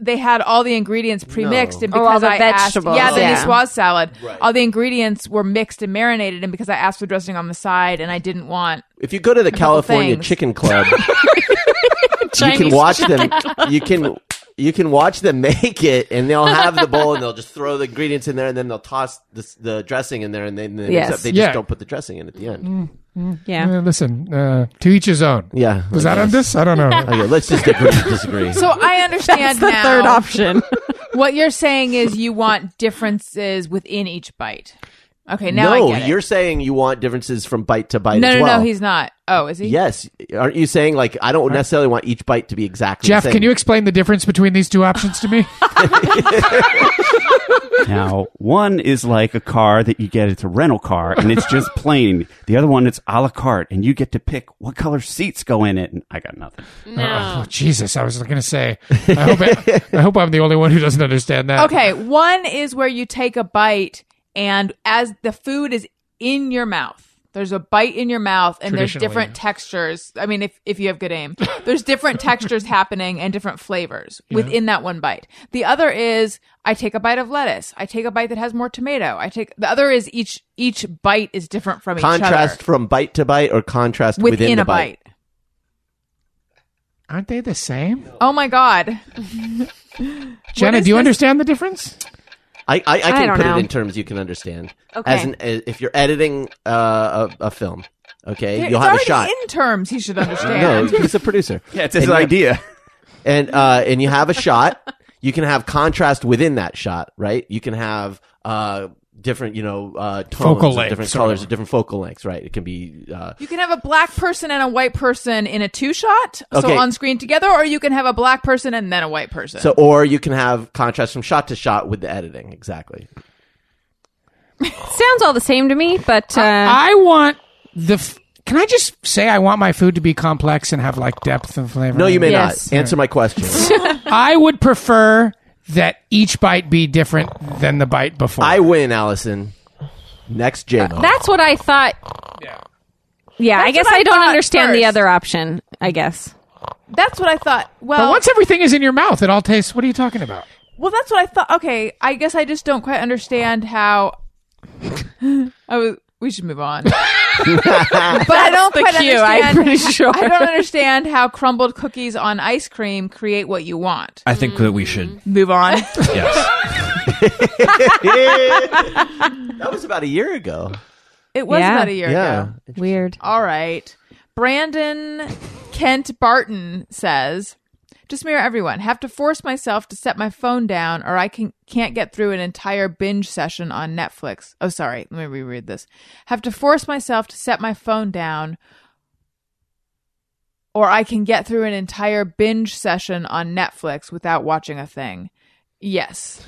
S3: they had all the ingredients pre-mixed and
S8: Oh, all
S3: because
S8: the
S3: I
S8: vegetables.
S3: asked yeah,
S8: Yeah.
S3: the niçoise salad, all the ingredients were mixed and marinated and because I asked for dressing on the side and I didn't want
S1: If you go to the California
S3: things.
S1: Chicken Club, you can watch them. You can you can watch them make it, and they'll have the bowl, and they'll just throw the ingredients in there, and then they'll toss the, the dressing in there, and then then
S8: Yes. Mm.
S1: it's up. they
S4: Yeah.
S1: just don't put the dressing in at the end.
S8: Yeah.
S4: Uh, listen, uh, to each his own.
S1: Yeah.
S4: was
S1: I
S4: that on
S1: guess.
S4: this? I don't know.
S1: Okay, let's just agree to disagree.
S3: So I understand
S8: That's the
S3: now
S8: third option.
S3: what you're saying is you want differences within each bite. Okay, now
S1: no,
S3: I get it.
S1: you're saying you want differences from bite to bite
S3: no,
S1: as
S3: no,
S1: well.
S3: no, he's not. Oh, is he?
S1: Yes, aren't you saying like I don't necessarily want each bite to be exactly
S4: Jeff,
S1: the same?
S4: can you explain the difference between these two options to me?
S6: Now, one is like a car that you get it's a rental car and it's just plain. The other one it's a la carte and you get to pick what color seats go in it. And I got nothing.
S4: Oh,
S5: No.
S4: Jesus, I was going to say. I hope, I, I hope I'm the only one who doesn't understand that.
S3: Okay, one is where you take a bite, and as the food is in your mouth, there's a bite in your mouth, and there's
S4: Traditionally,
S3: different textures. I mean, if if you have good aim, there's different textures happening and different flavors within that one bite. The other is I take a bite of lettuce. I take a bite that has more tomato. I take the other is each each bite is different from
S1: contrast
S3: each
S1: from bite to bite or contrast
S3: other within,
S1: within, the
S3: a bite.
S4: aren't they the same?
S3: Oh my god!
S4: Jenna,
S3: is
S4: do you
S3: this-
S4: understand the difference?
S1: I, I, I
S8: I
S1: can
S8: don't
S1: put
S8: know.
S1: it in terms you can understand.
S8: Okay.
S1: As an, as- if you're editing uh, a, a film, okay,
S3: It's
S1: you'll have a
S3: already
S1: shot.
S3: in terms he should understand.
S1: no, he's a producer.
S6: Yeah, it's his
S1: And you have-
S6: idea.
S1: and uh, and you have a shot. You can have contrast within that shot, right? You can have uh, different, you know, uh, tones,
S4: Focal
S1: of
S4: length,
S1: different
S4: sort of.
S1: colors, of different focal lengths, right? It can be uh,
S3: You can have a black person and a white person in a two shot,
S1: Okay.
S3: so on screen together, or you can have a black person and then a white person.
S1: so, or you can have contrast from shot to shot with the editing. Exactly.
S8: Sounds all the same to me, but uh,
S4: I want the. F- Can I just say I want my food to be complex and have like depth and flavor?
S1: No, you may
S8: Yes.
S1: not answer my question.
S4: I would prefer that each bite be different than the bite before.
S1: I win, Allison. Next, J Mo.
S8: that's what I thought.
S4: Yeah.
S8: Yeah, I
S3: That's
S8: guess
S3: what I
S8: I, don't
S3: thought
S8: understand the
S3: first.
S8: other option. I guess
S3: that's what I thought.
S4: But
S3: Well,
S4: once everything is in your mouth, it all tastes. What are you talking about?
S3: well, that's what I thought. Okay, I guess I just don't quite understand how. I was. We should move on. but I don't quite
S8: cue, I'm
S3: understand.
S8: pretty sure.
S3: I don't understand how crumbled cookies on ice cream create what you want.
S10: I think that we should.
S3: Move on.
S10: Yes.
S1: that was about a year ago.
S3: It was
S8: Yeah.
S3: about a year
S1: Yeah.
S3: ago.
S8: weird.
S3: All right. Brandon Kent Barton says, just mirror everyone. Have to force myself to set my phone down or I can can't get through an entire binge session on Netflix. Oh sorry, let me reread this. Have to force myself to set my phone down or I can get through an entire binge session on Netflix without watching a thing. Yes.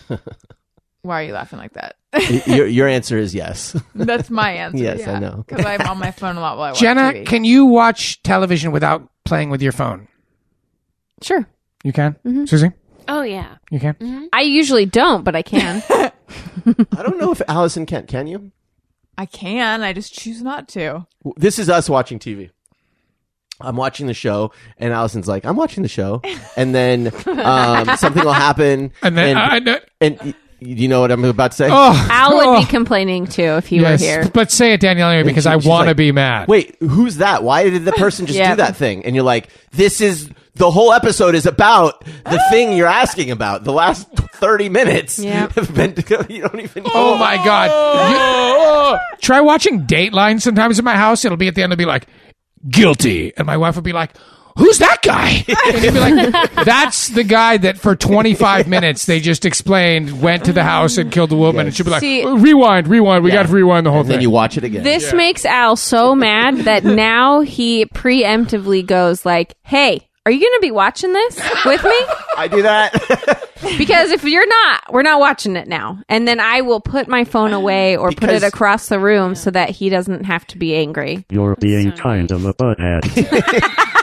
S3: Why are you laughing like that?
S1: Y- your, your answer is yes.
S3: That's my answer.
S1: Yes, I know.
S3: Because I'm on my phone a lot while I watch
S4: Jenna,
S3: TV.
S4: can you watch television without playing with your phone? Mm-hmm.
S8: Sure,
S4: You can, Susie.
S5: Oh yeah.
S4: You can.
S8: I usually don't, but I can.
S1: I don't know if Allison can. Can you?
S3: I can. I just choose not to.
S1: W- This is us watching TV. I'm watching the show, and Allison's like, "I'm watching the show," and then um, something will happen,
S4: And then uh, I- I know-
S1: and y- you know what I'm about to say.
S4: oh,
S8: Al would
S4: oh,
S8: be complaining too if he
S4: yes.
S8: were here.
S4: But say it, Danielle, anyway, because
S1: she-
S4: I
S1: she's
S4: want to
S1: like,
S4: be mad.
S1: Wait, who's that? Why did the person just
S8: Yeah.
S1: do that thing? And you're like, "This is the whole episode is about the thing you're asking about." The last thirty minutes
S8: Yeah.
S1: have been. You don't even. Know.
S4: Oh my god! You- try watching Dateline sometimes in my house. It'll be at the end. It'll be like guilty, and my wife will be like, "Who's that guy?" And it'll be like, "That's the guy that for 25 minutes they just explained went to the house and killed the woman." And she'll be like, "Oh,
S8: See-
S4: "Rewind, rewind. We got to rewind the whole
S1: And
S4: thing."
S1: then you watch it again.
S8: This makes Al so mad that now he preemptively goes like, "Hey, are you going to be watching this with me?"
S1: I do that.
S8: Because if you're not, we're not watching it now. And then I will put my phone away or put
S1: Because-
S8: it across the room so that he doesn't have to be angry.
S7: You're being kind of a butthead.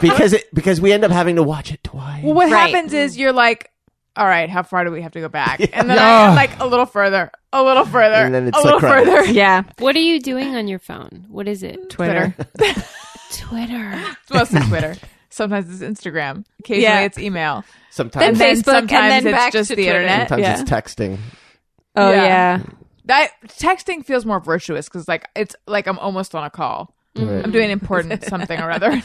S1: because it because we end up having to watch it twice.
S3: Well, what
S8: Right.
S3: happens is you're like, all right, how far do we have to go back? And then I am like a little further, a little further,
S1: And then it's
S3: a
S1: the
S3: little
S1: credits.
S3: further.
S8: Yeah,
S5: What are you doing on your phone? What is it?
S8: Twitter.
S5: Twitter.
S3: It's mostly Twitter. Sometimes it's Instagram. Occasionally
S8: Yeah.
S3: it's email.
S1: Sometimes,
S8: Then
S3: And
S8: Facebook, and
S3: sometimes
S8: then
S3: it's
S8: back
S3: just
S8: to
S3: the
S8: Twitter.
S3: internet.
S1: sometimes
S8: yeah.
S1: it's texting.
S8: Oh
S3: Yeah.
S8: yeah.
S3: That texting feels more virtuous because like it's like I'm almost on a call. I'm doing important something or other.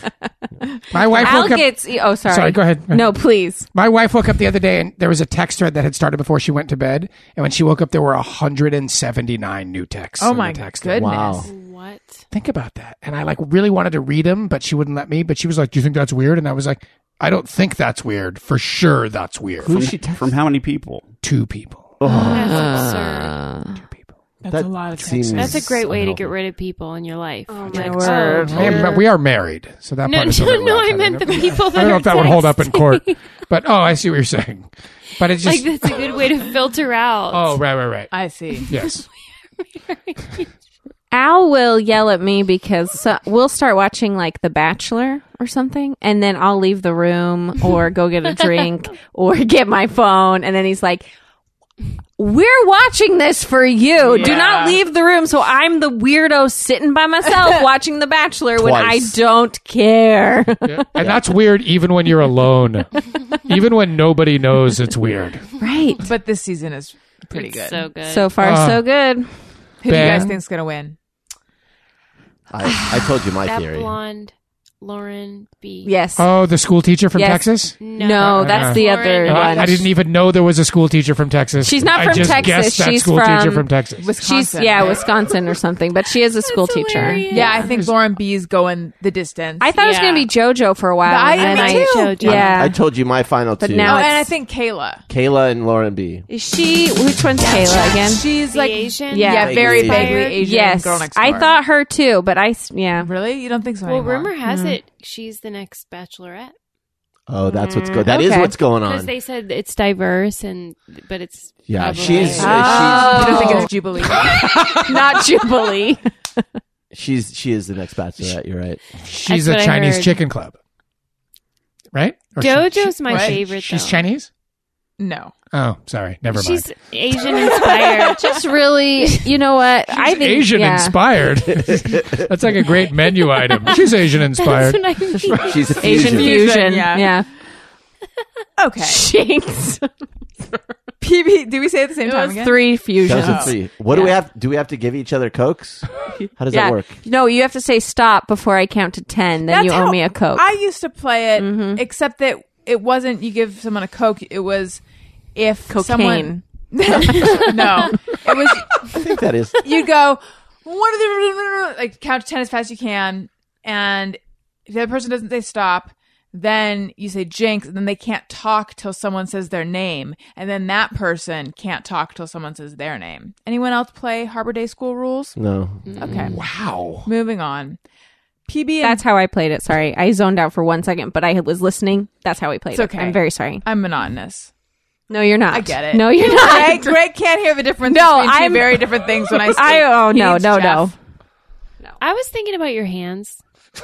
S3: Oh
S4: my wife
S8: Al
S4: woke up.
S8: gets. Oh, sorry.
S4: Sorry, go ahead.
S8: No, please.
S4: My wife woke up the other day and there was a text thread that had started before she went to bed. And when she woke up, there were 179 new texts.
S3: Oh
S4: in the
S3: my
S4: text thread.
S3: goodness.
S1: Wow.
S5: What?
S4: think about that. And I like really wanted to read them, but she wouldn't let me. But she was like, Do you think that's weird? And I was like, I don't think that's weird. For sure, that's weird.
S6: From, from how many people?
S4: Two people.
S5: That's absurd.
S3: That's
S1: oh, That
S3: a lot of
S1: seems-
S3: texting.
S5: That's a great way to get rid of people in your life. Oh
S8: my word.
S4: I am- but we are married. So that
S5: No,
S4: part is a
S5: no,
S4: little
S5: no. I
S4: outside.
S5: meant the
S4: don't-
S5: people that
S4: I don't know
S5: are
S4: if that would hold up in
S5: texting.
S4: court. But oh, I see what you're saying. But it's
S5: Like
S4: just.
S5: that's a good way to filter out.
S4: oh, right, right, right.
S3: I see.
S4: yes.
S8: Al will yell at me because so, we'll start watching like The Bachelor or something, and then I'll leave the room or go get a drink or get my phone, and then he's like. We're watching this for you. Do
S3: Yeah.
S8: not leave the room. So I'm the weirdo sitting by myself watching The Bachelor when I
S1: Twice.
S8: don't care.
S4: Yeah. And that's weird even when you're alone. even when nobody knows it's weird.
S8: right.
S3: But this season is pretty
S5: It's
S3: good.
S5: So good.
S8: So far,
S4: Uh,
S8: so good.
S3: Who do you guys
S4: Ben.
S3: think's gonna win?
S1: I, I told you my
S5: that
S1: theory.
S5: blonde. Lauren B.
S8: Yes.
S4: Oh, the school teacher from
S8: Yes.
S4: Texas?
S8: no, that's
S4: Uh,
S8: the
S5: Lauren
S8: other
S5: B.
S4: Oh, I,
S8: one.
S4: I didn't even know there was a school teacher from Texas.
S8: She's not
S4: I
S8: from
S4: just
S8: Texas.
S4: guessed that
S8: She's
S4: school teacher
S8: from-
S4: from Texas.
S8: She's
S3: Wisconsin.
S8: yeah, Wisconsin or something, but she is a school teacher.
S5: hilarious.
S3: Yeah, I think Lauren B is going the distance.
S8: I thought it was
S5: Yeah.
S8: gonna be JoJo for a while.
S3: I
S8: and
S3: am
S8: then
S3: too.
S8: I,
S5: JoJo.
S8: Yeah.
S1: I told you my final
S8: But
S1: two.
S3: oh,
S8: now-
S3: and I
S8: it's-
S3: think Kayla.
S1: Kayla and Lauren B.
S8: Is she? Which one's Kayla again?
S3: She's
S5: The
S3: like
S5: Asian?
S8: Yeah.
S3: yeah, very
S1: Vaguely
S3: vaguely
S5: Asian.
S3: Asian
S8: yes,
S3: girl next door.
S8: I thought her too, but I s- yeah.
S3: really you don't think so.
S5: Well,
S3: anymore.
S5: rumor has it she's the next Bachelorette
S1: Oh, that's what's go. That is
S8: okay.
S1: what's going
S5: because
S1: on.
S5: they said it's diverse and but it's
S1: yeah,
S5: probably-
S1: she's
S3: You don't think it's Jubilee?
S8: Not Jubilee.
S1: she's she's she is the next bachelorette. You're right.
S4: She's
S5: That's
S4: a
S5: what I
S4: Chinese
S5: heard.
S4: chicken club, right? Or she-
S5: JoJo's my
S3: What?
S5: favorite.
S4: she's
S5: though.
S4: Chinese.
S3: no,
S4: Oh, sorry, never mind.
S5: She's Asian inspired.
S8: Just really, you know what? I
S4: She's
S8: think
S4: Asian
S8: yeah.
S4: inspired. That's like a great menu item. She's Asian
S5: That's
S4: inspired.
S5: what I mean.
S1: She's a fusion.
S8: Asian fusion.
S3: Fusion, yeah.
S8: yeah.
S3: okay.
S8: Jinx.
S3: PB, do we say it at the same
S8: It
S3: time
S8: was
S3: again?
S8: three fusions.
S1: That was a three. What do we have? Do we have to give each other cokes? How does that work?
S8: No, you have to say stop before I count to ten. Then
S3: That's
S8: you
S3: how
S8: owe me a coke. Mm-hmm.
S3: I used to play it, except that it wasn't you give someone a coke. It was if someone
S8: Cocaine.
S3: no, it was
S1: I think that is.
S3: you'd go one of the like count to ten as fast as you can, and if the other person doesn't say stop, then you say jinx, and then they can't talk till someone says their name, and then that person can't talk till someone says their name. Anyone else play Harbor Day School rules?
S1: No.
S3: Okay,
S4: Wow.
S3: moving on. PB and
S8: That's how I played it. Sorry, I zoned out for one second, but I was listening. That's how we played
S3: It's okay.
S8: it. I'm very sorry.
S3: I'm monotonous.
S8: No, you're not.
S3: I get it.
S8: No, you're not.
S3: Greg, Greg can't hear the difference.
S8: No,
S3: between two
S8: I'm-
S3: very different things when I speak.
S8: I oh
S3: He
S8: no
S3: needs
S8: no
S3: Jeff.
S8: no.
S5: I was thinking about your hands.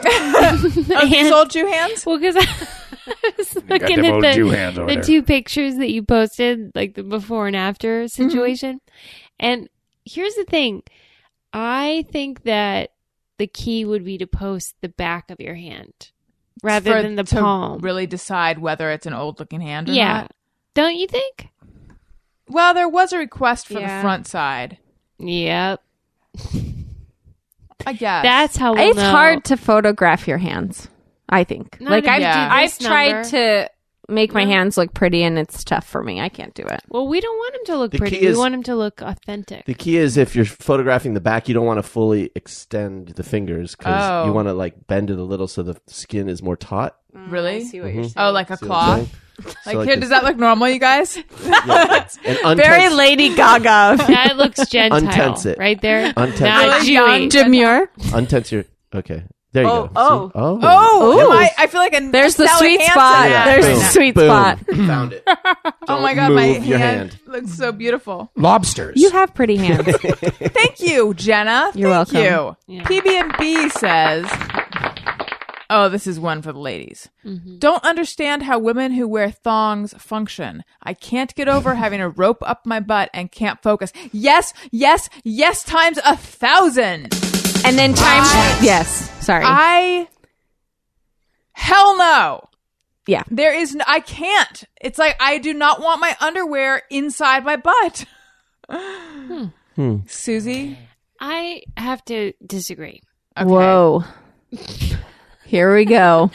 S3: Oh, you sold two hands.
S5: Well, because I was looking at the, the two pictures that you posted, like the before and after situation. And here's the thing I think that the key would be to post the back of your hand rather
S3: For-
S5: than the
S3: to
S5: palm.
S3: Really decide whether it's an old looking hand. Or
S5: yeah.
S3: not.
S5: Don't you think?
S3: Well, there was a request for the
S5: Yeah.
S3: front side.
S5: Yep.
S3: I guess
S5: That's how we'll
S8: it's
S3: Oh,
S5: know.
S8: hard to photograph your hands. I think.
S5: Not
S8: like
S5: if
S8: I've
S3: you
S8: d-
S3: do
S8: I've
S5: this
S8: tried
S5: number.
S8: to make my
S5: No.
S8: hands look pretty, and it's tough for me. I can't do it.
S5: Well, we don't want him to look
S1: The
S5: pretty.
S1: key is-
S5: we want him to look authentic.
S1: The key is if you're photographing the back, you don't want to fully extend the fingers because
S3: Oh.
S1: you want to like bend it a little so the skin is more taut.
S3: Mm, really.
S1: what you're Mhm.
S3: Oh, like a
S1: See what I'm
S3: claw.
S1: saying?
S3: Like,
S1: So, like
S3: here,
S1: this-
S3: does that look normal, you guys?
S1: And untense,
S8: Very Lady Gaga.
S5: That looks gentile.
S1: Untense it.
S5: Right there.
S1: Untense
S5: Not
S1: it.
S5: Jewy.
S8: Demure.
S1: untense your. Okay, there you
S8: Oh,
S1: go. See?
S8: oh.
S1: oh,
S3: Oh,
S8: Ooh.
S3: am I, I feel like a
S8: There's the
S3: Sally
S8: sweet
S3: Hansen
S8: spot.
S3: ad
S8: There's
S3: right
S8: the
S3: now.
S8: sweet
S1: Boom.
S8: spot.
S1: Found it.
S3: Oh
S1: Don't
S3: my god, my
S1: move your
S3: hand
S1: hand.
S3: looks so beautiful.
S4: Lobsters.
S8: You have pretty hands.
S3: Thank you, Jenna.
S8: You're
S3: Thank
S8: welcome.
S3: You.
S5: Yeah.
S3: PB&B says, "Oh, this is one for the ladies. Don't understand how women who wear thongs function. I can't get over having a rope up my butt and can't focus. Yes, yes, yes, times a thousand.
S8: and then time.
S3: I-
S8: yes. Sorry.
S3: I hell no."
S8: Yeah.
S3: There is, n- I can't. It's like I do not want my underwear inside my butt.
S8: Hmm.
S3: Susie,
S5: I have to disagree.
S3: okay.
S8: Whoa. Here we go.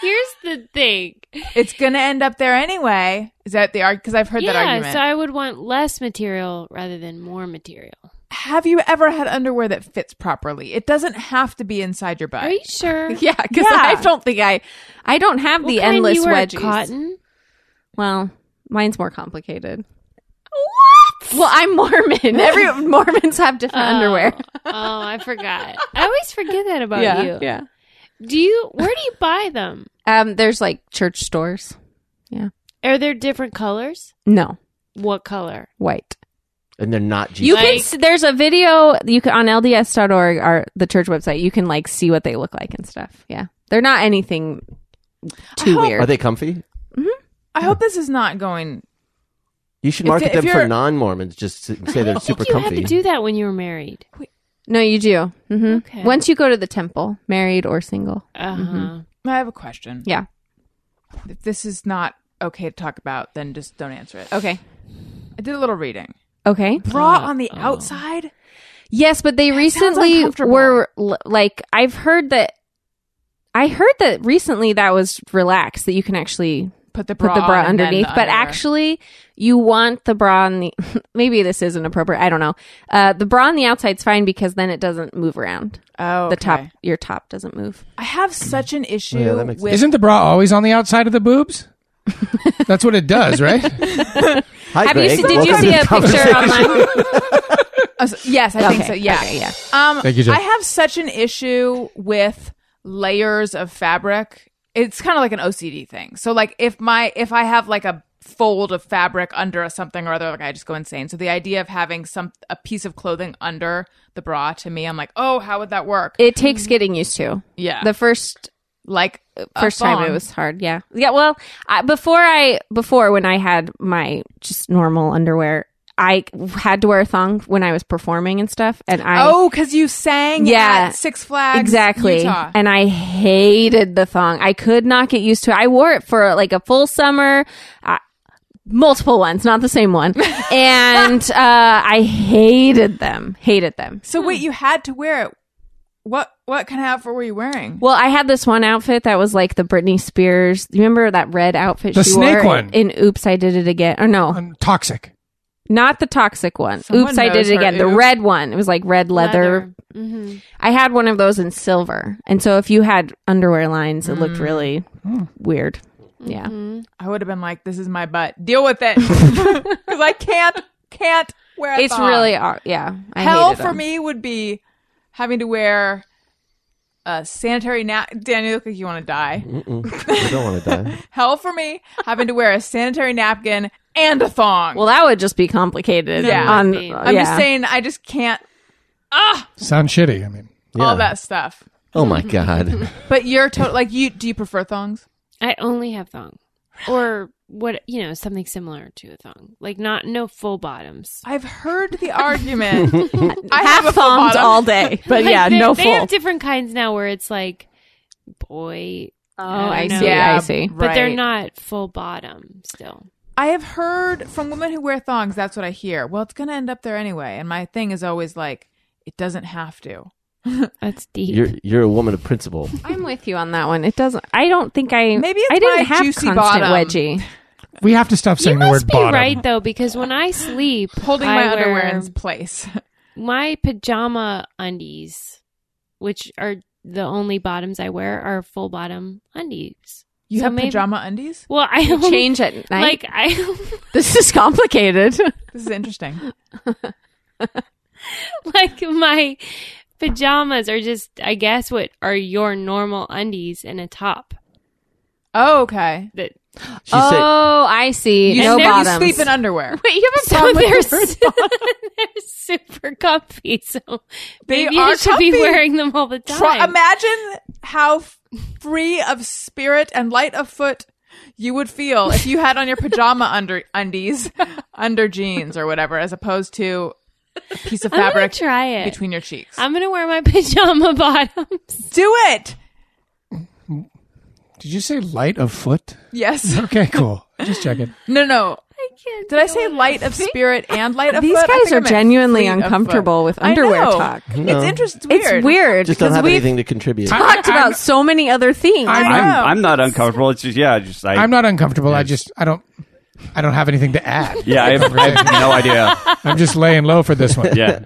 S5: Here's the thing.
S3: it's gonna end up there anyway. Is that the argument? Because I've heard that
S5: yeah,
S3: argument.
S5: so I would want less material rather than more material.
S3: have you ever had underwear that fits properly? It doesn't have to be inside your butt.
S5: Are you sure?
S8: Yeah, because
S3: Yeah.
S8: I don't think I, I don't have
S5: What
S8: the
S5: kind
S8: endless
S5: you wear?
S8: wedgies.
S5: Cotton.
S8: Well, mine's more complicated. What? Well, I'm Mormon. Every Mormons have different
S5: Uh,
S8: underwear.
S5: Oh, I forgot. I always forget that about
S8: yeah,
S5: you.
S8: yeah.
S5: Do you? Where do you buy them?
S8: Um, there's like church stores.
S5: Are there different colors?
S8: No,
S5: What color?
S8: white.
S1: And they're not. Jesus.
S8: You
S5: Like-
S8: can. s- There's a video you can on LDS.org or the church website. You can like see what they look like and stuff. Yeah, they're not anything too
S3: hope-
S1: Are
S8: weird.
S1: they comfy?
S3: I hope this is not going.
S1: You should
S3: If
S1: market
S3: it- if
S1: them for
S3: you're-
S1: non-Mormons. Just to say they're super
S5: you had
S1: comfy.
S5: to do that when you were married.
S8: no, you do. hmm
S5: Okay.
S8: Once you go to the temple, married or single.
S3: Uh-huh.
S8: Mm-hmm.
S5: Uh huh.
S3: I have a question.
S8: Yeah.
S3: If this is not okay to talk about, then just don't answer it.
S8: Okay.
S3: I did a little reading.
S8: Okay.
S3: Bra on the outside.
S8: Yes, but they
S3: sounds
S8: recently
S3: uncomfortable.
S8: were l- like I've heard that I heard that recently that was relaxed that you can actually
S3: Put the bra,
S8: put the bra
S3: on and then
S8: underneath,
S3: the
S8: but
S3: underwear.
S8: actually you want the bra on the maybe this isn't appropriate. I don't know. Uh, the bra on the outside's fine because then it doesn't move around.
S3: oh,
S8: The top,
S3: okay.
S8: your top doesn't move.
S3: I have such an issue
S1: Yeah, that makes
S3: with.
S4: Isn't the bra always on the outside of the boobs? That's what it does, right?
S1: Hi,
S8: Have
S1: Greg.
S8: you seen,
S1: Welcome
S8: did you
S1: to
S8: see
S1: the
S8: a
S1: conversation.
S8: picture online?
S3: Oh, so- yes, I think
S8: Okay.
S3: so. Yeah,
S8: Okay, yeah.
S3: Um,
S4: Thank you, Jen.
S3: I have such an issue with layers of fabric. It's kind of like an OCD thing. So, like, if my if I have like a fold of fabric under a something or other, like I just go insane. So the idea of having some a piece of clothing under the bra to me, I'm like, oh, how would that work?
S8: It takes getting used to.
S3: yeah,
S8: The first
S3: like a
S8: uh, first time it
S3: thong.
S8: was hard yeah yeah well I, before i before when i had my just normal underwear i had to wear a thong when i was performing and stuff and i
S3: oh, because you sang
S8: Yeah.
S3: at Six Flags
S8: exactly
S3: Utah.
S8: and i hated the thong i could not get used to it i wore it for like a full summer uh, multiple ones not the same one and uh, i hated them hated them
S3: so wait, you had to wear it. What what kind of outfit were you wearing?
S8: Well, I had this one outfit that was like the Britney Spears. You remember that red outfit
S4: The
S8: she
S4: snake
S8: wore
S4: one.
S8: in Oops, I Did It Again. Or no,
S4: Um, toxic.
S8: not the toxic one.
S3: Someone
S8: oops, I
S3: knows
S8: Did It
S3: her
S8: Again. The
S3: oops.
S8: red one. It was like red leather. Mm-hmm.
S5: hmm
S8: I had one of those in silver. And so if you had underwear lines, it
S3: Mm.
S8: looked really
S3: Hmm.
S8: weird.
S3: Mm-hmm.
S8: Yeah.
S3: I would have been like, "This is my butt. Deal with it," because I can't can't wear. A
S8: It's
S3: thong.
S8: really, aw- yeah. I
S3: hell
S8: hated
S3: for
S8: them.
S3: me would be having to wear a sanitary nap. Danny, you look like you want to die.
S8: Mm-hmm.
S1: I don't want to die.
S3: Hell for me having to wear a sanitary napkin and a thong.
S8: Well, that would just be complicated.
S3: Yeah.
S8: On,
S5: It would be.
S3: I'm
S8: yeah.
S3: just saying, I just can't
S4: Sounds shitty. I mean,
S1: Yeah.
S3: all that stuff.
S1: Oh my god.
S3: But you're to- like you. Do you prefer thongs?
S5: I only have thong, or what you know, something similar to a thong, like not no full bottoms.
S3: I've heard the argument. I have a
S8: Half
S3: full
S8: thongs
S3: bottom.
S8: all day. But
S5: Like,
S8: yeah,
S5: they,
S8: no
S5: They
S8: full.
S5: have different kinds now, where it's like boy,
S8: oh,
S5: I
S8: I
S5: don't
S8: see.
S5: know.
S8: I see.
S5: but they're
S3: right.
S5: not full bottom still.
S3: I have heard from women who wear thongs, that's what I hear. Well, it's going to end up there anyway. And my thing is always like, it doesn't have to.
S5: That's deep.
S1: You're you're a woman of principle.
S8: I'm with you on that one. It doesn't. I don't think I.
S3: Maybe it's
S8: I didn't
S3: my
S8: have
S3: juicy
S8: constant
S3: bottom.
S8: wedgie.
S4: we have to stop saying
S5: you
S4: the
S5: must
S4: word
S5: be
S4: bottom.
S5: right though, because when I sleep,
S3: Holding
S5: I
S3: my
S5: wear
S3: underwear in its place.
S5: my pajama undies, which are the only bottoms I wear, are full bottom undies.
S3: You
S5: So
S3: have
S5: maybe-
S3: pajama undies?
S5: Well, I
S8: You
S5: only-
S8: change at night.
S5: Like I
S8: this is complicated.
S3: This is interesting.
S5: like my pajamas are just I guess what are your normal undies and a top
S3: Oh, okay.
S5: that
S1: She said
S8: oh, I see.
S3: You,
S8: no
S3: there you
S8: bottoms.
S3: sleep in underwear.
S5: wait you have a
S3: problem with
S5: they're,
S3: the first
S5: su- they're super comfy so
S3: They
S5: maybe
S3: are
S5: I should be
S3: comfy.
S5: wearing them all the time
S3: Try, imagine how f- free of spirit and light of foot you would feel if you had on your pajama under undies, under jeans or whatever, as opposed to a piece of
S5: I'm gonna
S3: fabric
S5: try it
S3: between your cheeks.
S5: I'm gonna wear my pajama bottoms
S3: Do it.
S4: Did you say light of foot?
S3: Yes.
S4: Okay, cool. Just check it.
S3: No, no.
S5: I can't
S3: Did I say light of spirit and light of
S8: These
S3: foot? I
S8: guys
S3: think I
S8: are
S3: meant
S8: genuinely
S3: feet of foot.
S8: uncomfortable with
S3: I
S8: underwear
S3: know.
S8: talk.
S1: No.
S3: It's interesting. It's weird.
S8: It's weird
S1: just don't
S8: because
S1: have
S8: we've
S1: anything to contribute.
S8: talked
S4: I'm-
S8: about so many other things.
S4: I'm-
S3: I know.
S6: I'm, I'm not uncomfortable. It's just yeah, just I,
S4: I'm not uncomfortable. I just I don't I don't have anything to add.
S6: yeah. I have, I have no idea.
S4: I'm just laying low for this one.
S6: Yeah,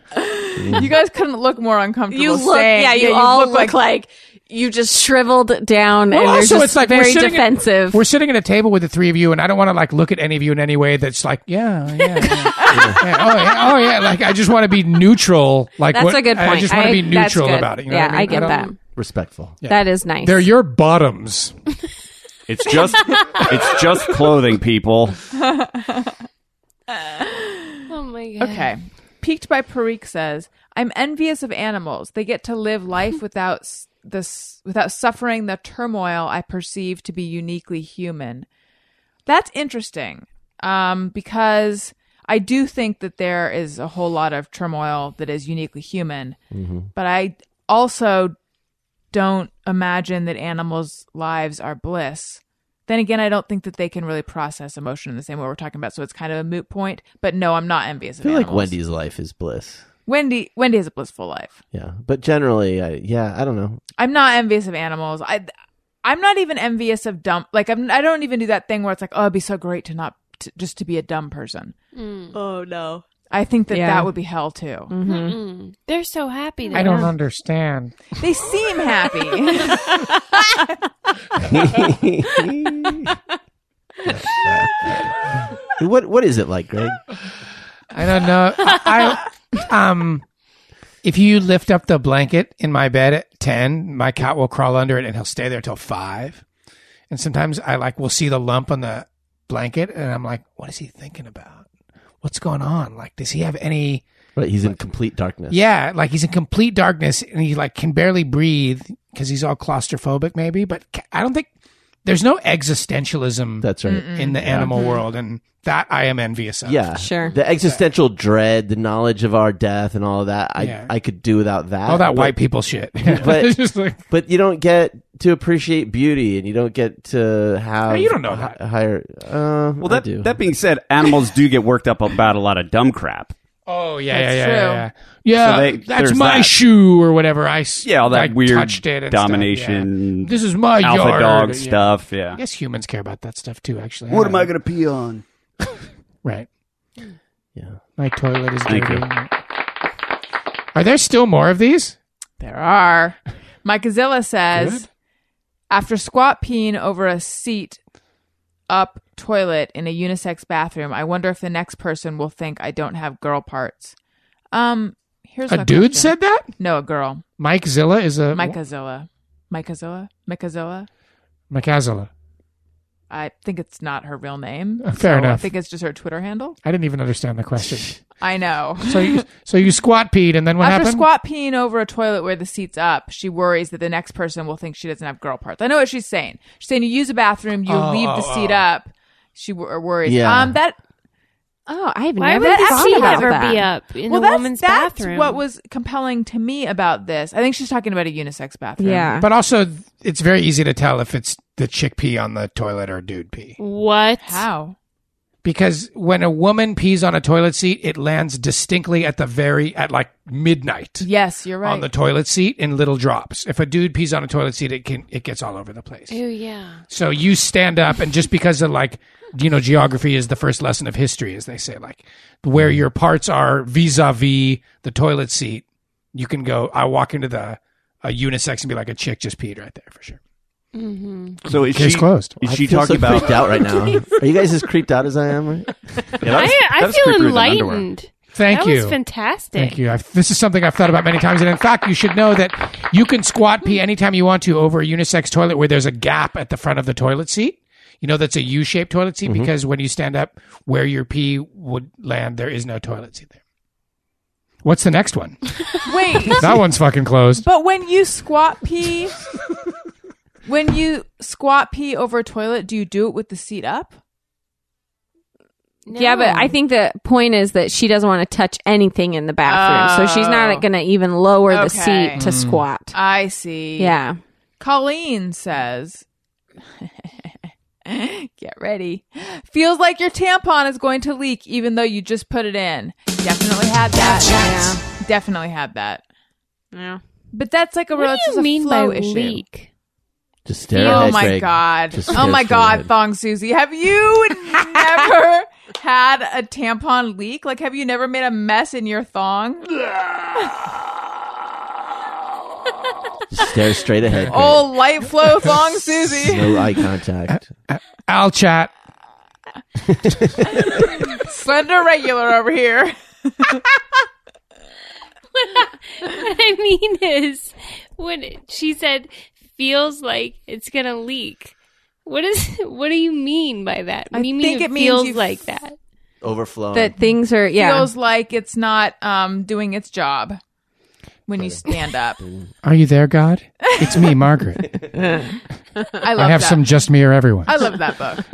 S3: You guys couldn't look more uncomfortable.
S8: you look,
S3: saying-
S8: yeah, you, all
S3: look like,
S8: you just shriveled down
S4: Well,
S8: and you're
S4: also,
S8: just
S4: it's like we're
S8: very
S4: sitting at-
S8: defensive.
S4: We're sitting at a table with the three of you, and I don't want to like look at any of you in any way that's like, yeah, yeah, yeah, yeah, oh yeah, oh yeah. Like I just want to be neutral. Like
S8: that's
S4: what-
S8: a good
S4: I-
S8: point.
S4: I just want to be
S8: that's
S4: neutral
S8: good.
S4: about it. You know
S8: yeah,
S4: what I, mean?
S8: get
S4: don't-
S8: that.
S1: Respectful.
S8: That is nice.
S4: They're your bottoms.
S6: it's just it's just clothing, people.
S5: oh my god
S3: okay. Peaked by Parikh says, "I'm envious of animals. They get to live life without s- this without suffering the turmoil I perceive to be uniquely human." That's interesting, um, because I do think that there is a whole lot of turmoil that is uniquely human,
S1: Mm-hmm.
S3: but I also don't imagine that animals' lives are bliss. Then again, I don't think that they can really process emotion in the same way we're talking about, so it's kind of a moot point. But no, I'm not
S1: I
S3: envious of
S1: feel like
S3: animals.
S1: Wendy's life is bliss.
S3: Wendy Wendy has a blissful life.
S1: Yeah, but generally, I, yeah, I don't know.
S3: I'm not envious of animals. I I'm not even envious of dumb like I'm I don't even do that thing where it's like, "Oh, it'd be so great to not to, just to be a dumb person."
S10: Oh no.
S3: I think that
S10: Yeah.
S3: that would be hell too.
S8: Mm. Mm-hmm.
S5: Mm-mm. They're so happy. That
S4: I don't understand.
S3: They seem happy.
S1: what what is it like, Greg?
S4: I don't know. I um, if you lift up the blanket in my bed at ten, my cat will crawl under it and he'll stay there till five. And sometimes I like will see the lump on the blanket, and I'm like, what is he thinking about? What's going on? Like, does he have any?
S1: Right, he's in complete darkness.
S4: Yeah, like he's in complete darkness and he like can barely breathe because he's all claustrophobic, maybe. But ca- I don't think there's no existentialism
S1: that's right.
S4: in the animal world, and that I am envious of.
S1: Yeah,
S8: Sure.
S1: The existential dread, the knowledge of our death, and all of that. I
S4: Yeah.
S1: I could do without that.
S6: Uh,
S4: all that
S1: but-
S4: white people shit.
S1: but-
S4: It's just like-
S1: But you don't get to appreciate beauty, and you don't get to have.
S4: Hey, you don't know
S1: hi-
S4: that.
S1: higher. Uh,
S6: Well,
S1: I
S6: that
S1: do.
S6: that being said, animals do get worked up about a lot of dumb crap.
S4: Oh yeah,
S3: That's
S4: yeah,
S3: true.
S4: yeah, yeah, yeah.
S6: So they-
S4: that's
S6: there's
S4: my
S6: that.
S4: shoe or whatever. I s-
S6: Yeah, all that
S4: I
S6: weird
S4: touched it and stuff, yeah.
S6: domination,
S4: This is my
S6: Alpha
S4: yard.
S6: dog
S4: yeah.
S6: stuff. Yeah.
S4: I guess humans care about that stuff too. Actually,
S6: What am I
S4: don't
S6: gonna pee on?
S4: know. Right.
S1: Yeah.
S4: My toilet is
S6: Thank
S4: dirty.
S6: you.
S4: Are there still more of these?
S3: there are. Micazilla says,
S4: Good.
S3: after squat peeing over a seat up toilet in a unisex bathroom, I wonder if the next person will think I don't have girl parts. Um, here's
S4: A
S3: my
S4: dude
S3: question.
S4: said that.
S3: no, a girl.
S4: Mike Zilla is a
S3: Micazilla. Micazilla? Micazilla?
S4: Micazilla.
S3: I think it's not her real name.
S4: Uh, fair
S3: so I
S4: enough.
S3: think it's just her Twitter handle.
S4: I didn't even understand the question.
S3: I know.
S4: so, you, so you squat peed, and then what
S3: After
S4: happened?
S3: squat peeing over a toilet where the seat's up, she worries that the next person will think she doesn't have girl parts. I know what she's saying. She's saying you use a bathroom, you
S4: Oh,
S3: leave the
S4: oh,
S3: seat
S4: oh.
S3: up. She wor- worries.
S1: Yeah.
S3: Um, that
S8: Oh, I've
S5: Why
S8: never
S5: would the
S8: thought
S5: seat
S8: about
S5: ever
S8: that.
S5: be up in
S3: well,
S5: the
S3: that's,
S5: woman's
S3: that's
S5: bathroom?
S3: what was compelling to me about this. I think she's talking about a unisex bathroom.
S8: Yeah.
S4: But also, it's very easy to tell if it's the chick pee on the toilet or dude pee.
S5: what?
S3: How?
S4: because when a woman pees on a toilet seat, it lands distinctly at the very at like midnight
S3: Yes, you're right.
S4: on the toilet seat in little drops. If a dude pees on a toilet seat, it can it gets all over the place.
S5: Ew, yeah.
S4: So you stand up, and just because of like you know geography is the first lesson of history, as they say, like where your parts are vis-a-vis the toilet seat, you can go. I walk into the a unisex and be like a chick just peed right there for sure.
S6: So is
S4: Case
S6: she
S4: closed.
S6: Is
S1: I
S6: she
S1: feel so
S6: talking about?
S1: freaked out right now? Are you guys as creeped out as I am? Right?
S6: Yeah, that was-
S5: I, I
S6: that was
S5: feel
S6: creepier than underwear.
S5: enlightened.
S4: Thank
S5: that
S4: you.
S5: was fantastic.
S4: Thank you. I've, this is something I've thought about many times. And in fact, you should know that you can squat pee anytime you want to over a unisex toilet where there's a gap at the front of the toilet seat. You know, that's a U shaped toilet seat because when you stand up where your pee would land, there is no toilet seat there. What's the next one?
S3: Wait.
S4: that one's fucking closed.
S3: But when you squat pee, when you squat pee over a toilet, do you do it with the seat up?
S8: Yeah, but I
S5: No.
S8: think the point is that she doesn't want to touch anything in the bathroom. So she's
S3: Oh.
S8: not going to even lower the
S3: Okay.
S8: seat to squat.
S3: I see.
S8: Yeah.
S3: Colleen says, get ready. Feels like your tampon is going to leak even though you just put it in. Definitely had that. Yeah. Definitely had that.
S8: Yeah.
S3: But that's like a real
S5: What
S3: it's
S5: do
S3: just a
S5: you mean by
S3: flow issue.
S5: leak?
S1: Just stare
S3: oh
S1: ahead,
S3: my
S1: Greg.
S3: god!
S1: Just
S3: Oh
S1: stare
S3: my
S1: straight
S3: god,
S1: ahead.
S3: Thong Susie, have you never had a tampon leak? Like, have you never made a mess in your thong?
S1: Just stare straight ahead. Greg.
S3: Oh, light flow Thong Susie.
S1: no eye contact.
S4: I'll chat.
S3: Slender regular over here.
S5: What I mean is, when it- she said feels like it's gonna leak, what is? What do you mean by that?
S3: I
S5: What do you mean
S3: think
S5: it,
S3: it means
S5: feels
S3: you
S5: like
S3: f-
S5: that?
S1: Overflowing.
S8: That things are, yeah.
S3: Feels like it's not um, doing its job when you stand up.
S4: Are you there, God? It's me, Margaret.
S3: I love
S4: I have
S3: that.
S4: some just me or everyone.
S3: I love that book.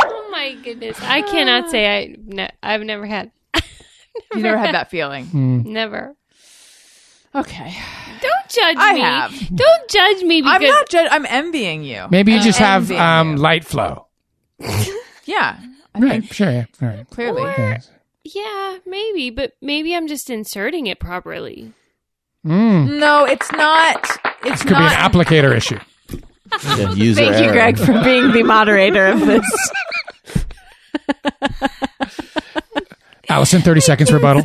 S5: Oh my goodness! I cannot say I. No, I've never had.
S3: You never had that
S4: Hmm.
S3: feeling.
S5: Never.
S3: Okay,
S5: Don't judge
S3: I
S5: me.
S3: have.
S5: Don't judge me because
S3: I'm not. Jud- I'm envying you.
S4: Maybe you just have
S3: envying
S4: um,
S3: you.
S4: light flow.
S3: Yeah, I
S4: Right.
S3: think
S4: Sure. Yeah. All right.
S3: clearly.
S4: Yes.
S5: Yeah, maybe, but maybe I'm just inserting it properly.
S4: Mm.
S3: No, it's not. It's
S4: This could be an
S3: not.
S4: applicator issue.
S1: Yeah, user
S8: Thank you,
S1: error.
S8: Greg, for being the moderator of this.
S4: Allison, 30 seconds rebuttal.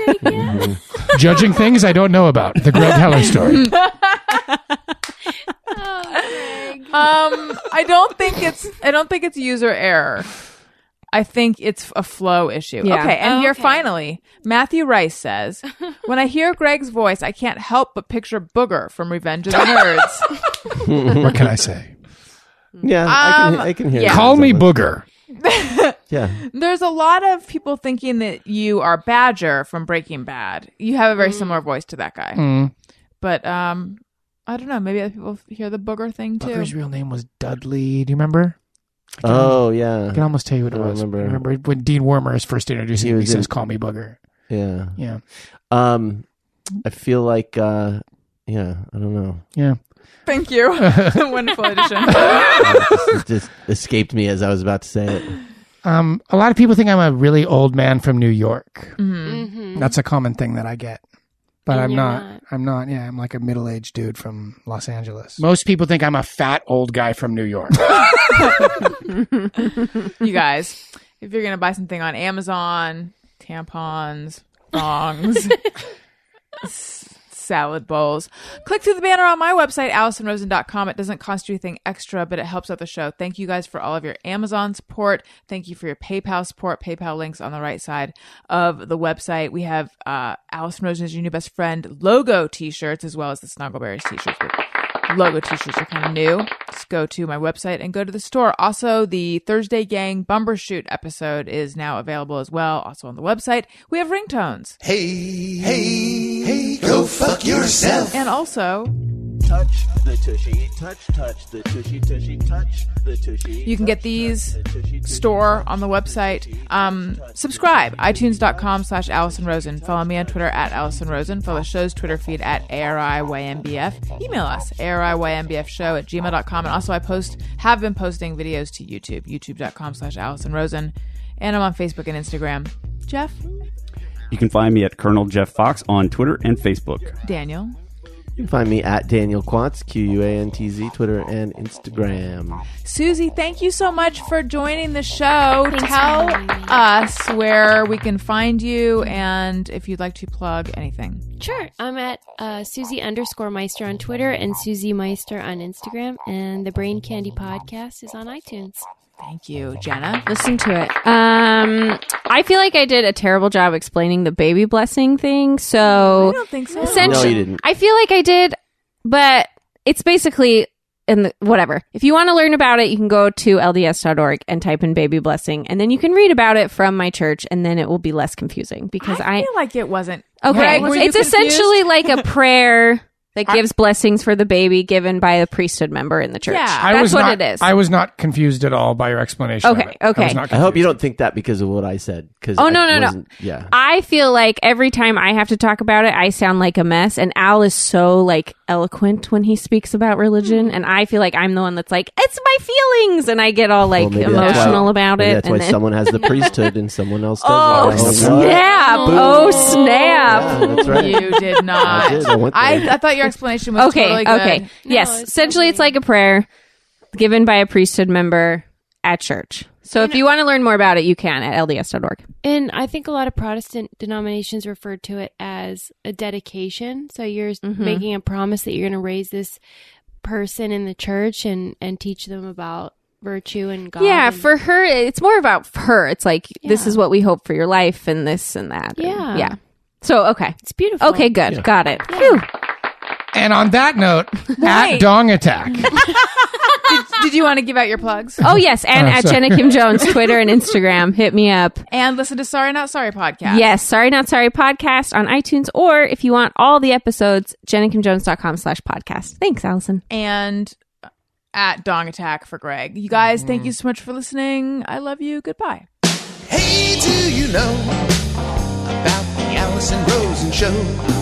S4: Judging things I don't know about. The Greg Heller story.
S3: um, I don't think it's. I don't think it's user error. I think it's a flow issue.
S8: Yeah.
S3: Okay, and
S5: Oh,
S3: here
S5: okay.
S3: finally, Matthew Rice says, "When I hear Greg's voice, I can't help but picture Booger from Revenge of the Nerds."
S4: What can I say?
S1: Yeah, I can,
S3: Um,
S1: I can hear.
S3: yeah.
S1: that.
S4: Call me Booger.
S1: Yeah,
S3: There's a lot of people thinking that you are Badger from Breaking Bad. You have a very similar voice to that guy,
S4: Mm.
S3: but um, I don't know. Maybe other people hear the Booger thing too.
S4: Booger's real name was Dudley. Do you remember?
S1: Oh
S4: I can
S1: yeah,
S4: almost tell you what it
S1: I
S4: was.
S1: remember.
S4: Remember. remember when Dean Warmer is first introducing
S1: He
S4: him, he
S1: was in-
S4: says, Call me Booger.
S1: yeah.
S4: Yeah.
S1: Um, I feel like uh, yeah. I don't know.
S4: Yeah.
S3: Thank you. Wonderful edition.
S1: It just escaped me as I was about to say it.
S4: Um, a lot of people think I'm a really old man from New York.
S5: Mm-hmm.
S4: That's a common thing that I get. But
S5: And
S4: I'm
S5: you're
S4: not,
S5: not.
S4: I'm not. Yeah, I'm like a middle-aged dude from Los Angeles. Most people think I'm a fat old guy from New York.
S3: you guys, if you're gonna buy something on Amazon, tampons, thongs, s- salad bowls, click through the banner on my website, AllisonRosen.com. It doesn't cost you anything extra, but it helps out the show. Thank you guys for all of your Amazon support. Thank you for your PayPal support. PayPal links on the right side of the website. We have uh, Allison Rosen is your new best friend logo T-shirts, as well as the Snuggleberries T-shirts. But logo t-shirts are kind of new just go to my website and go to the store also the thursday gang bumper shoot episode is now available as well also on the website we have ringtones
S2: Hey, hey, hey, go fuck yourself.
S3: and also
S10: Touch the tushy, touch, touch the tushy, tushy, touch the tushy.
S3: you can get these store on the website um, subscribe itunes.com slash allison rosen follow me on twitter at allison rosen follow the show's twitter feed at ariynbf email us ariynbfshow at gmail.com and also i post have been posting videos to youtube youtube.com slash allison rosen and i'm on facebook and instagram jeff
S6: You can find me at Colonel Jeff Fox on Twitter and Facebook.
S3: daniel
S1: You can find me at Daniel Quantz, Q U A N T Z, Twitter and Instagram.
S3: Susie, thank you so much for joining the show.
S5: for
S3: Tell
S5: having me.
S3: us where we can find you and if you'd like to plug anything.
S5: Sure. I'm at uh, Susie underscore Meister on Twitter and Susie Meister on Instagram, and the Brain Candy podcast is on iTunes.
S3: Thank you, Jenna.
S8: Listen to it. Um, I feel like I did a terrible job explaining the baby blessing thing. So
S3: I don't think so.
S8: essentially,
S1: No, you didn't.
S8: I feel like I did, but it's basically in the, whatever. If you want to learn about it, you can go to lds.org and type in baby blessing, and then you can read about it from my church, and then it will be less confusing because I,
S3: I feel like it wasn't.
S8: okay,
S3: Greg, were you
S8: it's
S3: confused?
S8: essentially like a prayer. That gives blessings for the baby given by a priesthood member in the church.
S3: Yeah. I
S8: That's
S4: was
S8: what
S4: not,
S8: it is.
S4: I was not confused at all by your explanation. of
S8: Okay,
S4: it. I was
S8: okay.
S4: not
S1: I hope you
S4: confused.
S1: don't think that because of what I said. Cause
S8: Oh,
S1: I
S8: no, no, no.
S1: wasn't- Yeah.
S8: I feel like every time I have to talk about it, I sound like a mess. And Al is so like eloquent when he speaks about
S3: Hmm.
S8: religion, and I feel like I'm the one that's like, "It's my feelings," and I get all like
S1: Well, maybe that's why-
S8: emotional about
S1: maybe
S8: it.
S1: That's
S8: and
S1: why
S8: then,
S1: someone has the priesthood and someone else doesn't.
S8: oh
S1: I don't know.
S8: snap!
S1: Boom.
S8: Oh snap!
S1: Yeah,
S3: Oh.
S1: that's right.
S3: You did not.
S1: I did. I went
S3: I,
S1: there.
S3: I thought your explanation was
S8: okay,
S3: totally good.
S8: okay, yes.
S5: it's
S8: essentially, it's
S5: lovely.
S8: like a prayer given by a priesthood member at church. So if you want to learn more about it, you can at lds.org.
S5: And I think a lot of Protestant denominations refer to it as a dedication. So you're
S8: Mm-hmm.
S5: making a promise that you're going to raise this person in the church and and teach them about virtue and God.
S8: Yeah,
S5: and-
S8: for her, it's more about her. It's like this
S5: Yeah.
S8: is what we hope for your life, and this and that. and-
S5: Yeah.
S8: yeah. So okay,
S5: it's beautiful.
S8: okay, good, got it. Phew.
S4: And on that note, at
S3: Wait.
S4: Dong Attack.
S3: Did you want to give out your plugs?
S8: Oh yes, and
S4: Oh,
S8: at
S4: sorry.
S8: Jenna Kim Jones, Twitter and Instagram, hit me up.
S3: And listen to Sorry Not Sorry podcast.
S8: Yes, sorry not sorry podcast on iTunes, or if you want all the episodes, jennakimjones.com slash podcast. Thanks, Allison.
S3: And at Dong Attack for Greg. You guys,
S1: Mm-hmm.
S3: thank you so much for listening. I love you. Goodbye.
S2: Hey, do you know about the Allison Rosen show?